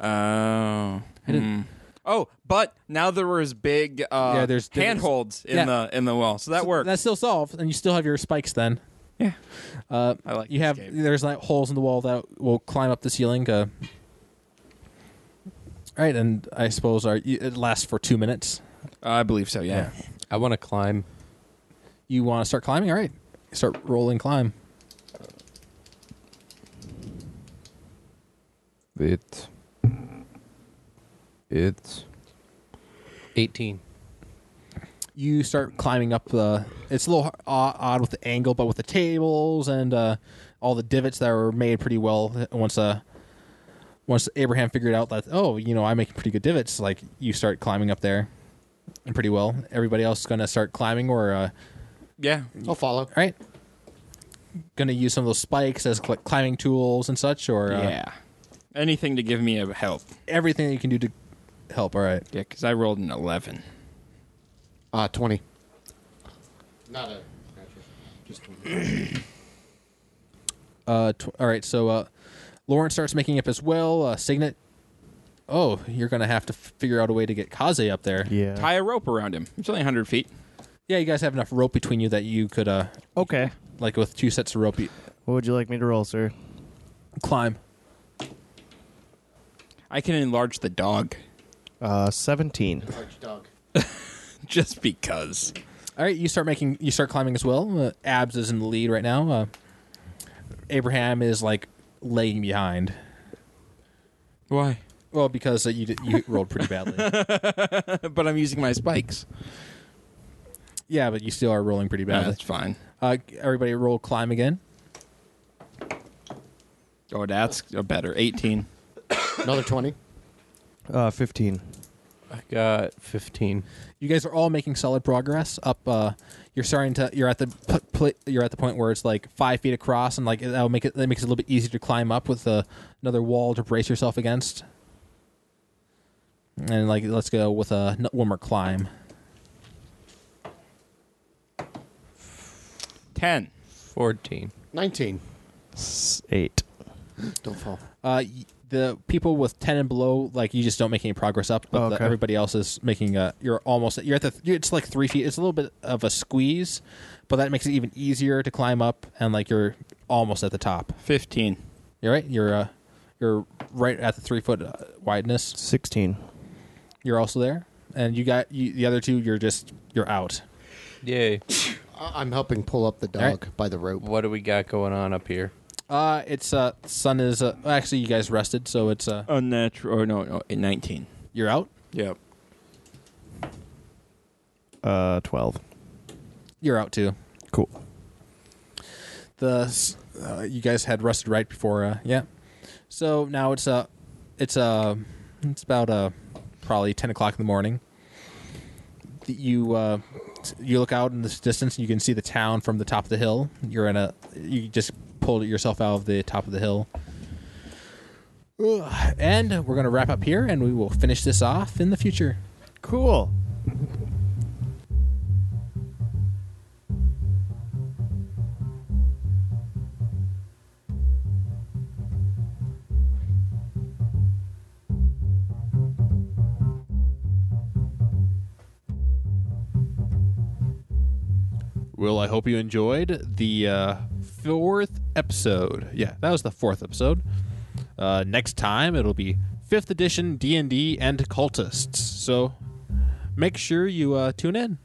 Speaker 2: Oh. hmm. Oh, but now there was big uh,
Speaker 1: Yeah, there's different-
Speaker 2: handholds in
Speaker 1: Yeah.
Speaker 2: the in the wall, so that worked.
Speaker 1: That still solves, and you still have your spikes. Then
Speaker 2: yeah,
Speaker 1: uh,
Speaker 2: I like.
Speaker 1: you
Speaker 2: this
Speaker 1: have
Speaker 2: game.
Speaker 1: there's like holes in the wall that will climb up the ceiling. Uh, all right, and I suppose our, it lasts for two minutes.
Speaker 2: I believe so. Yeah.
Speaker 4: I want to climb.
Speaker 1: You want to start climbing? All right. Start rolling climb.
Speaker 4: It. It's. 18.
Speaker 1: You start climbing up the. It's a little h- odd odd with the angle, but with the tables and uh, all the divots that were made pretty well once uh, once Abraham figured out that oh you know I'm making pretty good divots. Like you start climbing up there, and pretty well. Everybody else is gonna start climbing or uh,
Speaker 2: yeah,
Speaker 1: Oh,
Speaker 3: I'll follow.
Speaker 1: all right. Gonna use some of those spikes as cl- climbing tools and such, or uh,
Speaker 2: yeah. Anything to give me a help.
Speaker 1: everything that you can do to help. All right.
Speaker 2: Yeah, because I rolled an eleven.
Speaker 3: Uh, 20. Not a. Just 20.
Speaker 1: Uh, tw- all right, so uh, Lauren starts making up as well. Uh, Signet, oh, you're gonna have to f- figure out a way to get Kaze up there.
Speaker 5: Yeah.
Speaker 2: Tie a rope around him. It's only hundred feet.
Speaker 1: Yeah, you guys have enough rope between you that you could, uh,
Speaker 5: Okay.
Speaker 1: like with two sets of rope, you
Speaker 5: What would you like me to roll, sir?
Speaker 1: climb.
Speaker 2: I can enlarge the dog
Speaker 5: Uh, 17.
Speaker 3: Large dog.
Speaker 2: just because.
Speaker 1: All right, you start making, you start climbing as well. Uh, Abs is in the lead right now. Uh, Abraham is like lagging behind.
Speaker 2: Why?
Speaker 1: Well, because uh, you did, you rolled pretty badly.
Speaker 2: but I'm using my spikes.
Speaker 1: yeah, but you still are rolling pretty
Speaker 2: Yeah,
Speaker 1: badly.
Speaker 2: that's fine.
Speaker 1: Uh, everybody, roll climb again.
Speaker 2: Oh, that's a better eighteen.
Speaker 3: Another 20.
Speaker 5: Uh, 15.
Speaker 4: I got 15.
Speaker 1: you guys are all making solid progress up uh you're starting to you're at the p- pl- you're at the point where it's like five feet across and like that'll make it that makes it a little bit easier to climb up with uh, another wall to brace yourself against and like let's go with a n- one more climb
Speaker 2: Ten.
Speaker 4: 14.
Speaker 3: 19.
Speaker 5: S- 8.
Speaker 3: Don't fall.
Speaker 1: uh y- the people with 10 and below like you just don't make any progress up but the-
Speaker 5: Okay.
Speaker 1: everybody else is making uh you're almost you're at the you're, it's like three feet it's a little bit of a squeeze but that makes it even easier to climb up and like you're almost at the top
Speaker 2: Fifteen.
Speaker 1: You're right. You're uh, you're right at the three foot uh, wideness.
Speaker 5: 16.
Speaker 1: You're also there, and you got you, the other two. You're just you're out.
Speaker 4: Yay.
Speaker 3: I- I'm helping pull up the dog by the rope.
Speaker 4: What do we got going on up here?
Speaker 1: Uh, it's uh, sun is uh, actually you guys rested, so it's uh,
Speaker 2: Unnatural. Oh no, no, nineteen.
Speaker 1: you're out.
Speaker 2: Yep.
Speaker 5: Uh, 12.
Speaker 1: You're out too.
Speaker 5: Cool.
Speaker 1: The s- uh, you guys had rested right before. Uh, yeah. So now it's uh, it's uh, it's about uh, probably ten o'clock in the morning. You uh, you look out in this distance, and you can see the town from the top of the hill. You're in a you just pulled yourself out of the top of the hill. Ugh. And we're going to wrap up here, and we will finish this off in the future.
Speaker 5: Cool.
Speaker 1: Well, I hope you enjoyed the uh, fourth episode. Yeah, that was the fourth episode. Uh, next time it'll be fifth edition D and D and cultists. So make sure you uh, tune in.